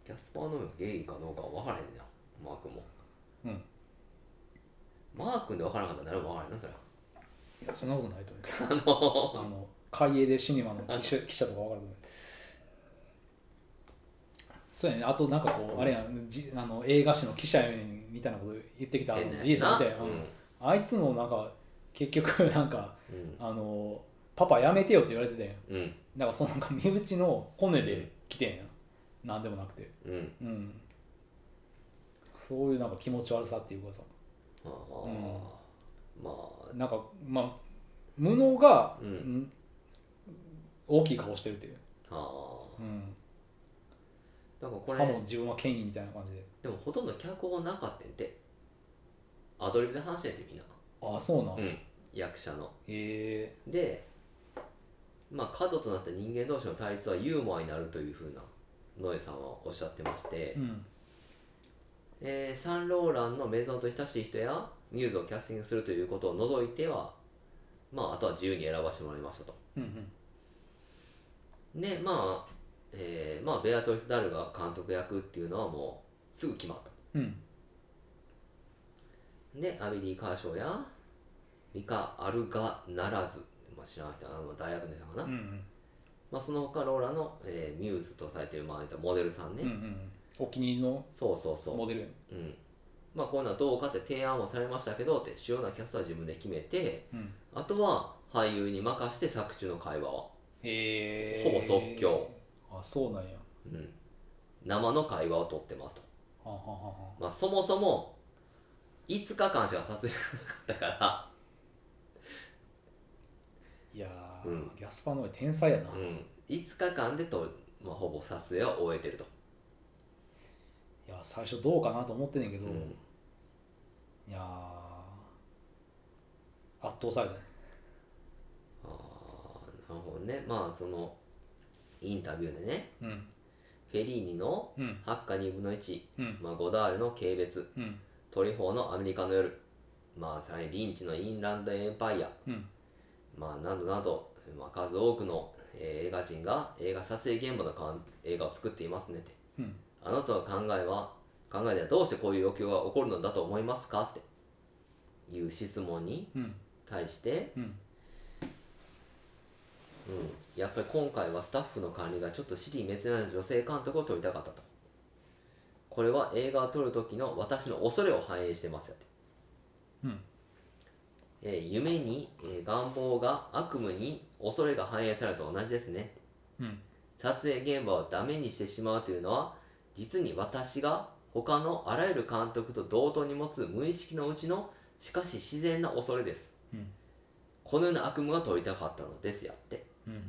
[SPEAKER 1] ギャスパーのはゲイかどうかは分からへんやんマー君も
[SPEAKER 2] うん
[SPEAKER 1] マー君で分からなかったら誰も分からへんなそれ
[SPEAKER 2] いやそんなことないと思うけどあの海江でシネマの記者記者とか分かると思うそうやねあとなんかこうあれやんじあの映画誌の記者やねんみたいなこと言ってきたあの
[SPEAKER 1] 変なやつ
[SPEAKER 2] じいさんみたいな、
[SPEAKER 1] うん
[SPEAKER 2] あいつもなんか結局 *laughs* なんか
[SPEAKER 1] うん
[SPEAKER 2] あのパパやめてよって言われてたやん
[SPEAKER 1] うん
[SPEAKER 2] だからそのなんか身内のコネで来てんやんなんでもなくて
[SPEAKER 1] うん
[SPEAKER 2] うんそういうなんか気持ち悪さっていうかさ
[SPEAKER 1] ああ、まあ
[SPEAKER 2] なんかまあ無能が、
[SPEAKER 1] うん
[SPEAKER 2] ん大きい顔してるっていう、
[SPEAKER 1] ああ
[SPEAKER 2] うん、
[SPEAKER 1] なんかこ
[SPEAKER 2] さ
[SPEAKER 1] れ
[SPEAKER 2] も自分は権威みたいな感じで
[SPEAKER 1] でもほとんど脚本なかったんてアドリブで話してんてみんな、
[SPEAKER 2] ああそうなん、
[SPEAKER 1] うん、役者の
[SPEAKER 2] え
[SPEAKER 1] でまあ角となった人間同士の対立はユーモアになるというふうなノエさんはおっしゃってまして
[SPEAKER 2] ー、うん
[SPEAKER 1] えーサンローランのメゾンと親しい人やミューズをキャスティングするということを除いてはまああとは自由に選ばせてもらいましたと
[SPEAKER 2] うんうん
[SPEAKER 1] でまあ、えーまあベアトリス・ダルが監督役っていうのはもうすぐ決まった
[SPEAKER 2] うん
[SPEAKER 1] でアビリー・カーショーやミカ・アルガならず、まあ、知らない人はあの大学の人かな、
[SPEAKER 2] うんうん
[SPEAKER 1] まあ、その他ローラの、えーミューズとされてる、まあ言ったらモデルさんね、
[SPEAKER 2] うんうんお気に入りの
[SPEAKER 1] そうそうそ
[SPEAKER 2] モデルやん
[SPEAKER 1] う、うん、まあこういうのはどうかって提案をされましたけどって主要なキャストは自分で決めて
[SPEAKER 2] うん
[SPEAKER 1] あとは俳優に任して作中の会話を、
[SPEAKER 2] へえ
[SPEAKER 1] ほぼ即興
[SPEAKER 2] あそうなんや
[SPEAKER 1] うん、生の会話を撮ってますと、
[SPEAKER 2] はんはんはんはん
[SPEAKER 1] まあ、そもそも5日間しか撮影がなかったから
[SPEAKER 2] いやー、
[SPEAKER 1] うん
[SPEAKER 2] ギャスパーの上天才やな、
[SPEAKER 1] う
[SPEAKER 2] い
[SPEAKER 1] ん、5日間でと、まあ、ほぼ撮影は終えてると、
[SPEAKER 2] や最初どうかなと思ってんねんけ
[SPEAKER 1] う
[SPEAKER 2] ど、
[SPEAKER 1] ん、
[SPEAKER 2] いやー圧倒されたね
[SPEAKER 1] ああなるほどねまあそのインタビューでね
[SPEAKER 2] うん
[SPEAKER 1] フェリーニの
[SPEAKER 2] うん
[SPEAKER 1] 「ハッカ2分の1」
[SPEAKER 2] うん
[SPEAKER 1] まあ、ゴダールの軽蔑
[SPEAKER 2] うん
[SPEAKER 1] トリフォーのアメリカの夜、まあ、さらにリンチのインランドエンパイア、
[SPEAKER 2] うん
[SPEAKER 1] まあ、などなど、まあ、数多くの、えー映画人が映画撮影現場のかん映画を作っていますねって
[SPEAKER 2] うん
[SPEAKER 1] あなたの考えは考えではどうしてこういう要求が起こるのだと思いますかっていう質問に
[SPEAKER 2] うん
[SPEAKER 1] 対して、
[SPEAKER 2] うん
[SPEAKER 1] うん、やっぱり今回はスタッフの管理がちょっと尻滅裂な女性監督を撮りたかったとこれは映画を撮る時の私の恐れを反映してますよって
[SPEAKER 2] うん
[SPEAKER 1] えー夢に、えー願望が悪夢に恐れが反映されると同じですね
[SPEAKER 2] うん
[SPEAKER 1] 撮影現場をダメにしてしまうというのは実に私が他のあらゆる監督と同等に持つ無意識のうちのしかし自然な恐れです、
[SPEAKER 2] うん
[SPEAKER 1] このような悪夢が撮りたかったのですやって
[SPEAKER 2] うん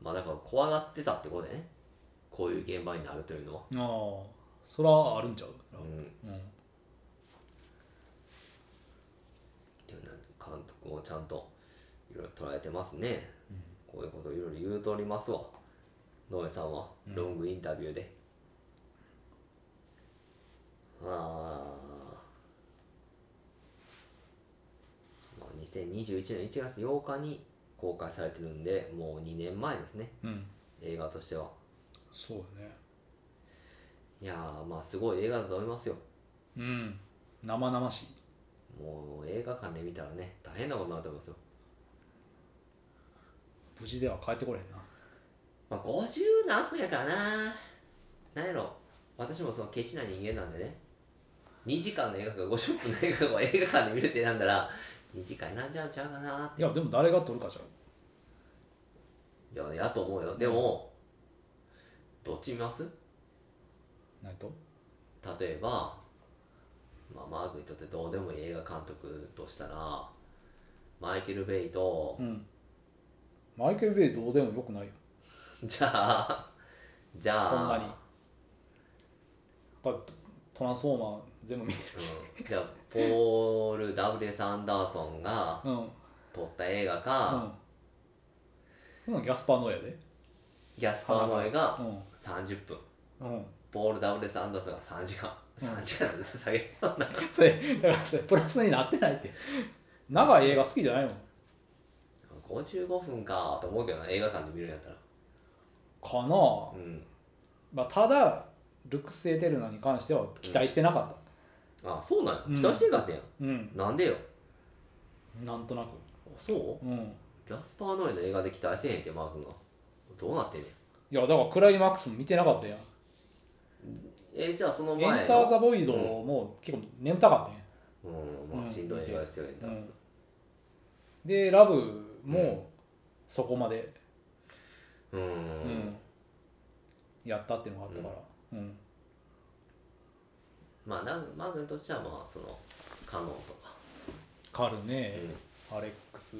[SPEAKER 1] まあだから怖がってたってことでねこういう現場になるというのは、
[SPEAKER 2] うんああそれはあるんちゃう
[SPEAKER 1] うん、
[SPEAKER 2] うん
[SPEAKER 1] っていうのは監督もちゃんといろいろ捉えてますね、こういうことをいろいろ言うとおりますわ野上さんはロングインタビューで、あーまあ2021年1月8日に公開されてるんでもう2年前ですね
[SPEAKER 2] うん
[SPEAKER 1] 映画としては
[SPEAKER 2] そうだね
[SPEAKER 1] いやーまあすごい映画だと思いますよ
[SPEAKER 2] うん生々しい
[SPEAKER 1] もう映画館で見たらね大変なことになると思いますよ
[SPEAKER 2] 無事では帰ってこれへんな
[SPEAKER 1] まあ、50何分やからな何やろ私もそのケチな人間なんでね2時間の映画か50分の映画を映画館で見るって選んだら2時間選んじゃうんちゃうかなって
[SPEAKER 2] いやでも誰が取るかじゃう
[SPEAKER 1] いややと思うよでも、どっち見ます
[SPEAKER 2] ないと
[SPEAKER 1] 例えば、まあ、マークにとってどうでもいい映画監督としたらマイケル・ベイと
[SPEAKER 2] うんマイケル・ベイどうでもよくないよ
[SPEAKER 1] じゃあじゃあ
[SPEAKER 2] そんなにだってトランスフォーマー全部見て
[SPEAKER 1] うん、じゃあポール・ W ・アンダーソンが
[SPEAKER 2] るうんうん
[SPEAKER 1] 撮った映画か、
[SPEAKER 2] そんなんギャスパーノエやで
[SPEAKER 1] ギャスパーノエが
[SPEAKER 2] う
[SPEAKER 1] 30分、
[SPEAKER 2] んうん
[SPEAKER 1] ポール・ダブレス・アンダースが3時間、
[SPEAKER 2] うん
[SPEAKER 1] 3時間ずつ下げるような
[SPEAKER 2] それだからそれプラスになってないって長い映画好きじゃないの
[SPEAKER 1] 55分かと思うけどな映画館で見るんやったら
[SPEAKER 2] かなあ、
[SPEAKER 1] うん
[SPEAKER 2] まあ、ただルクス・エテルナに関しては期待してなかっ
[SPEAKER 1] あそうなんや
[SPEAKER 2] うん
[SPEAKER 1] 期待してんかったやん、
[SPEAKER 2] たうん、
[SPEAKER 1] なんでよ
[SPEAKER 2] なんとなく
[SPEAKER 1] そう
[SPEAKER 2] うん
[SPEAKER 1] キャスパー・ノイの映画で期待せえへんってマー君がどうなってんねん
[SPEAKER 2] いやだからクライマックスも見てなかったやん
[SPEAKER 1] えじゃあその前の
[SPEAKER 2] エンター・ザ・ボイドも結構眠たかっ
[SPEAKER 1] うんまあしんどい映画ですよね、
[SPEAKER 2] たやん、
[SPEAKER 1] う
[SPEAKER 2] うんでラブ
[SPEAKER 1] うん
[SPEAKER 2] もそこまで、
[SPEAKER 1] うん、
[SPEAKER 2] うんやったっていうのがあったから、うん
[SPEAKER 1] まあなマー君としてはまあそのカノンとか、
[SPEAKER 2] カルね、
[SPEAKER 1] う
[SPEAKER 2] アレックス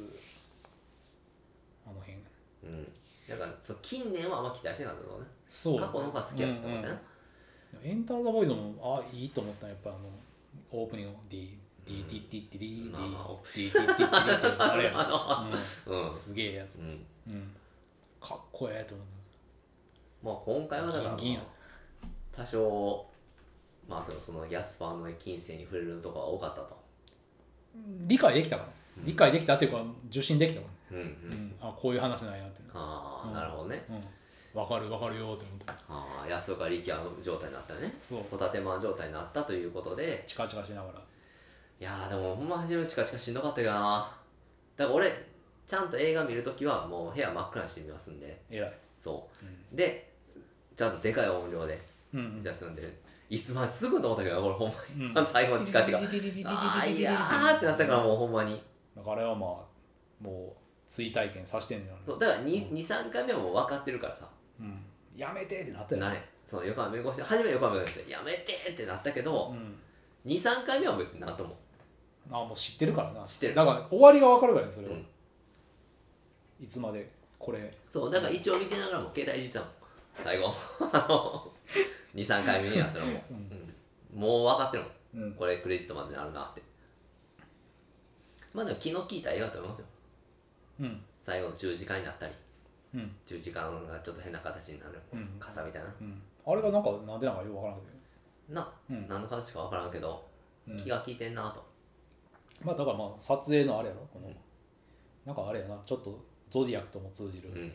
[SPEAKER 2] あの辺
[SPEAKER 1] んうん、だからそう近年はあんま期待してなかったのね
[SPEAKER 2] そ
[SPEAKER 1] 過去の方が好きやったもんね、 *laughs*
[SPEAKER 2] うんうんエンター・ザ・ボイドもあいいと思ったのやっぱあのオープニングの D
[SPEAKER 1] うん
[SPEAKER 2] D D D D D
[SPEAKER 1] まあまあオ
[SPEAKER 2] D D D D D ってあれや
[SPEAKER 1] うん
[SPEAKER 2] うんすげえやつ
[SPEAKER 1] うん
[SPEAKER 2] うんかっこええと思う
[SPEAKER 1] まあ今回はだから
[SPEAKER 2] ギンギンや
[SPEAKER 1] 多少マークのそのヤスパーの金銭に触れるとこは多かったと
[SPEAKER 2] 理解できたから理解できたっていうか受信できたか
[SPEAKER 1] うんう
[SPEAKER 2] らうんんあこういう話なんやって
[SPEAKER 1] あ
[SPEAKER 2] う
[SPEAKER 1] あ
[SPEAKER 2] ん
[SPEAKER 1] なるほどね
[SPEAKER 2] うんわかるわかるよって思った
[SPEAKER 1] ああ安岡力也の状態になったよね
[SPEAKER 2] そう
[SPEAKER 1] ホタテマン状態になったということで
[SPEAKER 2] チカチカしながら
[SPEAKER 1] いやーでもほんま初めチカチカしんどかったよなだから俺ちゃんと映画見るときはもう部屋真っ暗にしてみますんで
[SPEAKER 2] 偉い
[SPEAKER 1] そうでちゃんとでかい音量で
[SPEAKER 2] うんうん
[SPEAKER 1] 出すんでいつまで続くんと思ったけどなこれほんま
[SPEAKER 2] う
[SPEAKER 1] に最後にチカチカああいやーってなったからもうほんまに
[SPEAKER 2] だからあれはまあもう追体験させてんのよ、
[SPEAKER 1] そうだから23回目はもう分かってるからさ
[SPEAKER 2] うん、やめてってなったよ、
[SPEAKER 1] ないそう横浜弁護士初め横浜弁護士でやめてってなったけど
[SPEAKER 2] うん、
[SPEAKER 1] 23回目は別になんとも
[SPEAKER 2] あもう知ってるからな
[SPEAKER 1] 知ってる
[SPEAKER 2] だから終わりが分かるからねそれは、
[SPEAKER 1] うん
[SPEAKER 2] いつまでこれ
[SPEAKER 1] そうだから一応見てながらも携帯いじったもん最後あの23回目になったらもう、うんもう分かってるも
[SPEAKER 2] うん
[SPEAKER 1] んこれクレジットまでなるなってまあでも昨日聞いた映画だと思いますよ
[SPEAKER 2] うん
[SPEAKER 1] 最後の十字架になったり
[SPEAKER 2] うん
[SPEAKER 1] 十字架がちょっと変な形になる、
[SPEAKER 2] うん
[SPEAKER 1] 傘みたいな
[SPEAKER 2] うんあれがなんかなんでなんかよく分からなくて、
[SPEAKER 1] な、
[SPEAKER 2] うん
[SPEAKER 1] 何の形か分からんけど、
[SPEAKER 2] うん
[SPEAKER 1] 気が利いてんなと
[SPEAKER 2] まあだからまあ撮影のあれやろこの、なんかあれやなちょっとゾディアックとも通じる、
[SPEAKER 1] うん、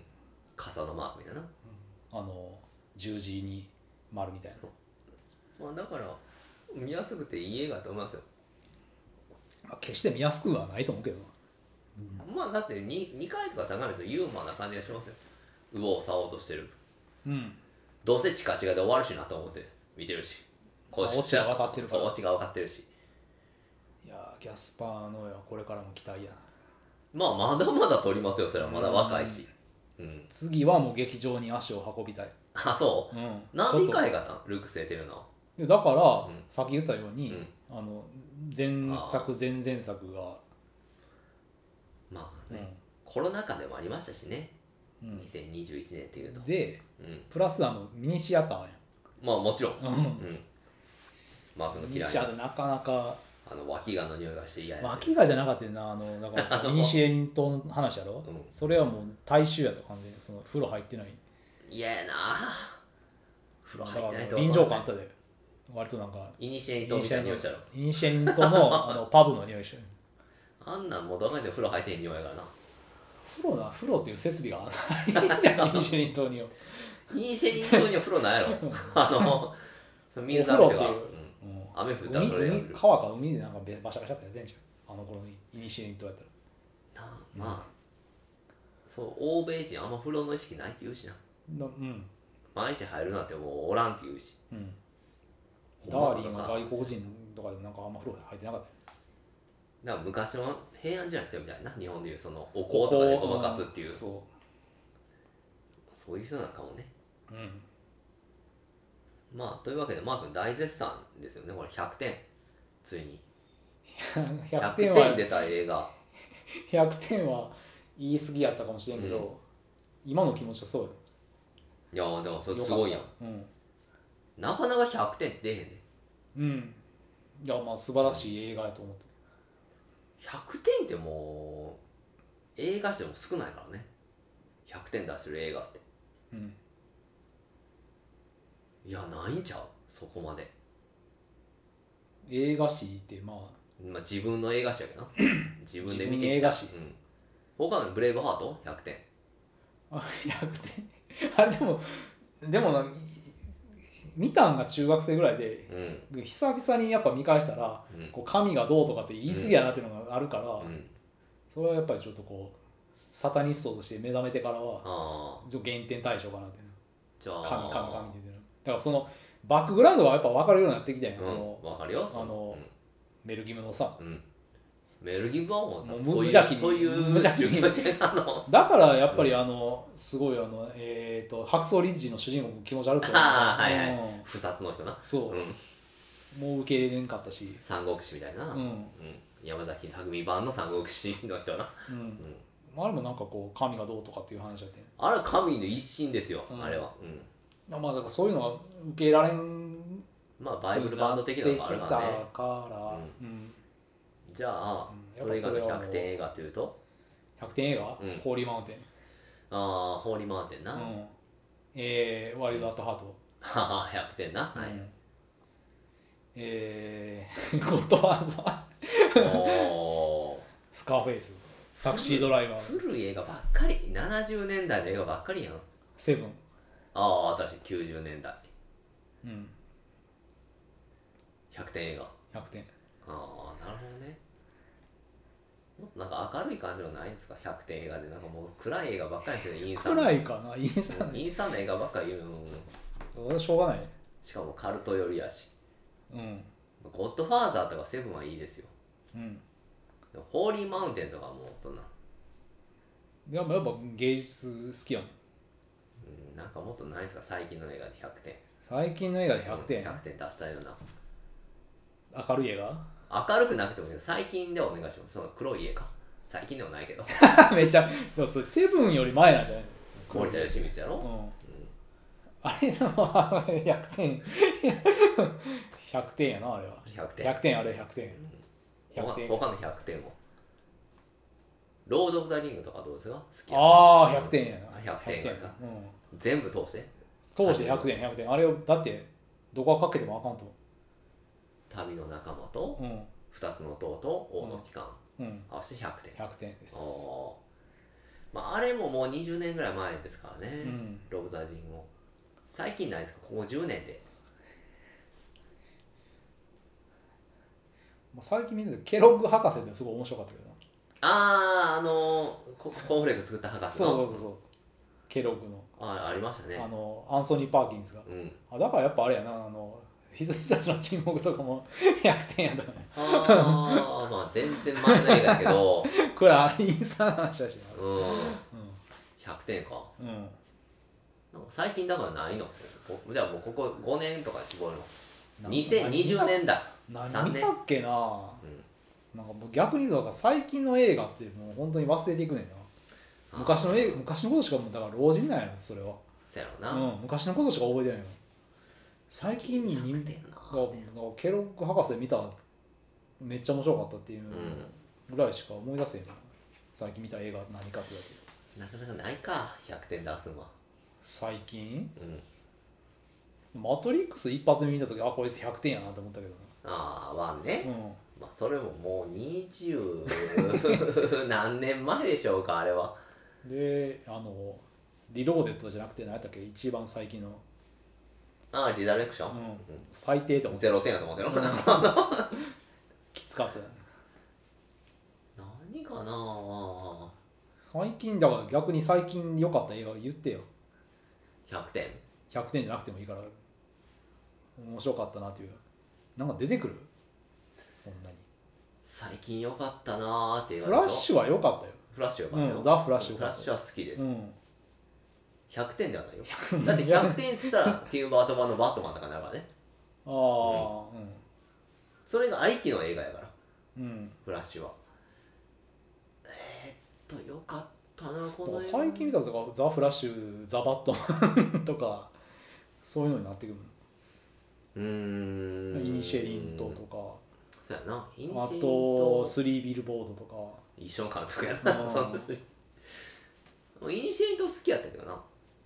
[SPEAKER 1] 傘のマークみたいな、
[SPEAKER 2] あの十字に丸みたいな、
[SPEAKER 1] まあ、だから見やすくていい映画だと思いますよ、
[SPEAKER 2] まあ、決して見やすくはないと思うけどな
[SPEAKER 1] まあだって 2, 2回とか3回見るとユーモアな感じがしますよ右往左往としてる
[SPEAKER 2] うん
[SPEAKER 1] どうせチカチカで終わるしなと思って見てるしこ
[SPEAKER 2] まあオチが分かってるから
[SPEAKER 1] そうオチが分かってるし
[SPEAKER 2] いやーギャスパーの絵はこれからも期待やな
[SPEAKER 1] まあまだまだ撮りますよそれはまだ若いしうん、
[SPEAKER 2] 次はもう劇場に足を運びたい、
[SPEAKER 1] あそう
[SPEAKER 2] うん、
[SPEAKER 1] 何
[SPEAKER 2] ちょっと
[SPEAKER 1] 回がたルークスエテルの
[SPEAKER 2] いやだから、
[SPEAKER 1] ん
[SPEAKER 2] さっき言ったように、あの前
[SPEAKER 1] あ
[SPEAKER 2] 作前々作が、
[SPEAKER 1] まあ
[SPEAKER 2] うん
[SPEAKER 1] ね、コロナ禍でもありましたしね
[SPEAKER 2] うん
[SPEAKER 1] 2021年っていうと、
[SPEAKER 2] で
[SPEAKER 1] うん、
[SPEAKER 2] プラスあのミニシアターや、
[SPEAKER 1] まあもちろん、うん
[SPEAKER 2] うん
[SPEAKER 1] ん、マークの
[SPEAKER 2] ミニ
[SPEAKER 1] 嫌い
[SPEAKER 2] シア
[SPEAKER 1] な
[SPEAKER 2] ターなかなか
[SPEAKER 1] あの脇がの匂いがして嫌や
[SPEAKER 2] 脇がじゃなかったよなあのだからそのミニシエントの話やろ、
[SPEAKER 1] うん
[SPEAKER 2] それはもう大衆やった感じその風呂入ってない
[SPEAKER 1] 嫌やな風呂入ってない
[SPEAKER 2] だ
[SPEAKER 1] と
[SPEAKER 2] から臨場感あったで割となんか
[SPEAKER 1] イニシエ
[SPEAKER 2] イ
[SPEAKER 1] ントみたいな匂いしたろ
[SPEAKER 2] ニシエントのあのパブの匂いしてる
[SPEAKER 1] あんなんもうどかいで風呂入ってへん匂いやからな
[SPEAKER 2] 風呂な風呂っていう設備がない
[SPEAKER 1] *laughs*
[SPEAKER 2] じゃんミニシエントには
[SPEAKER 1] イニシエントには風呂ないや
[SPEAKER 2] *laughs*
[SPEAKER 1] ろあのその水浴びと
[SPEAKER 2] お風
[SPEAKER 1] か、
[SPEAKER 2] 呂
[SPEAKER 1] うん
[SPEAKER 2] っていう、うん
[SPEAKER 1] 雨降ったら
[SPEAKER 2] 海
[SPEAKER 1] それやる
[SPEAKER 2] 海川か海でなんかべバシャバシャってやってんじゃんあの頃にイニシエントやったら
[SPEAKER 1] なあまあそう欧米人あんま風呂の意識ないって言うしな
[SPEAKER 2] なうん
[SPEAKER 1] 毎日入るなんてもうおらんって言うし
[SPEAKER 2] うんダ
[SPEAKER 1] ほん
[SPEAKER 2] ー
[SPEAKER 1] ま
[SPEAKER 2] リ
[SPEAKER 1] か
[SPEAKER 2] ン
[SPEAKER 1] な
[SPEAKER 2] の外国人とかでもなんかあんま風呂入ってなかったよ
[SPEAKER 1] だから昔の平安時代の人みたいな日本でいうそのお香とかでごまかすっていう、
[SPEAKER 2] んそ *laughs*
[SPEAKER 1] そういう人なんかもね
[SPEAKER 2] ううん
[SPEAKER 1] まあというわけでマー君大絶賛ですよねこれ100点ついに
[SPEAKER 2] 100
[SPEAKER 1] 100
[SPEAKER 2] 点
[SPEAKER 1] 点
[SPEAKER 2] は
[SPEAKER 1] 出た映画
[SPEAKER 2] 100点は言い過ぎやったかもしれんけど、
[SPEAKER 1] う
[SPEAKER 2] 今の気持ちはそうよ
[SPEAKER 1] いやーでもそれすごいやん
[SPEAKER 2] うん、
[SPEAKER 1] なかなか100点って出へんで
[SPEAKER 2] うん、いやまあ素晴らしい映画やと思って
[SPEAKER 1] 100点ってもう映画史でも少ないからね100点出してる映画って
[SPEAKER 2] うん
[SPEAKER 1] いやないんちゃうそこまで
[SPEAKER 2] 映画史ってまあ
[SPEAKER 1] まあ、自分の映画史やけど
[SPEAKER 2] *clears throat*
[SPEAKER 1] な自分で見てき
[SPEAKER 2] 自分
[SPEAKER 1] た
[SPEAKER 2] の映画史
[SPEAKER 1] うん、他のブレイブハート100点
[SPEAKER 2] あ100点あれでもでもな見たんが中学生ぐらいで
[SPEAKER 1] うん
[SPEAKER 2] 久々にやっぱ見返したら
[SPEAKER 1] うん
[SPEAKER 2] こう神がどうとかって言い過ぎやなっていうのがあるから、
[SPEAKER 1] うん
[SPEAKER 2] それはやっぱりちょっとこうサタニストとして目覚めてからは
[SPEAKER 1] ああ
[SPEAKER 2] ちょっと減点対象かなっていう
[SPEAKER 1] じゃあ
[SPEAKER 2] 神神神って出てるだからそのバックグラウンドはやっぱ分かるようになってきたんや、
[SPEAKER 1] う
[SPEAKER 2] あの
[SPEAKER 1] んわかるよ
[SPEAKER 2] あのメルギムのさ
[SPEAKER 1] うん、うん、メルギブはもうそ
[SPEAKER 2] もう
[SPEAKER 1] うい
[SPEAKER 2] 無
[SPEAKER 1] う
[SPEAKER 2] 邪気に
[SPEAKER 1] そういう
[SPEAKER 2] 無邪気に
[SPEAKER 1] 宗教的なあの
[SPEAKER 2] だからやっぱりあの、すごいあのえっ、と白装リッジの主人公も気持ち悪くて
[SPEAKER 1] ああはいはい
[SPEAKER 2] うん
[SPEAKER 1] 不殺の人な
[SPEAKER 2] そうう、
[SPEAKER 1] ん
[SPEAKER 2] もう受け入れれんかったし
[SPEAKER 1] 三国志みたいな、
[SPEAKER 2] うん、
[SPEAKER 1] うん山崎匠版の三国志の人な、
[SPEAKER 2] う、
[SPEAKER 1] うんん、
[SPEAKER 2] あれもなんかこう神がどうとかっていう話だって
[SPEAKER 1] あれは神の一心ですよ、
[SPEAKER 2] うん
[SPEAKER 1] あれは、うん、
[SPEAKER 2] まあだからそういうのが受け入れられん
[SPEAKER 1] まあバイブルバンド的なのがあるからね
[SPEAKER 2] できたから、うん
[SPEAKER 1] じゃあ、
[SPEAKER 2] うん
[SPEAKER 1] それ以外
[SPEAKER 2] やっ
[SPEAKER 1] の
[SPEAKER 2] ぱそれはもう
[SPEAKER 1] 100点映画というと
[SPEAKER 2] 100点映画、
[SPEAKER 1] うん
[SPEAKER 2] ホーリーマウンテン、
[SPEAKER 1] ああホーリーマウンテンな、
[SPEAKER 2] う
[SPEAKER 1] は
[SPEAKER 2] んえー、ワイルドアットハート、
[SPEAKER 1] は100点な、はい
[SPEAKER 2] うんえー、 *laughs* ゴッドファーザー
[SPEAKER 1] おー
[SPEAKER 2] スカーフェイスタクシードライバー
[SPEAKER 1] 古い映画ばっかり70年代の映画ばっかりやん
[SPEAKER 2] セブン、
[SPEAKER 1] ああ私90年代
[SPEAKER 2] うん、
[SPEAKER 1] 100点映画
[SPEAKER 2] 100点
[SPEAKER 1] ああなるほどねもっとなんか明るい感じのないんですか100点映画でなんかもう暗い映画ばっかりですねインサン
[SPEAKER 2] 暗いかなインサ
[SPEAKER 1] うんインサンの映画ばっかり言うの
[SPEAKER 2] 俺はしょうがない
[SPEAKER 1] しかもカルト寄りやし
[SPEAKER 2] うん
[SPEAKER 1] ゴッドファーザーとかセブンはいいですよ
[SPEAKER 2] うん
[SPEAKER 1] でもホーリーマウンテンとかもうそんな
[SPEAKER 2] でもやっぱ芸術好きやもん
[SPEAKER 1] うんなんかもっとないですか最近の映画で100点
[SPEAKER 2] 最近の映画で100点
[SPEAKER 1] 100点出したいよな
[SPEAKER 2] 明るい映画 *laughs*
[SPEAKER 1] 明るくなくてもいいけど最近でお願いしますその黒い家か最近でもないけど
[SPEAKER 2] *laughs* めっちゃでもそれセブンより前なんじゃない
[SPEAKER 1] 森田義満や
[SPEAKER 2] う
[SPEAKER 1] ろ
[SPEAKER 2] んあれの100点 *laughs* 100点やなあれは
[SPEAKER 1] 100点
[SPEAKER 2] 100点あれ100点100点
[SPEAKER 1] 他他の100点もロード・オブ・ザ・リングとかどうですか好きや
[SPEAKER 2] ああ100点やな
[SPEAKER 1] あ100点
[SPEAKER 2] や
[SPEAKER 1] か
[SPEAKER 2] なうん
[SPEAKER 1] 全部通して
[SPEAKER 2] 当時100点100点あれをだってどこがかけてもあかんと
[SPEAKER 1] 旅の仲間と
[SPEAKER 2] うん
[SPEAKER 1] 2つの塔と王の期間
[SPEAKER 2] うん
[SPEAKER 1] 合わせて100点
[SPEAKER 2] 100点です
[SPEAKER 1] おーまあ、あれももう20年ぐらい前ですからね、
[SPEAKER 2] うん
[SPEAKER 1] ロブ・ザ・リングも最近ないですかここ10年で
[SPEAKER 2] まあ最近見てるケロッグ博士ってすごい面白かったけどな
[SPEAKER 1] あああのーココーンフレーク作った博士
[SPEAKER 2] そ
[SPEAKER 1] の
[SPEAKER 2] うそうそうそうケロッグの
[SPEAKER 1] あありましたね
[SPEAKER 2] あのアンソニー・パーキンスが
[SPEAKER 1] うん
[SPEAKER 2] あだからやっぱあれやなあの羊たちの沈黙とかも *laughs* 100点やったね
[SPEAKER 1] ああまあ全然前の映画やけど *laughs*
[SPEAKER 2] これあれインスタの話だしな
[SPEAKER 1] うん
[SPEAKER 2] う
[SPEAKER 1] 100点か
[SPEAKER 2] んうん
[SPEAKER 1] なんか最近だからないのこじゃあもうここ5年とかに絞るの2020年代
[SPEAKER 2] 何
[SPEAKER 1] 3
[SPEAKER 2] 見たっけななんかもう逆に言うとだから最近の映画ってもう本当に忘れていくねんな
[SPEAKER 1] あー
[SPEAKER 2] 昔の映画昔のことしかもうだから老人なんやろそれは、
[SPEAKER 1] そうやろな、
[SPEAKER 2] うん、昔のことしか覚えてないの最近に
[SPEAKER 1] 100点やな
[SPEAKER 2] だからだからケロッグ博士見ためっちゃ面白かったっていう
[SPEAKER 1] う
[SPEAKER 2] ぐらいしか思い出せへんな最近見た映画何かってだけ
[SPEAKER 1] んなかなかないか100点出すのは
[SPEAKER 2] 最近
[SPEAKER 1] うん
[SPEAKER 2] マトリックス一発目見た時あこれ100点やなと思ったけど
[SPEAKER 1] ああワンね、
[SPEAKER 2] なうん
[SPEAKER 1] まあ、それももう二十何年前でしょうかあれは
[SPEAKER 2] であのリローデッドじゃなくて何やったっけ一番最近の、
[SPEAKER 1] ああリダイレクショ
[SPEAKER 2] う
[SPEAKER 1] ン、
[SPEAKER 2] ん、最低って思って
[SPEAKER 1] ゼロ点だと思ってる何
[SPEAKER 2] きつかったよね
[SPEAKER 1] かなあ
[SPEAKER 2] 最近だから逆に最近良かった映画言ってよ
[SPEAKER 1] 100点
[SPEAKER 2] 100点じゃなくてもいいから面白かったなっていうなんか出てくるそんなに
[SPEAKER 1] 最近良かったなーって言わ
[SPEAKER 2] フ
[SPEAKER 1] れ
[SPEAKER 2] ラ
[SPEAKER 1] た
[SPEAKER 2] ッシュは良かったよ
[SPEAKER 1] フラッシュ良かったよ、
[SPEAKER 2] うんザフラッシュ
[SPEAKER 1] フラッシュは好きです、
[SPEAKER 2] うん
[SPEAKER 1] 100点では
[SPEAKER 2] *laughs*
[SPEAKER 1] ないよだって100点っつったらティム・バート版のバットマンとかになるからね
[SPEAKER 2] ああ
[SPEAKER 1] それがありきの映画やから
[SPEAKER 2] うんうん、
[SPEAKER 1] フラッシュはえー、っと良かったなこ
[SPEAKER 2] だか
[SPEAKER 1] の
[SPEAKER 2] ら
[SPEAKER 1] 映
[SPEAKER 2] 最近見たとかザ・フラッシュザ・バットマンとかそういうのになってくる
[SPEAKER 1] うーん
[SPEAKER 2] イニシェリントとか
[SPEAKER 1] そうやなイニシ
[SPEAKER 2] あ
[SPEAKER 1] ェリン
[SPEAKER 2] と
[SPEAKER 1] ト
[SPEAKER 2] スリービルボードとか
[SPEAKER 1] 一緒の監督やな
[SPEAKER 2] うん
[SPEAKER 1] そんなするイニシェリント好きやったけどな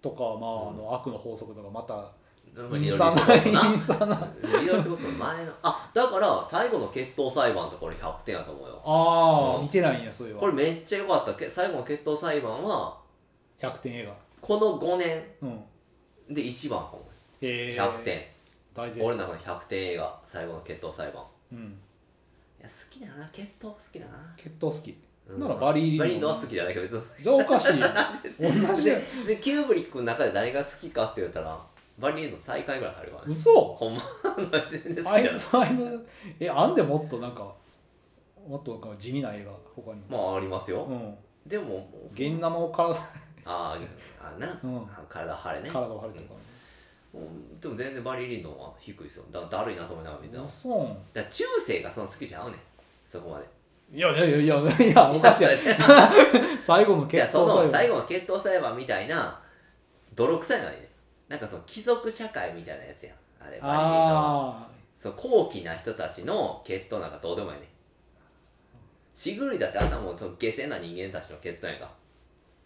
[SPEAKER 2] とかまああの悪の法則とかまたイン
[SPEAKER 1] リドル
[SPEAKER 2] サ
[SPEAKER 1] ス
[SPEAKER 2] ナ
[SPEAKER 1] コット
[SPEAKER 2] インサナ
[SPEAKER 1] なリドルスコットの前のあだから最後の決闘裁判とこれ100点やと思うよ
[SPEAKER 2] ああ、
[SPEAKER 1] うん
[SPEAKER 2] 見てないんやそれは
[SPEAKER 1] これめっちゃ良かったけ最後の決闘裁判は
[SPEAKER 2] 100点映
[SPEAKER 1] この5年
[SPEAKER 2] 画うん
[SPEAKER 1] で一番かも
[SPEAKER 2] えー、
[SPEAKER 1] 100点、
[SPEAKER 2] 大絶
[SPEAKER 1] 俺の中の100点映画最後の決闘裁判
[SPEAKER 2] うん
[SPEAKER 1] いや好きだな決闘好きだな、
[SPEAKER 2] 決闘好き
[SPEAKER 1] うん
[SPEAKER 2] ならバリーリン
[SPEAKER 1] バリーリンドン
[SPEAKER 2] ドン
[SPEAKER 1] は好きじゃないけど別に
[SPEAKER 2] じゃあおか
[SPEAKER 1] *laughs*
[SPEAKER 2] しいよ同じだよ
[SPEAKER 1] ででキューブリックの中で誰が好きかって言ったらバリーリンドン最下位ぐらい入るからね
[SPEAKER 2] 嘘
[SPEAKER 1] ほんま全然好
[SPEAKER 2] あ
[SPEAKER 1] き
[SPEAKER 2] い
[SPEAKER 1] じゃない
[SPEAKER 2] つあいつえあんでもっとなんかもっとなんか地味な映画他にも、
[SPEAKER 1] まあありますよ、
[SPEAKER 2] うん
[SPEAKER 1] でももう
[SPEAKER 2] 現生を体
[SPEAKER 1] あーあな、
[SPEAKER 2] うん
[SPEAKER 1] 体腫れね
[SPEAKER 2] 体を張るとか、
[SPEAKER 1] うんでも全然バリーリンドンは低いですよだだるいなと思いながら見てただか
[SPEAKER 2] 嘘ん
[SPEAKER 1] ら中世がその好きちゃうねんそこまで
[SPEAKER 2] いやいやいやいやいやおかし
[SPEAKER 1] *laughs*
[SPEAKER 2] いや最後の
[SPEAKER 1] いや
[SPEAKER 2] 決
[SPEAKER 1] そ
[SPEAKER 2] 闘
[SPEAKER 1] の
[SPEAKER 2] 最
[SPEAKER 1] 最
[SPEAKER 2] 後
[SPEAKER 1] 後の決闘裁判みたいな泥臭いのはいいねなんかその貴族社会みたいなやつやんあれバリーリンドンは
[SPEAKER 2] あ
[SPEAKER 1] その高貴な人たちの決闘なんかどうでもいいねシグルイだってあんなもんその下世な人間たちの決闘やんか
[SPEAKER 2] あ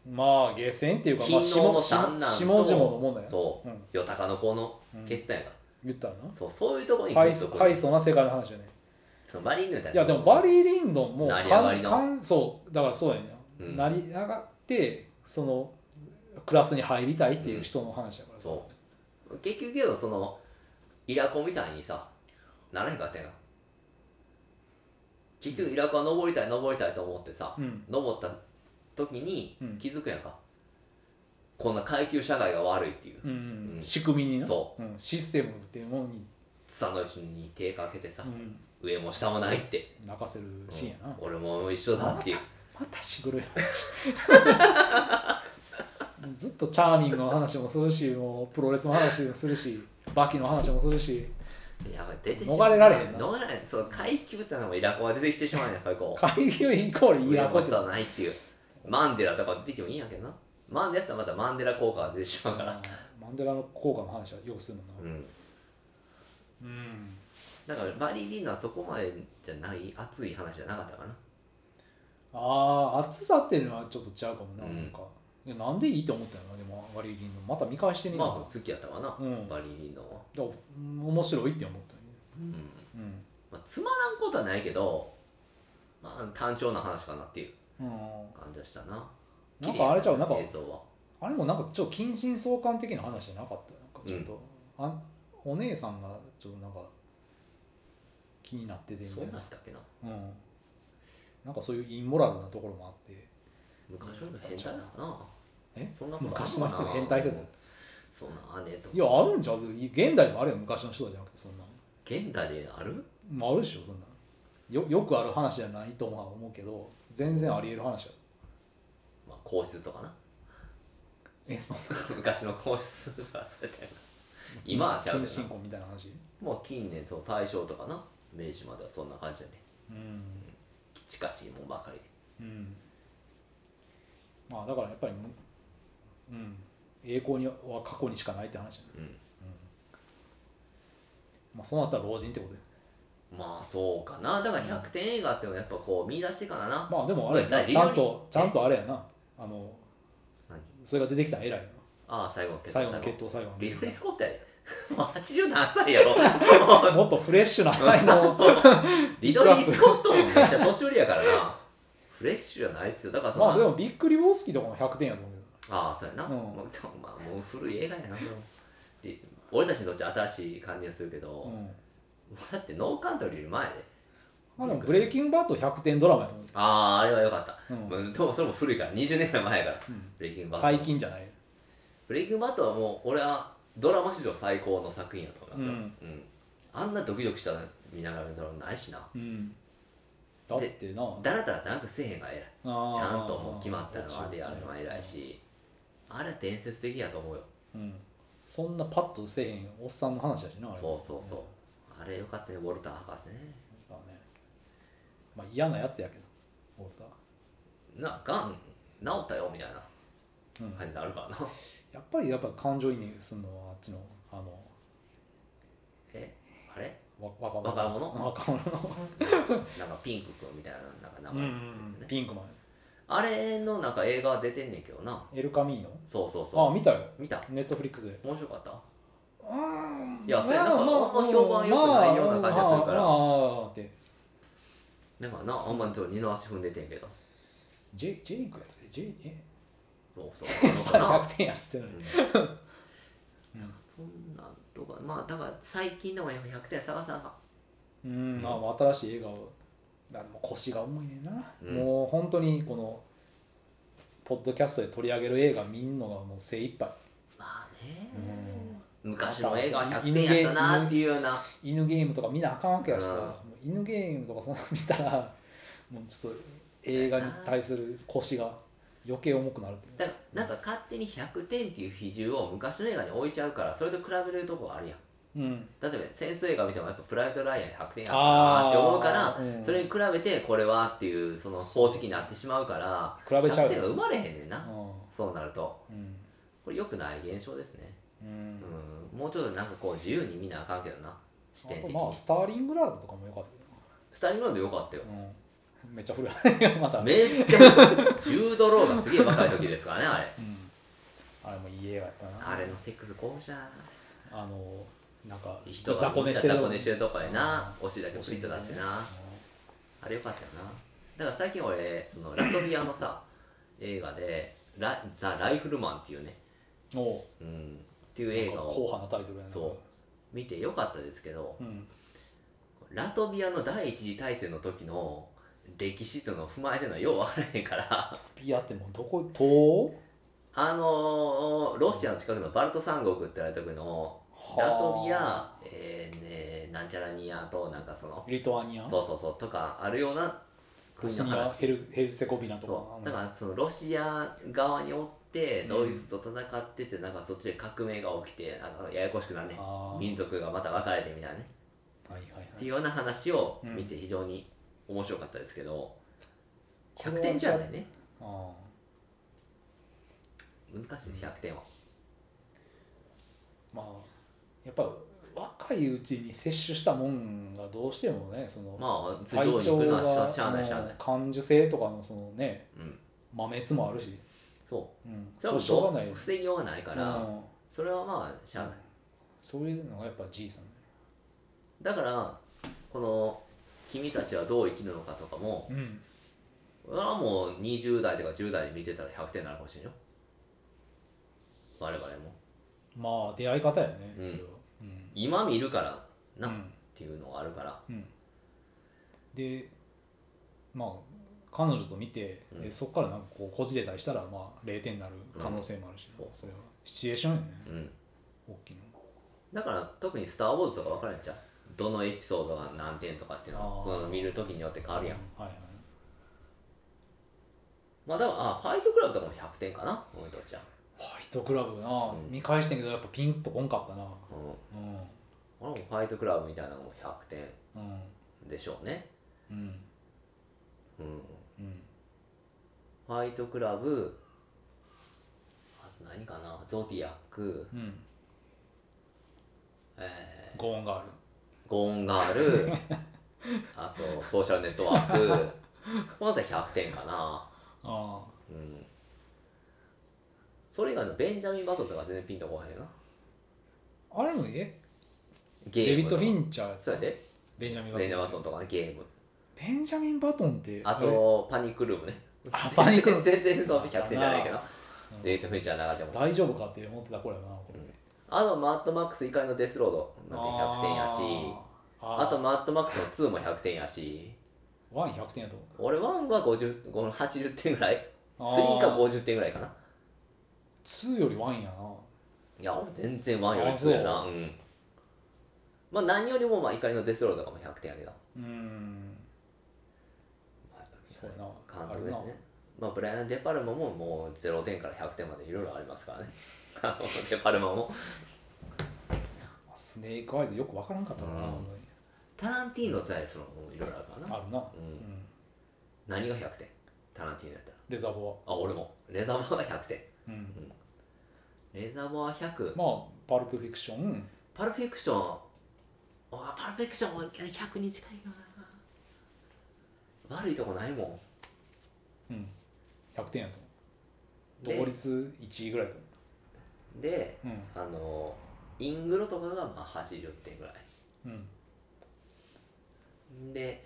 [SPEAKER 2] まあ下船っていうか、ま
[SPEAKER 1] 貧
[SPEAKER 2] あ、
[SPEAKER 1] 乏の
[SPEAKER 2] 下
[SPEAKER 1] 三男と
[SPEAKER 2] 下々のもんだよ
[SPEAKER 1] そう、
[SPEAKER 2] うん
[SPEAKER 1] よたかの子の
[SPEAKER 2] うん
[SPEAKER 1] 決闘やんか、
[SPEAKER 2] 言ったらな
[SPEAKER 1] そうそういうとこに
[SPEAKER 2] ハ
[SPEAKER 1] グ
[SPEAKER 2] イ
[SPEAKER 1] ッと
[SPEAKER 2] ソ
[SPEAKER 1] くる
[SPEAKER 2] ハイソな世界の話じゃね
[SPEAKER 1] そのバリーリンドンみたい
[SPEAKER 2] いやでもバリー・リンドンも
[SPEAKER 1] 成り上がりの
[SPEAKER 2] かんかんそうだからそうやね、
[SPEAKER 1] うん
[SPEAKER 2] 成り上がってそのクラスに入りたいっていう人の話やからさ、
[SPEAKER 1] そう結局けどそのイラコみたいにさならへんかったやんか結局イラコは登りたい登りたいと思ってさ、
[SPEAKER 2] うん
[SPEAKER 1] 登った時に
[SPEAKER 2] うん
[SPEAKER 1] 気づくやんか、こんな階級社会が悪いっていう
[SPEAKER 2] うん
[SPEAKER 1] うん
[SPEAKER 2] 仕組みにな
[SPEAKER 1] そ
[SPEAKER 2] ん、システムっていうものに、
[SPEAKER 1] スタンドイッチに手かけてさ、
[SPEAKER 2] うん
[SPEAKER 1] 上も下もないって、
[SPEAKER 2] 泣かせるシーンやな、
[SPEAKER 1] うん俺も一緒だっていう
[SPEAKER 2] またしぐるい話 *laughs* ずっとチャーミングの話もするしもうプロレスの話もするしバキの話もするし
[SPEAKER 1] やばい出て
[SPEAKER 2] 逃れられへんな
[SPEAKER 1] 逃れられへんそう階級ってのもイラコが出てきてしまうねんやっぱりこう
[SPEAKER 2] 会議イコール *laughs* イ
[SPEAKER 1] 上
[SPEAKER 2] ラ
[SPEAKER 1] も
[SPEAKER 2] コシ
[SPEAKER 1] 下もないっていうマンデラとか出てきてもいいんやけどなマンデラやったらまたマンデラ効果が出てしまうから
[SPEAKER 2] マンデラの効果の話はよくするもんな
[SPEAKER 1] うん
[SPEAKER 2] うん
[SPEAKER 1] だからバリー・リンドンはそこまでじゃない熱い話じゃなかったかな
[SPEAKER 2] ああ暑さっていうのはちょっと違うかもな,、
[SPEAKER 1] うん
[SPEAKER 2] なんかいやなんでいいと思ったのでも割り切りのまた見返してみる
[SPEAKER 1] まあ
[SPEAKER 2] の、
[SPEAKER 1] 好きやったかな、
[SPEAKER 2] うん
[SPEAKER 1] バリー・リンドンは、
[SPEAKER 2] だからうん面白いって思ったよね
[SPEAKER 1] うん
[SPEAKER 2] うん
[SPEAKER 1] まあ、つまらんことはないけどまあ単調な話かなっていう
[SPEAKER 2] うん、
[SPEAKER 1] 感じはしたな
[SPEAKER 2] なんかあれちゃうなんか
[SPEAKER 1] 映像は
[SPEAKER 2] あれもなんかちょっと近親相関的な話じゃなかったよなんかちょっと、あんお姉さんがちょっとなんか気になっててみた
[SPEAKER 1] そう
[SPEAKER 2] い
[SPEAKER 1] な
[SPEAKER 2] なん
[SPEAKER 1] だっけな
[SPEAKER 2] うん、なんかそういうインモラルなところもあって
[SPEAKER 1] 昔の人変態だな
[SPEAKER 2] え
[SPEAKER 1] そんなことあるか
[SPEAKER 2] 昔
[SPEAKER 1] な
[SPEAKER 2] の人変態説
[SPEAKER 1] そんな姉と
[SPEAKER 2] いやあるんじゃう現代でもあるよ昔の人じゃなくてそんなの
[SPEAKER 1] 現代である
[SPEAKER 2] まあ、あるでしょそんなのよよくある話じゃないとは思うけど全然ありえる話だ
[SPEAKER 1] まあ皇室とかな *laughs*
[SPEAKER 2] えその
[SPEAKER 1] 昔の皇室とかそうやったよな今はちゃう
[SPEAKER 2] 近
[SPEAKER 1] けど
[SPEAKER 2] 親
[SPEAKER 1] な
[SPEAKER 2] 婚みたいな話
[SPEAKER 1] もう近年と大正とかな明治まではそんな感じだね
[SPEAKER 2] うん
[SPEAKER 1] 近しいもんばかりで
[SPEAKER 2] うんまあだからやっぱりむうん栄光には過去にしかないって話だね
[SPEAKER 1] うん
[SPEAKER 2] まあそうなったら老人ってことで
[SPEAKER 1] まあそうかなだから100点映画っていうのはやっぱこう見出してからな
[SPEAKER 2] まあでもあれやな
[SPEAKER 1] これ
[SPEAKER 2] ち
[SPEAKER 1] だ
[SPEAKER 2] ゃ
[SPEAKER 1] から
[SPEAKER 2] んと
[SPEAKER 1] 理
[SPEAKER 2] ち
[SPEAKER 1] 由
[SPEAKER 2] ゃ
[SPEAKER 1] に
[SPEAKER 2] んとあれやなあの
[SPEAKER 1] 何
[SPEAKER 2] それが出てきたら偉いよ
[SPEAKER 1] ああ最後の
[SPEAKER 2] な
[SPEAKER 1] 決
[SPEAKER 2] 最
[SPEAKER 1] 闘
[SPEAKER 2] 後の
[SPEAKER 1] 最
[SPEAKER 2] 決
[SPEAKER 1] 後
[SPEAKER 2] 闘最後の
[SPEAKER 1] リドリー・ス
[SPEAKER 2] 決
[SPEAKER 1] コットやで *laughs* もう80何歳や *laughs* ろ
[SPEAKER 2] 闘もっとフレッシュな才能
[SPEAKER 1] リドリー・スコットもめっちゃ年寄りやからなフレッシュじゃないっすよだ *laughs* からその、
[SPEAKER 2] まあでもビックリウォースキーとかも100点やと思うけど
[SPEAKER 1] ああそうやな、
[SPEAKER 2] うん
[SPEAKER 1] もうでもまあもう古い映画やなで俺たちにとっちゃ新しい感じがするけど、も
[SPEAKER 2] うん
[SPEAKER 1] うだってノーカントリーより前で
[SPEAKER 2] まあでもブレイキングバッド100点ドラマやと思う
[SPEAKER 1] あああれは良かった、
[SPEAKER 2] うん
[SPEAKER 1] まあでもそれも古いから20年ぐらい前やから、
[SPEAKER 2] うん
[SPEAKER 1] ブレイキングバット
[SPEAKER 2] 最近じゃない
[SPEAKER 1] ブレイキングバットはもう俺はドラマ史上最高の作品やと思いますよ、うんあんなドキドキしたの見ながら見たのないしな
[SPEAKER 2] うんだってな
[SPEAKER 1] だらだらなんかせえへんが偉い
[SPEAKER 2] ちゃ
[SPEAKER 1] ちゃんともう決まったのはでやるのは偉いしあれは伝説的やと思うよ
[SPEAKER 2] うんそんなパッとせえへんおっさんの話だしなあれ
[SPEAKER 1] そうそうそうあれよかったねウォルター博士ね
[SPEAKER 2] だねまあ嫌なやつやけどウォルター
[SPEAKER 1] ながん治ったよみたい
[SPEAKER 2] うん
[SPEAKER 1] な感じになるからな、 *laughs*
[SPEAKER 2] やっぱりやっぱ感情移入するのはあっちのあの
[SPEAKER 1] えあれ
[SPEAKER 2] わ若者
[SPEAKER 1] 若者
[SPEAKER 2] 若者の
[SPEAKER 1] なんかピンクくんみたいななんか名
[SPEAKER 2] うん
[SPEAKER 1] 前、ね
[SPEAKER 2] ピンクマン
[SPEAKER 1] あれのなんか映画出てんねんけどな
[SPEAKER 2] エルカミーノ
[SPEAKER 1] そうそう
[SPEAKER 2] あ
[SPEAKER 1] そ
[SPEAKER 2] 見たよ
[SPEAKER 1] う見た
[SPEAKER 2] ネットフリックスで
[SPEAKER 1] 面白かった
[SPEAKER 2] あうん
[SPEAKER 1] いやそうや
[SPEAKER 2] ま
[SPEAKER 1] なんかあんま評判良くないような感じがするから
[SPEAKER 2] まあまあまあまあって
[SPEAKER 1] だからなあんまちょっと二の足踏んでてんけど
[SPEAKER 2] J, J リーグやったっけ J え
[SPEAKER 1] そう
[SPEAKER 2] *laughs*
[SPEAKER 1] そうなのかな
[SPEAKER 2] 100点やっつってんのに
[SPEAKER 1] うんそんなんとかまあだから最近でもやっぱ100点探さなあかん
[SPEAKER 2] うん、まあまあ新しい映画をだからもう腰が重いねんな、
[SPEAKER 1] うん
[SPEAKER 2] もう本当にこのポッドキャストで取り上げる映画見んのがもう精一杯
[SPEAKER 1] まあね、
[SPEAKER 2] う
[SPEAKER 1] 昔の映画は100点やったなっていうような
[SPEAKER 2] 犬ゲームとか見なあかんわけやしさ、
[SPEAKER 1] うん
[SPEAKER 2] もう犬ゲームとかそんなの見たらもうちょっと映画に対する腰が余計重くなるっていう
[SPEAKER 1] だからなんか勝手に100点っていう比重を昔の映画に置いちゃうからそれと比べるとこあるやん
[SPEAKER 2] うん
[SPEAKER 1] 例えば戦争映画見てもやっぱプライドライアン100点やった
[SPEAKER 2] あ
[SPEAKER 1] な
[SPEAKER 2] ー
[SPEAKER 1] って思うから、
[SPEAKER 2] うん
[SPEAKER 1] それに比べてこれはっていうその方式になってしまうから
[SPEAKER 2] 比べちゃ
[SPEAKER 1] 100
[SPEAKER 2] う
[SPEAKER 1] 点が
[SPEAKER 2] よ
[SPEAKER 1] 生まれへんねんな、
[SPEAKER 2] う
[SPEAKER 1] そうなると
[SPEAKER 2] ん
[SPEAKER 1] これ良くない現象ですね、
[SPEAKER 2] うん、う
[SPEAKER 1] うんん、もうちょっとなんかこう自由に見なあかんけどな視点
[SPEAKER 2] あと
[SPEAKER 1] 的に、
[SPEAKER 2] まあスターリングラードとかもよかっ
[SPEAKER 1] スターリングランド良かったよ
[SPEAKER 2] たよ、うん、めっちゃ古い *laughs* また、うん、
[SPEAKER 1] めっちゃ *laughs* 10ドローがすげえ若い時ですからねあれ
[SPEAKER 2] あれもいい映画やったな
[SPEAKER 1] あれのセックスこうじゃん
[SPEAKER 2] あのなんか
[SPEAKER 1] 人
[SPEAKER 2] 雑
[SPEAKER 1] がみ
[SPEAKER 2] 魚
[SPEAKER 1] ん
[SPEAKER 2] 寝
[SPEAKER 1] な
[SPEAKER 2] してる
[SPEAKER 1] 雑魚寝してるとこやなお尻だけ
[SPEAKER 2] お
[SPEAKER 1] つい
[SPEAKER 2] 尻
[SPEAKER 1] て
[SPEAKER 2] だ
[SPEAKER 1] た
[SPEAKER 2] け
[SPEAKER 1] し
[SPEAKER 2] ね
[SPEAKER 1] なあれよかったよなだから最近俺そのラトビアのさ映画でラ「ザ・ライフルマン」っていうね、
[SPEAKER 2] うんお
[SPEAKER 1] うん、っていう
[SPEAKER 2] う
[SPEAKER 1] 映画
[SPEAKER 2] 硬
[SPEAKER 1] を
[SPEAKER 2] 派なタイトルやな
[SPEAKER 1] そ見てよかったですけど
[SPEAKER 2] う、ん、
[SPEAKER 1] ラトビアの第一次大戦の時の歴史というのを踏まえてるのはようわからへんから *laughs*
[SPEAKER 2] ビアってもうどこ東
[SPEAKER 1] あのーロシアの近くのバルト三国って言われた時のラトビア、えーね、なんちゃらニアとなんかその
[SPEAKER 2] リトアニア
[SPEAKER 1] そうそうそうとかあるような
[SPEAKER 2] ボ
[SPEAKER 1] 国
[SPEAKER 2] ス
[SPEAKER 1] の
[SPEAKER 2] ニア
[SPEAKER 1] 話
[SPEAKER 2] ヘルヘルセゴビナと
[SPEAKER 1] そ
[SPEAKER 2] か
[SPEAKER 1] うだからそのロシア側におって
[SPEAKER 2] うん
[SPEAKER 1] ドイツと戦っててなんかそっちで革命が起きてなんかややこしくなるね
[SPEAKER 2] あー
[SPEAKER 1] 民族がまた分かれてみたいなね
[SPEAKER 2] はいはいはい
[SPEAKER 1] っていうような話を見て非常に面白かったですけど
[SPEAKER 2] これは
[SPEAKER 1] 100点じゃないね
[SPEAKER 2] あ
[SPEAKER 1] 難しいです100点は
[SPEAKER 2] ーまあやっぱ若いうちに摂取したもんがどうしてもねその、
[SPEAKER 1] まあ
[SPEAKER 2] 体
[SPEAKER 1] 頭上に行
[SPEAKER 2] 調
[SPEAKER 1] くの
[SPEAKER 2] が
[SPEAKER 1] はしゃしゃあないしゃあな
[SPEAKER 2] あ
[SPEAKER 1] い
[SPEAKER 2] の感受性とかのそのね
[SPEAKER 1] うん
[SPEAKER 2] 摩滅もあるし、
[SPEAKER 1] そ
[SPEAKER 2] うん、
[SPEAKER 1] うそ
[SPEAKER 2] そ
[SPEAKER 1] れ
[SPEAKER 2] れ
[SPEAKER 1] は
[SPEAKER 2] はしょうがない
[SPEAKER 1] もう防ぎようがないから
[SPEAKER 2] うん
[SPEAKER 1] それはまあしゃあない
[SPEAKER 2] そういうのがやっぱじいさん
[SPEAKER 1] だからこの「君たちはどう生きるのか」とかも
[SPEAKER 2] うん、
[SPEAKER 1] 俺はもう20代とか10代で見てたら100点になるかもしれんよ我々も
[SPEAKER 2] まあ出会い方やね、
[SPEAKER 1] うん
[SPEAKER 2] それは、うん
[SPEAKER 1] 今見るからな、
[SPEAKER 2] う
[SPEAKER 1] っ
[SPEAKER 2] ん
[SPEAKER 1] ていうのがあるから
[SPEAKER 2] うんでまあ彼女と見て、でそこからなんかこうこじれたりしたらまあ0点になる可能性もあるし、
[SPEAKER 1] うん
[SPEAKER 2] それはシチュエーションやね
[SPEAKER 1] うん
[SPEAKER 2] 大きいの
[SPEAKER 1] だから特に「スター・ウォーズ」とか分かるんちゃうどのエピソードが何点とかっていうの
[SPEAKER 2] あ
[SPEAKER 1] は
[SPEAKER 2] ー
[SPEAKER 1] その見る時によって変わるやん、
[SPEAKER 2] はいはい
[SPEAKER 1] まあだからあファイトクラブとかも100点かな俺とちゃん、
[SPEAKER 2] ファイトクラブな、
[SPEAKER 1] うん
[SPEAKER 2] 見返してんけどやっぱピンとこんかったな
[SPEAKER 1] うん、
[SPEAKER 2] うん
[SPEAKER 1] 俺もファイトクラブみたいなのも100点
[SPEAKER 2] うん
[SPEAKER 1] でしょうね
[SPEAKER 2] うん
[SPEAKER 1] うん
[SPEAKER 2] うん
[SPEAKER 1] ファイトクラブあと何かなゾディアック
[SPEAKER 2] うん
[SPEAKER 1] えー
[SPEAKER 2] ご恩がある
[SPEAKER 1] ゴーンガールあとソーシャルネットワークこの辺り100点かな
[SPEAKER 2] あ
[SPEAKER 1] うんそれ以外のベンジャミン・バトンとか全然ピンとこへんな
[SPEAKER 2] ああれもえ
[SPEAKER 1] ゲーム
[SPEAKER 2] デビッド・
[SPEAKER 1] と
[SPEAKER 2] フィンチャー
[SPEAKER 1] そうやで
[SPEAKER 2] ベンジャミン・バ
[SPEAKER 1] ベンジャミン・
[SPEAKER 2] ト
[SPEAKER 1] バトンとかねゲーム
[SPEAKER 2] ンベンジャミン・バトンって
[SPEAKER 1] あ
[SPEAKER 2] れ
[SPEAKER 1] とパニックルームね
[SPEAKER 2] あパニックルー
[SPEAKER 1] *laughs*
[SPEAKER 2] ム
[SPEAKER 1] 全然全然そう100点じゃないけど
[SPEAKER 2] うん
[SPEAKER 1] デビッド・フィンチャーなかったもん
[SPEAKER 2] 大丈夫かって思ってた頃やなこれ
[SPEAKER 1] あのマッドマックス怒りのデスロードなんて100点やし
[SPEAKER 2] あー
[SPEAKER 1] あとマッドマックスの2も100点やし
[SPEAKER 2] ワン100点やと
[SPEAKER 1] 俺1は50 80点ぐらい
[SPEAKER 2] 思う
[SPEAKER 1] 3が50点ぐらいかな
[SPEAKER 2] 2よりワンやない
[SPEAKER 1] や俺全然ワンより強いな
[SPEAKER 2] あ
[SPEAKER 1] うんまあ何よりもまあ怒りのデスロードとかも100点やけど
[SPEAKER 2] うんそうやな
[SPEAKER 1] 監
[SPEAKER 2] あ
[SPEAKER 1] 督
[SPEAKER 2] るな
[SPEAKER 1] でねまあブライアン・デパルマももう0点から100点までいろいろありますからね *laughs* あのデパルマも
[SPEAKER 2] スネークアイズよくわからんかったな、
[SPEAKER 1] うん
[SPEAKER 2] ほんまに
[SPEAKER 1] タランティーノさえそのいろいろあるからな
[SPEAKER 2] あるな、
[SPEAKER 1] うん
[SPEAKER 2] うん
[SPEAKER 1] 何が100点タランティーノやったら
[SPEAKER 2] レザーボ
[SPEAKER 1] あ俺もレザーバーが100点
[SPEAKER 2] ア、うん、
[SPEAKER 1] レザーバー100
[SPEAKER 2] まあパルプフィクション
[SPEAKER 1] パルフィクションあパルフィクションも100に近いな悪いとこないもん
[SPEAKER 2] うん100点やと思
[SPEAKER 1] で
[SPEAKER 2] う同率1位ぐらいだと
[SPEAKER 1] で
[SPEAKER 2] 思う、
[SPEAKER 1] あのイングロとかがまあ80点ぐらい
[SPEAKER 2] うん
[SPEAKER 1] で、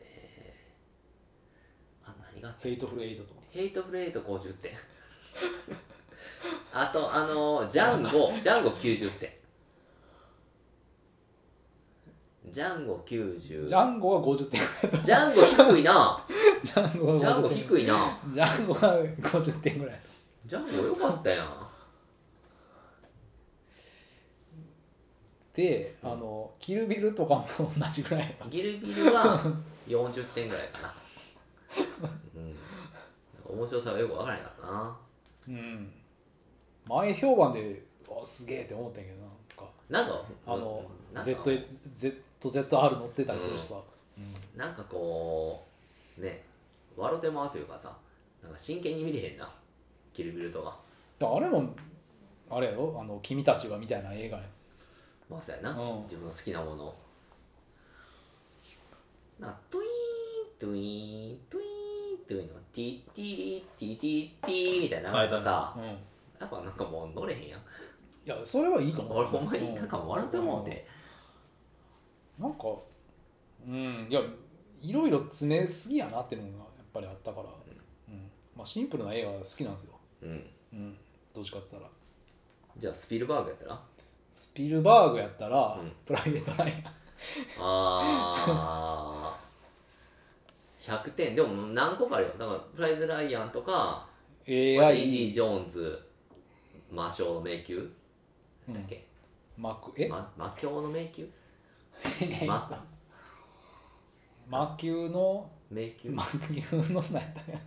[SPEAKER 1] えーあ何があった
[SPEAKER 2] ヘイトフルエイトとか
[SPEAKER 1] ヘイトフレイト50点 *laughs* あとあのジャンゴジャンゴ90点ジャンゴ90
[SPEAKER 2] ジャンゴは50点
[SPEAKER 1] ジャンゴ低い
[SPEAKER 2] *laughs*
[SPEAKER 1] な
[SPEAKER 2] ジャンゴは
[SPEAKER 1] ジャンゴ
[SPEAKER 2] 50点
[SPEAKER 1] 低いな
[SPEAKER 2] ジャンゴは50点ぐらい
[SPEAKER 1] ジャンゴよかったやん
[SPEAKER 2] であのキルビルとかも同じぐらい
[SPEAKER 1] ギルビルは40点ぐらいかな、うん、面白さがよくわからへんかったな
[SPEAKER 2] うん前評判でわすげえって思ったんやけどなとか
[SPEAKER 1] なんか
[SPEAKER 2] あの
[SPEAKER 1] なんか
[SPEAKER 2] Z ZZR 乗ってたりするしさ、うん
[SPEAKER 1] なんかこうね笑うてまうというかさなんか真剣に見れへんなキルビルとか
[SPEAKER 2] であれもあれやろあの「君たちは」みたいな映画や
[SPEAKER 1] まあそうやな、
[SPEAKER 2] うん
[SPEAKER 1] 自分の好きなものをなトゥイーントゥイーントゥイーントゥイーンのティティリティティティみたいな流れとさ
[SPEAKER 2] うん、い
[SPEAKER 1] やっぱなんかもう乗れへんやん
[SPEAKER 2] やそれはいいと思う
[SPEAKER 1] 俺ほんまになんか笑ってもうて、
[SPEAKER 2] なんかうんいやいろいろ詰めすぎやなっていうのがやっぱりあったから、うんまあ、シンプルな映画が好きなんですよ、
[SPEAKER 1] うん、
[SPEAKER 2] うん、どっちかって言ったら
[SPEAKER 1] じゃあスピルバーグやったら
[SPEAKER 2] スピルバーグやったら、
[SPEAKER 1] うん
[SPEAKER 2] プライベートライ
[SPEAKER 1] *laughs*
[SPEAKER 2] ン
[SPEAKER 1] あー100点でも何個かあるよだからプライズ・ライアンとか
[SPEAKER 2] AI、
[SPEAKER 1] AID ・ジョーンズ魔性の迷宮
[SPEAKER 2] う
[SPEAKER 1] だっ
[SPEAKER 2] ん、
[SPEAKER 1] け、
[SPEAKER 2] マックえ、
[SPEAKER 1] ま、魔境の迷宮
[SPEAKER 2] *laughs*
[SPEAKER 1] ま
[SPEAKER 2] 魔球の
[SPEAKER 1] 迷宮
[SPEAKER 2] 魔球の何やったんや、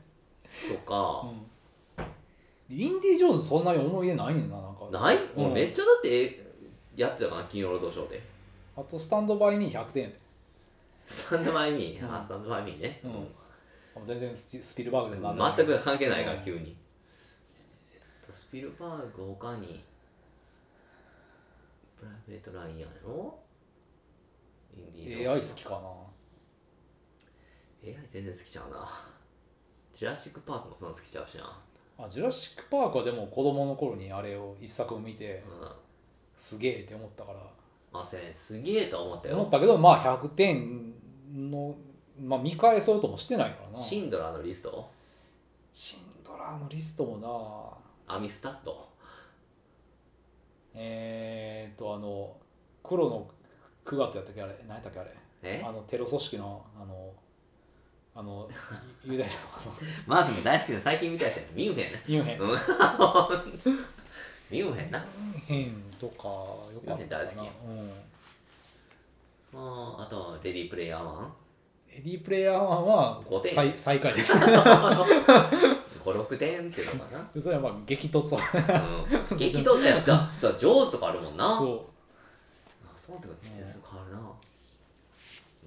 [SPEAKER 1] とか、
[SPEAKER 2] うん、インディ・ジョーンズそんなに思い出ないねんななんか
[SPEAKER 1] ない
[SPEAKER 2] うん
[SPEAKER 1] もうめっちゃだってえやってたかな金曜ロードショーで
[SPEAKER 2] あとスタンド・バイ・ミー100点
[SPEAKER 1] スタンドバイミー、
[SPEAKER 2] うん
[SPEAKER 1] あスタンドバイミーね、
[SPEAKER 2] うんあ全然ススピルバーグでなんでもない
[SPEAKER 1] 全く関係ないから
[SPEAKER 2] うん
[SPEAKER 1] 急に、えっとスピルバーグ他にプライベートライアンやろインディーズ
[SPEAKER 2] AI 好きかな
[SPEAKER 1] AI 全然好きちゃうなジュラシック・パークもそんな好きちゃうしな、
[SPEAKER 2] あジュラシック・パークはでも子供の頃にあれを一作を見て
[SPEAKER 1] う
[SPEAKER 2] すげえって思ったから
[SPEAKER 1] ん、あせんすげえとは思った
[SPEAKER 2] 思っ
[SPEAKER 1] よ
[SPEAKER 2] たけどまあ100点の、まあ、見返そうともしてないからな
[SPEAKER 1] シンドラーのリスト
[SPEAKER 2] シンドラーのリストもな
[SPEAKER 1] アミスタッド
[SPEAKER 2] えー、っとあの黒の9月やったっけあれ何やったっけあれ
[SPEAKER 1] え
[SPEAKER 2] あのテロ組織のあのあのユユダヤのあの
[SPEAKER 1] マークも大好きな最近見たやつやミュンヘンね
[SPEAKER 2] ミュンヘン
[SPEAKER 1] うんミュンヘンな
[SPEAKER 2] ミュンヘンとかよ
[SPEAKER 1] ミュ
[SPEAKER 2] か
[SPEAKER 1] ン
[SPEAKER 2] っ
[SPEAKER 1] ヘン
[SPEAKER 2] た
[SPEAKER 1] 大好
[SPEAKER 2] か
[SPEAKER 1] き
[SPEAKER 2] な、うん、
[SPEAKER 1] まああとはレディープレイヤー1
[SPEAKER 2] レディープレイヤー1は
[SPEAKER 1] 五点
[SPEAKER 2] 最最下位です
[SPEAKER 1] 56点っていうのかな
[SPEAKER 2] それはまあ激突は
[SPEAKER 1] うん激闘だよだそうジョーズとかあるもんなそう
[SPEAKER 2] そ
[SPEAKER 1] そうってこと季節変わるな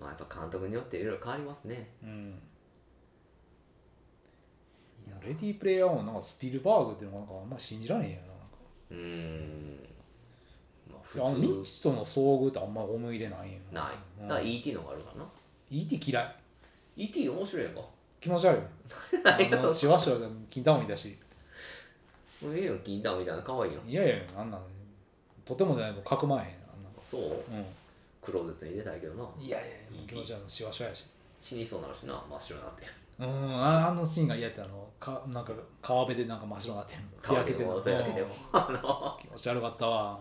[SPEAKER 1] まあやっぱ監督によっていろいろ変わりますね
[SPEAKER 2] う、うん、いやレディープレイヤー1はなんかスピルバーグっていうのがなんかあんま信じられへんやななんか
[SPEAKER 1] うーんまあ
[SPEAKER 2] いやあの
[SPEAKER 1] 普
[SPEAKER 2] 未
[SPEAKER 1] 通
[SPEAKER 2] 知との遭遇ってあんま思い入れないんや
[SPEAKER 1] な
[SPEAKER 2] う
[SPEAKER 1] い
[SPEAKER 2] ん
[SPEAKER 1] だから ET の方があるからな
[SPEAKER 2] ET 嫌い
[SPEAKER 1] ET 面白いやんか
[SPEAKER 2] 気持ち悪い
[SPEAKER 1] *laughs* 何が
[SPEAKER 2] あのシワシワで金玉みたいだし
[SPEAKER 1] もういいよ金玉みたいな可愛いやん
[SPEAKER 2] いやいやあんなのとてもじゃないとかくまえへんあんな
[SPEAKER 1] そう
[SPEAKER 2] の
[SPEAKER 1] クローゼットに入れたいけどな
[SPEAKER 2] うんいやいや気持ち悪いシワシワやし
[SPEAKER 1] 死にそうになるしな真っ白になって
[SPEAKER 2] うんああのシーンが嫌やったあのかなんか川辺でなんか真っ白になってんの日焼けてんの
[SPEAKER 1] 手焼けても
[SPEAKER 2] うん気持ち悪かったわ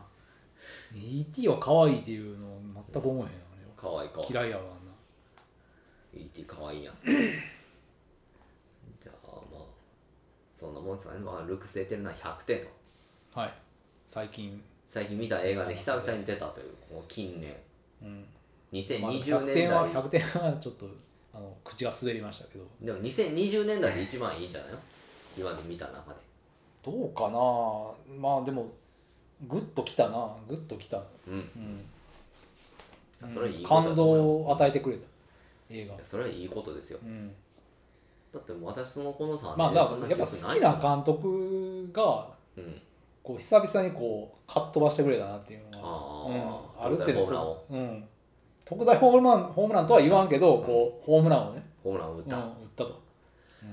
[SPEAKER 2] ET は可愛いっていうの全く思えへんあれ
[SPEAKER 1] 可愛いか
[SPEAKER 2] は嫌いやわあんな
[SPEAKER 1] ET 可愛いやんじゃあまあそんなもんですかね、まあ、ルックス出てるのは100点と
[SPEAKER 2] はい最近
[SPEAKER 1] 最近見た映画で久々に出たというこう近年
[SPEAKER 2] うんまあ
[SPEAKER 1] 2020
[SPEAKER 2] 100
[SPEAKER 1] 年
[SPEAKER 2] 点は
[SPEAKER 1] 代
[SPEAKER 2] 100点はちょっとあの口が滑りましたけど
[SPEAKER 1] でも2020年代で一番いいんじゃないの今の見た中で
[SPEAKER 2] どうかなまあでもグッときたなグッときた、
[SPEAKER 1] うん
[SPEAKER 2] うん
[SPEAKER 1] それはいいことだ
[SPEAKER 2] 感
[SPEAKER 1] と思うよ
[SPEAKER 2] 動を与えてくれた映画、
[SPEAKER 1] それはいいことですよ
[SPEAKER 2] うん、
[SPEAKER 1] だってもう私そのこの3年
[SPEAKER 2] まあだか
[SPEAKER 1] そん
[SPEAKER 2] ら
[SPEAKER 1] な
[SPEAKER 2] やっぱ
[SPEAKER 1] 記憶
[SPEAKER 2] 好き
[SPEAKER 1] い
[SPEAKER 2] な監督が
[SPEAKER 1] うん
[SPEAKER 2] こう久々にこうかっ飛ばしてくれたなっていうのは
[SPEAKER 1] ああ、
[SPEAKER 2] うん、あるってで
[SPEAKER 1] ホーム
[SPEAKER 2] す
[SPEAKER 1] ランを
[SPEAKER 2] よ、うん、特大ホームランホームランとは言わんけど、こうホームランをね、
[SPEAKER 1] ホームランを打っ
[SPEAKER 2] うん、
[SPEAKER 1] た、
[SPEAKER 2] 打
[SPEAKER 1] いや
[SPEAKER 2] ったと、
[SPEAKER 1] ー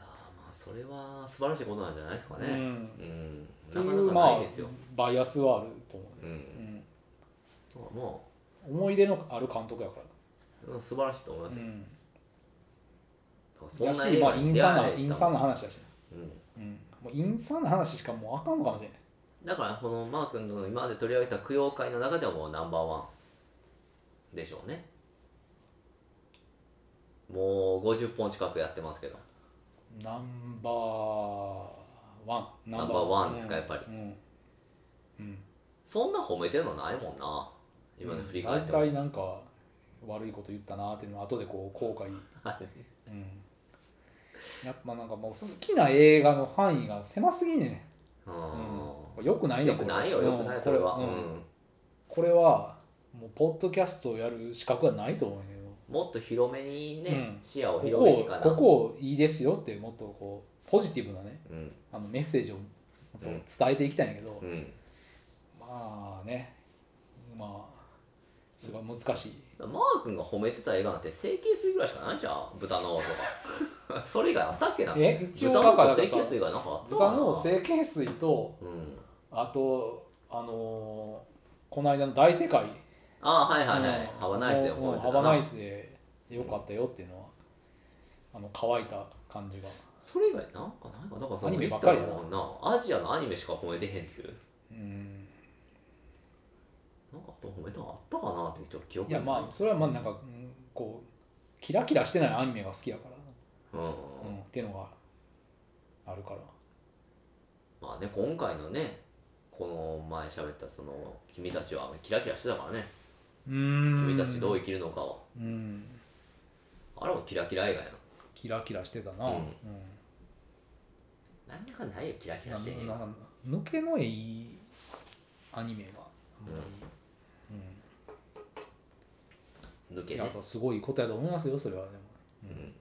[SPEAKER 1] まあそれは素晴らしいことなんじゃないですか
[SPEAKER 2] う
[SPEAKER 1] ね
[SPEAKER 2] ん
[SPEAKER 1] うん、
[SPEAKER 2] と
[SPEAKER 1] ないかな
[SPEAKER 2] う
[SPEAKER 1] か
[SPEAKER 2] ま
[SPEAKER 1] な
[SPEAKER 2] あ
[SPEAKER 1] いですよ、
[SPEAKER 2] バイアスはあると思
[SPEAKER 1] うん
[SPEAKER 2] う、うん、
[SPEAKER 1] ま
[SPEAKER 2] 思い出のある監督やか
[SPEAKER 1] あ素晴らしいと思いま
[SPEAKER 2] ら、う
[SPEAKER 1] すよ、
[SPEAKER 2] ん、
[SPEAKER 1] そん
[SPEAKER 2] や
[SPEAKER 1] な
[SPEAKER 2] し
[SPEAKER 1] 映
[SPEAKER 2] まあ
[SPEAKER 1] 画
[SPEAKER 2] 陰
[SPEAKER 1] に出
[SPEAKER 2] 惨
[SPEAKER 1] 会
[SPEAKER 2] な
[SPEAKER 1] え
[SPEAKER 2] 陰
[SPEAKER 1] たもん
[SPEAKER 2] 惨な話だし、
[SPEAKER 1] うん
[SPEAKER 2] うん、もう陰惨な話しかもうあかんのかもしれない
[SPEAKER 1] だからこのマー君の今まで取り上げた供養会の中ではもうナンバーワンでしょうねもう50本近くやってますけど
[SPEAKER 2] ナンバーワン
[SPEAKER 1] ナンバーワンですかやっぱり
[SPEAKER 2] うんうん、
[SPEAKER 1] そんな褒めてるのないもんな今で振り返っても、
[SPEAKER 2] 大体なんか悪いこと言ったなーっていうのは後でこ
[SPEAKER 1] *laughs*
[SPEAKER 2] う後悔、うん、やっぱなんかもう好きな映画の範囲が狭すぎんね
[SPEAKER 1] う
[SPEAKER 2] よくない
[SPEAKER 1] ん
[SPEAKER 2] ね
[SPEAKER 1] よくないよ
[SPEAKER 2] これ
[SPEAKER 1] よくないそれは、
[SPEAKER 2] う
[SPEAKER 1] うんん
[SPEAKER 2] これうんこれはもうポッドキャストをやる資格はないと思うんやけど
[SPEAKER 1] もっと広めにね、
[SPEAKER 2] うん
[SPEAKER 1] 視野を
[SPEAKER 2] こ
[SPEAKER 1] 広めにかな
[SPEAKER 2] こをここをいいですよってもっとこうポジティブなね
[SPEAKER 1] うん
[SPEAKER 2] あのメッセージをもっと伝えていきたいんやけど、
[SPEAKER 1] うん、
[SPEAKER 2] まあねまあすごい難しい、
[SPEAKER 1] マー君が褒めてた映画なんて整形水ぐらいしかないんちゃう豚の王とか
[SPEAKER 2] *laughs*
[SPEAKER 1] それ以外あったっけな
[SPEAKER 2] え一応
[SPEAKER 1] 豚
[SPEAKER 2] だ
[SPEAKER 1] の
[SPEAKER 2] か
[SPEAKER 1] 王
[SPEAKER 2] ら
[SPEAKER 1] と
[SPEAKER 2] さ
[SPEAKER 1] 整形水がなんかあったか
[SPEAKER 2] 豚
[SPEAKER 1] な
[SPEAKER 2] の成形水と
[SPEAKER 1] うん
[SPEAKER 2] あとあのーこの間の大世界
[SPEAKER 1] ああはいはいはい、
[SPEAKER 2] うん
[SPEAKER 1] ハバナイスで
[SPEAKER 2] も
[SPEAKER 1] 褒
[SPEAKER 2] うう
[SPEAKER 1] めて
[SPEAKER 2] んハ
[SPEAKER 1] た
[SPEAKER 2] バ
[SPEAKER 1] な
[SPEAKER 2] ナイスでよかったよっていうのは、あの乾いた感じが
[SPEAKER 1] それ以外なんかないかだからそ
[SPEAKER 2] アニ
[SPEAKER 1] の
[SPEAKER 2] メ
[SPEAKER 1] 見
[SPEAKER 2] ばったからりやな
[SPEAKER 1] もんなアジアのアニメしか褒めてへんっていう
[SPEAKER 2] うん
[SPEAKER 1] なんかあと褒めたのあったかなってちょっと記憶
[SPEAKER 2] いや
[SPEAKER 1] ない
[SPEAKER 2] まあそれはまあなんか、うんこうキラキラしてないアニメが好きやから、
[SPEAKER 1] うん、
[SPEAKER 2] うんっていうのがあるから
[SPEAKER 1] まあね今回のねこの前喋ったその君たちはキラキラしてたからね
[SPEAKER 2] 君
[SPEAKER 1] 君たちどう生きるのかを
[SPEAKER 2] うん
[SPEAKER 1] あれもキラキラ映画や
[SPEAKER 2] キラキラしてたな、
[SPEAKER 1] うん
[SPEAKER 2] うん
[SPEAKER 1] ななんかないよキラキラしてへん
[SPEAKER 2] な
[SPEAKER 1] よ
[SPEAKER 2] んか抜けのいいアニメがあんまり、
[SPEAKER 1] 抜
[SPEAKER 2] うん
[SPEAKER 1] け
[SPEAKER 2] やっ
[SPEAKER 1] ね
[SPEAKER 2] ぱすごいことやと思いますよそれはでも
[SPEAKER 1] うん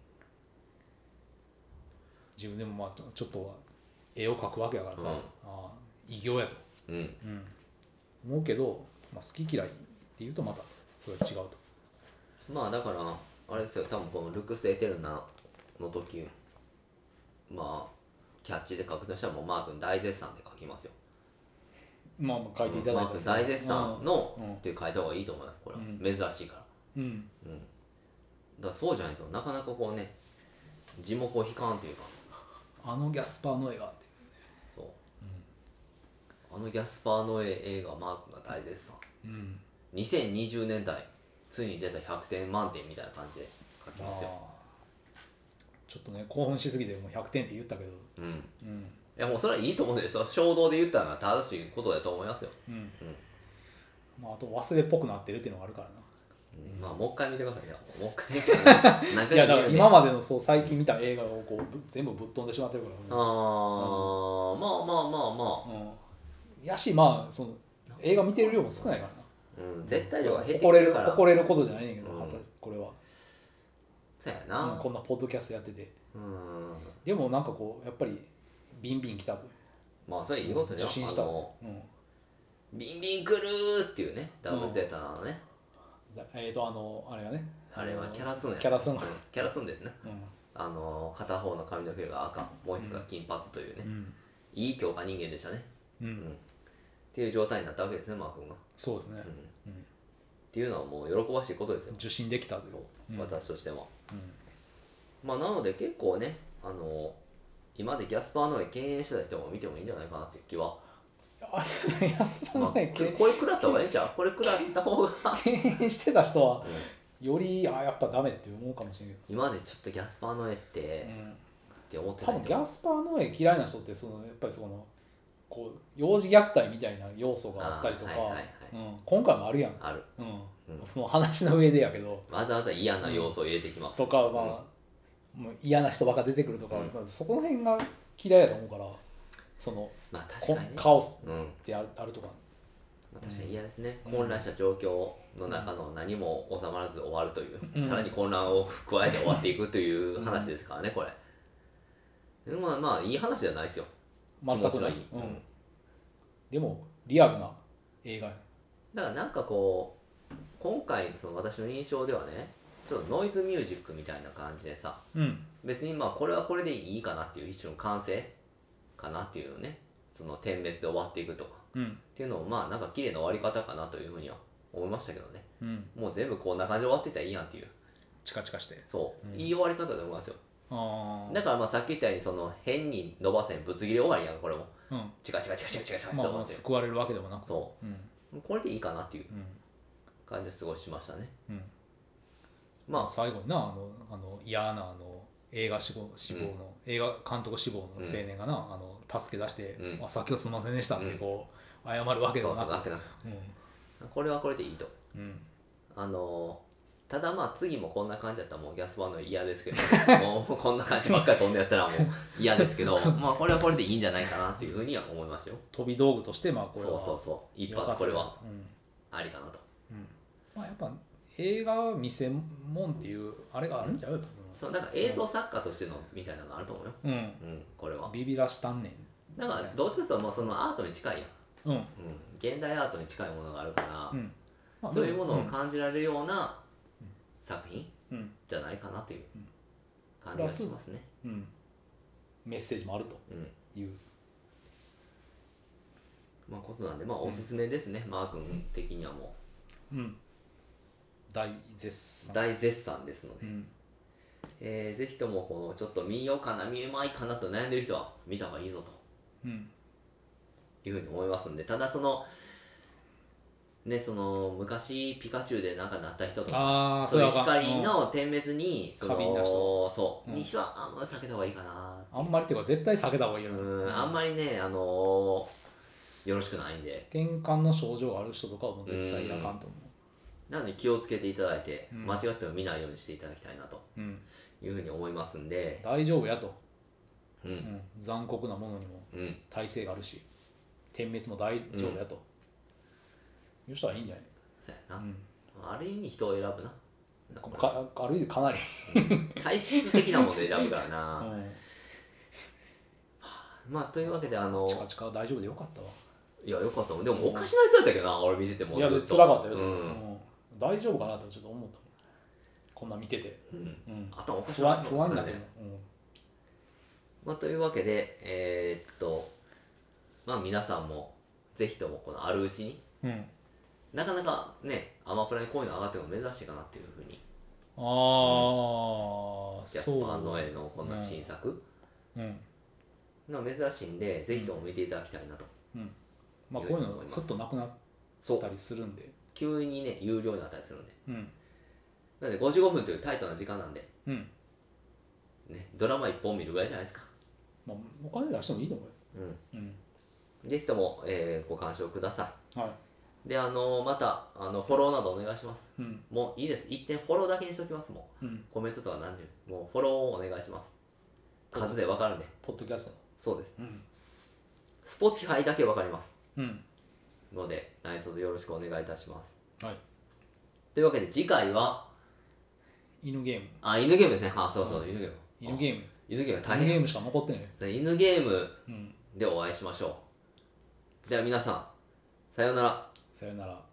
[SPEAKER 2] 自分でもまあちょちょっとは絵を描くわけやからさ、
[SPEAKER 1] うん
[SPEAKER 2] ああ偉業やと、
[SPEAKER 1] うん
[SPEAKER 2] うん思うけど、まあ、好き嫌いっていうとまたそれは違うと
[SPEAKER 1] まあだからあれですよ多分この「ルックス・エテルナ」の時まあキャッチで書くとしたらもうマー君大絶賛で書きますよ
[SPEAKER 2] まあまあ書いていただい
[SPEAKER 1] マー
[SPEAKER 2] た
[SPEAKER 1] 君大絶賛の、
[SPEAKER 2] うん
[SPEAKER 1] って書いた方がいいと思いますこれは、
[SPEAKER 2] うん
[SPEAKER 1] 珍しいから
[SPEAKER 2] うんう
[SPEAKER 1] う
[SPEAKER 2] ん
[SPEAKER 1] んだからそうじゃないとなかなかこうね字幕を引かんというか
[SPEAKER 2] あのギャスパーの絵がって
[SPEAKER 1] そう、あのギャスパーの絵映画マー君が大絶賛
[SPEAKER 2] うん
[SPEAKER 1] 2020年代ついに出た100点満点みたいな感じで書き
[SPEAKER 2] あ
[SPEAKER 1] ますよ
[SPEAKER 2] ーちょっとね興奮しすぎてもう100点って言ったけど
[SPEAKER 1] うん
[SPEAKER 2] うん
[SPEAKER 1] いやもうそれはいいと思うんですよ衝動で言ったのは正しいことだと思いますよ、
[SPEAKER 2] うん
[SPEAKER 1] うん
[SPEAKER 2] まあ、あと忘れっぽくなってるっていうのがあるからな
[SPEAKER 1] まあもう一回見てください
[SPEAKER 2] *laughs*
[SPEAKER 1] よもう一回見てください何
[SPEAKER 2] いや
[SPEAKER 1] 回か見
[SPEAKER 2] だから
[SPEAKER 1] るんで
[SPEAKER 2] 今までのそう最近見た映画をこうぶ全部ぶっ飛んでしまってるか
[SPEAKER 1] あ
[SPEAKER 2] ら、
[SPEAKER 1] ーまあまあまあま
[SPEAKER 2] うん、やしまあその映画見てる量も少ないからな
[SPEAKER 1] あ、うん、絶対量が減ってきて
[SPEAKER 2] 誇れ
[SPEAKER 1] る
[SPEAKER 2] る
[SPEAKER 1] から
[SPEAKER 2] 誇れることじゃないねんけど、
[SPEAKER 1] うん
[SPEAKER 2] はたこれは、
[SPEAKER 1] そうや
[SPEAKER 2] うん
[SPEAKER 1] な
[SPEAKER 2] こんなポッドキャストやってて
[SPEAKER 1] うん、
[SPEAKER 2] でもなんかこうやっぱりビンビン来たと
[SPEAKER 1] まあそれいいことで
[SPEAKER 2] 受
[SPEAKER 1] よ
[SPEAKER 2] 信
[SPEAKER 1] あ
[SPEAKER 2] した
[SPEAKER 1] の
[SPEAKER 2] うん
[SPEAKER 1] ビンビン来るーっていうねダブルゼータなのね、
[SPEAKER 2] だえっ、とあのあれがね
[SPEAKER 1] あれはキャラスンや
[SPEAKER 2] キャラスン
[SPEAKER 1] うんキャラスンですね
[SPEAKER 2] う
[SPEAKER 1] あの片方の髪の毛が赤もう一つが金髪というね、
[SPEAKER 2] ん
[SPEAKER 1] いい強化人間でしたね、
[SPEAKER 2] うん、う
[SPEAKER 1] うん
[SPEAKER 2] ん、
[SPEAKER 1] っていう状態になったわけですねマー君が、
[SPEAKER 2] そうですね
[SPEAKER 1] う、ん
[SPEAKER 2] うん、
[SPEAKER 1] っていうのはもう喜ばしいことですよ、
[SPEAKER 2] 受信できたという、うん
[SPEAKER 1] 私としては
[SPEAKER 2] うん
[SPEAKER 1] まあなので結構ねあの今までギャスパーの絵敬遠してた人も見てもいいんじゃないかなっていう気は、
[SPEAKER 2] あれ *laughs* 安田
[SPEAKER 1] まあ、
[SPEAKER 2] の
[SPEAKER 1] これ
[SPEAKER 2] ね
[SPEAKER 1] これ食らった方がいいんちゃうこれ食らった方が、
[SPEAKER 2] 敬遠してた人は
[SPEAKER 1] うん
[SPEAKER 2] よりあやっぱダメって思うかもしれない
[SPEAKER 1] 今までちょっとギャスパーの絵って
[SPEAKER 2] けど、、うん、
[SPEAKER 1] って思って
[SPEAKER 2] 多
[SPEAKER 1] た
[SPEAKER 2] 分ギ
[SPEAKER 1] 人
[SPEAKER 2] ャスパーの絵嫌いな人ってそのやっぱりそのこう幼児虐待みたいな要素があったりとか、
[SPEAKER 1] あーはいはいはい
[SPEAKER 2] うん、今回もあるやん、
[SPEAKER 1] ある
[SPEAKER 2] うん
[SPEAKER 1] うん
[SPEAKER 2] その話の上でやけど
[SPEAKER 1] わざわざ嫌な要素を入れてきます、
[SPEAKER 2] とかは、もう嫌な人ばっか出てくるとか、まあそこの辺が嫌いやと思うからその
[SPEAKER 1] まあ確
[SPEAKER 2] こ
[SPEAKER 1] かにね
[SPEAKER 2] カオス
[SPEAKER 1] うん、ま
[SPEAKER 2] ってあるあるとか、
[SPEAKER 1] あ、確かに嫌ですね、混乱した状況の中の何も収まらず終わるという、
[SPEAKER 2] うん
[SPEAKER 1] さらに混乱を加えて終わっていくという話ですからねこれうんまあまあいい話じゃないですよ
[SPEAKER 2] 全
[SPEAKER 1] 気
[SPEAKER 2] く
[SPEAKER 1] 持ち
[SPEAKER 2] な
[SPEAKER 1] の
[SPEAKER 2] い
[SPEAKER 1] いい、
[SPEAKER 2] うん
[SPEAKER 1] うん
[SPEAKER 2] でもリアルな映画や
[SPEAKER 1] だからなんかこう今回その私の印象ではねちょっとノイズミュージックみたいな感じでさ
[SPEAKER 2] うん
[SPEAKER 1] 別にまあこれはこれでいいかなっていう一種の完成かなっていうのねその点滅で終わっていくとか
[SPEAKER 2] うん
[SPEAKER 1] っていうのもまあなんか綺麗な終わり方かなというふうには思いましたけどね
[SPEAKER 2] うん
[SPEAKER 1] もう全部こんな感じで終わってたらいいやんっていう
[SPEAKER 2] チカチカして
[SPEAKER 1] そう、
[SPEAKER 2] うん
[SPEAKER 1] いい終わり方だと思いますよ
[SPEAKER 2] ああ
[SPEAKER 1] だからまあさっき言ったようにその変に伸ばせんぶつ切れ終わりやんこれも
[SPEAKER 2] うん
[SPEAKER 1] チカチカチカチカチカチカって
[SPEAKER 2] まあ
[SPEAKER 1] 終
[SPEAKER 2] ま
[SPEAKER 1] わ
[SPEAKER 2] あ
[SPEAKER 1] って
[SPEAKER 2] 救われるわけでもなく
[SPEAKER 1] そ
[SPEAKER 2] うん
[SPEAKER 1] うこれでいいかなっていう
[SPEAKER 2] うん
[SPEAKER 1] 感じですごいしましたね
[SPEAKER 2] うん
[SPEAKER 1] ま
[SPEAKER 2] 最後になあのあの嫌なあの映画志望志望の、映画監督志望の青年がな、あの助け出して「
[SPEAKER 1] うん
[SPEAKER 2] あ先をすみませんでした」って
[SPEAKER 1] うん
[SPEAKER 2] こう、謝るわ
[SPEAKER 1] あ
[SPEAKER 2] けで
[SPEAKER 1] そう
[SPEAKER 2] も
[SPEAKER 1] そ
[SPEAKER 2] な
[SPEAKER 1] う
[SPEAKER 2] く
[SPEAKER 1] だけな
[SPEAKER 2] う
[SPEAKER 1] これはこれでいいと
[SPEAKER 2] んうん
[SPEAKER 1] あのーただまあ次もこんな感じだったらもうギャスバーの嫌ですけど
[SPEAKER 2] *laughs*
[SPEAKER 1] もうこんな感じばっかり飛んでやったらもう嫌ですけどまあこれはこれでいいんじゃないかなっていうふうには思いますよ
[SPEAKER 2] 飛び道具としてまあこ
[SPEAKER 1] そう
[SPEAKER 2] れは
[SPEAKER 1] そうそう一
[SPEAKER 2] 良かった
[SPEAKER 1] 発これは
[SPEAKER 2] うん
[SPEAKER 1] ありかなと
[SPEAKER 2] うんまあ、やっぱ映画は見せもんっていうあれがあるんちゃうと
[SPEAKER 1] そうなんか映像作家としてのみたいなのがあると思うよ
[SPEAKER 2] う、うん、
[SPEAKER 1] うんこれは
[SPEAKER 2] ビビらしたんねん
[SPEAKER 1] だからどっちかというともうそのアートに近いやん、
[SPEAKER 2] うん
[SPEAKER 1] うん、現代アートに近いものがあるから、
[SPEAKER 2] うんまあ
[SPEAKER 1] そういうものを
[SPEAKER 2] ん
[SPEAKER 1] 感じられるような作品
[SPEAKER 2] うん
[SPEAKER 1] じゃないかなという感じがしますね、
[SPEAKER 2] うんメッセージもあると
[SPEAKER 1] うん
[SPEAKER 2] いう
[SPEAKER 1] まあ、ことなんでまあおすすめですね、マー君的にはもう
[SPEAKER 2] うん大絶賛
[SPEAKER 1] 大絶賛ですので、
[SPEAKER 2] うん
[SPEAKER 1] えーぜひともこのちょっと見ようかな見まいかなと悩んでる人は見た方がいいぞ
[SPEAKER 2] うん
[SPEAKER 1] というふうに思いますんでただそのねその昔ピカチュウでなんかなった人とか
[SPEAKER 2] ああ
[SPEAKER 1] そういう
[SPEAKER 2] あかん
[SPEAKER 1] 光の点滅にその
[SPEAKER 2] 過敏な人
[SPEAKER 1] そう、
[SPEAKER 2] うん
[SPEAKER 1] に人はあんまり避けた方がいいかな
[SPEAKER 2] うんあんまりっていうか絶対避けた方がいいよ
[SPEAKER 1] う
[SPEAKER 2] ね
[SPEAKER 1] んあんまりねあのーよろしくないんで
[SPEAKER 2] 転換の症状がある人とかはもう絶対いらかんと思
[SPEAKER 1] なので気をつけていただいて、
[SPEAKER 2] うん
[SPEAKER 1] 間違っても見ないようにしていただきたいなと
[SPEAKER 2] う、うん、
[SPEAKER 1] いうふうに思いますんで
[SPEAKER 2] 大丈夫やと、
[SPEAKER 1] う
[SPEAKER 2] うんん、残酷なものにも
[SPEAKER 1] うん
[SPEAKER 2] 耐性があるし点滅も大丈夫やと、いう人はいいんじゃない、
[SPEAKER 1] そうやな、
[SPEAKER 2] うん、
[SPEAKER 1] ある意味人を選ぶななんか
[SPEAKER 2] か歩いてかなり、
[SPEAKER 1] 体質的なもので選ぶから
[SPEAKER 2] う *laughs*
[SPEAKER 1] な、
[SPEAKER 2] ん、
[SPEAKER 1] まあというわけであの
[SPEAKER 2] チカチカは大丈夫でよかったわ
[SPEAKER 1] いやよかったもんでもおかしなりそうやったけどな俺見てても
[SPEAKER 2] いや
[SPEAKER 1] ずっと
[SPEAKER 2] 辛かったよ、
[SPEAKER 1] う、
[SPEAKER 2] うんん大丈夫かなってちょっと思ったこんなん見てて、
[SPEAKER 1] うん、
[SPEAKER 2] うん、
[SPEAKER 1] 頭おかし
[SPEAKER 2] 不安不
[SPEAKER 1] に
[SPEAKER 2] 安に
[SPEAKER 1] な
[SPEAKER 2] な
[SPEAKER 1] っ
[SPEAKER 2] ってて
[SPEAKER 1] る
[SPEAKER 2] る
[SPEAKER 1] ね、まあ、というわけでえーっとまあ皆さんもぜひともこのあるうちに
[SPEAKER 2] うんうん、
[SPEAKER 1] なかなかねアマプラにこういうの上がってるの珍しいかなっていうふうに
[SPEAKER 2] ああ、
[SPEAKER 1] ジャスパ
[SPEAKER 2] そう
[SPEAKER 1] ーノエのこの新作
[SPEAKER 2] うん
[SPEAKER 1] の珍しいんで、ぜひとも見ていただきたいなと
[SPEAKER 2] うんまあこういうのふっとなくなっ
[SPEAKER 1] そう
[SPEAKER 2] たりするんで
[SPEAKER 1] 急にね有料になったりするんで
[SPEAKER 2] うん
[SPEAKER 1] なので55分というタイトな時間なんで
[SPEAKER 2] うん、
[SPEAKER 1] ねドラマ1本見るぐらいじゃないですか
[SPEAKER 2] まあ、お金出してもいいと思うよ
[SPEAKER 1] うん
[SPEAKER 2] うん
[SPEAKER 1] ぜひとも、えーご鑑賞くださ。
[SPEAKER 2] はい
[SPEAKER 1] で、あのーまた、あの、フォローなどお願いします。
[SPEAKER 2] いうん
[SPEAKER 1] もういいです。一点フォローだけにしときます、も
[SPEAKER 2] うん
[SPEAKER 1] う。コメントとか何でも、もうフォローをお願いします。数でわかるんで。
[SPEAKER 2] ポッドキャスト
[SPEAKER 1] そうです。
[SPEAKER 2] うん
[SPEAKER 1] Spotify だけわかります。
[SPEAKER 2] うん
[SPEAKER 1] ので、何卒よろしくお願いいたします。
[SPEAKER 2] はい
[SPEAKER 1] というわけで、次回は、
[SPEAKER 2] 犬ゲーム
[SPEAKER 1] あ、犬ゲームですね。あ、そうそう、犬ゲーム。
[SPEAKER 2] 犬ゲーム
[SPEAKER 1] あ犬ゲーム大
[SPEAKER 2] 犬ゲ
[SPEAKER 1] 変。
[SPEAKER 2] ームしか残ってない
[SPEAKER 1] 犬ゲーム
[SPEAKER 2] うん
[SPEAKER 1] でお会いしましょう。では皆さん、さようなら。
[SPEAKER 2] さよなら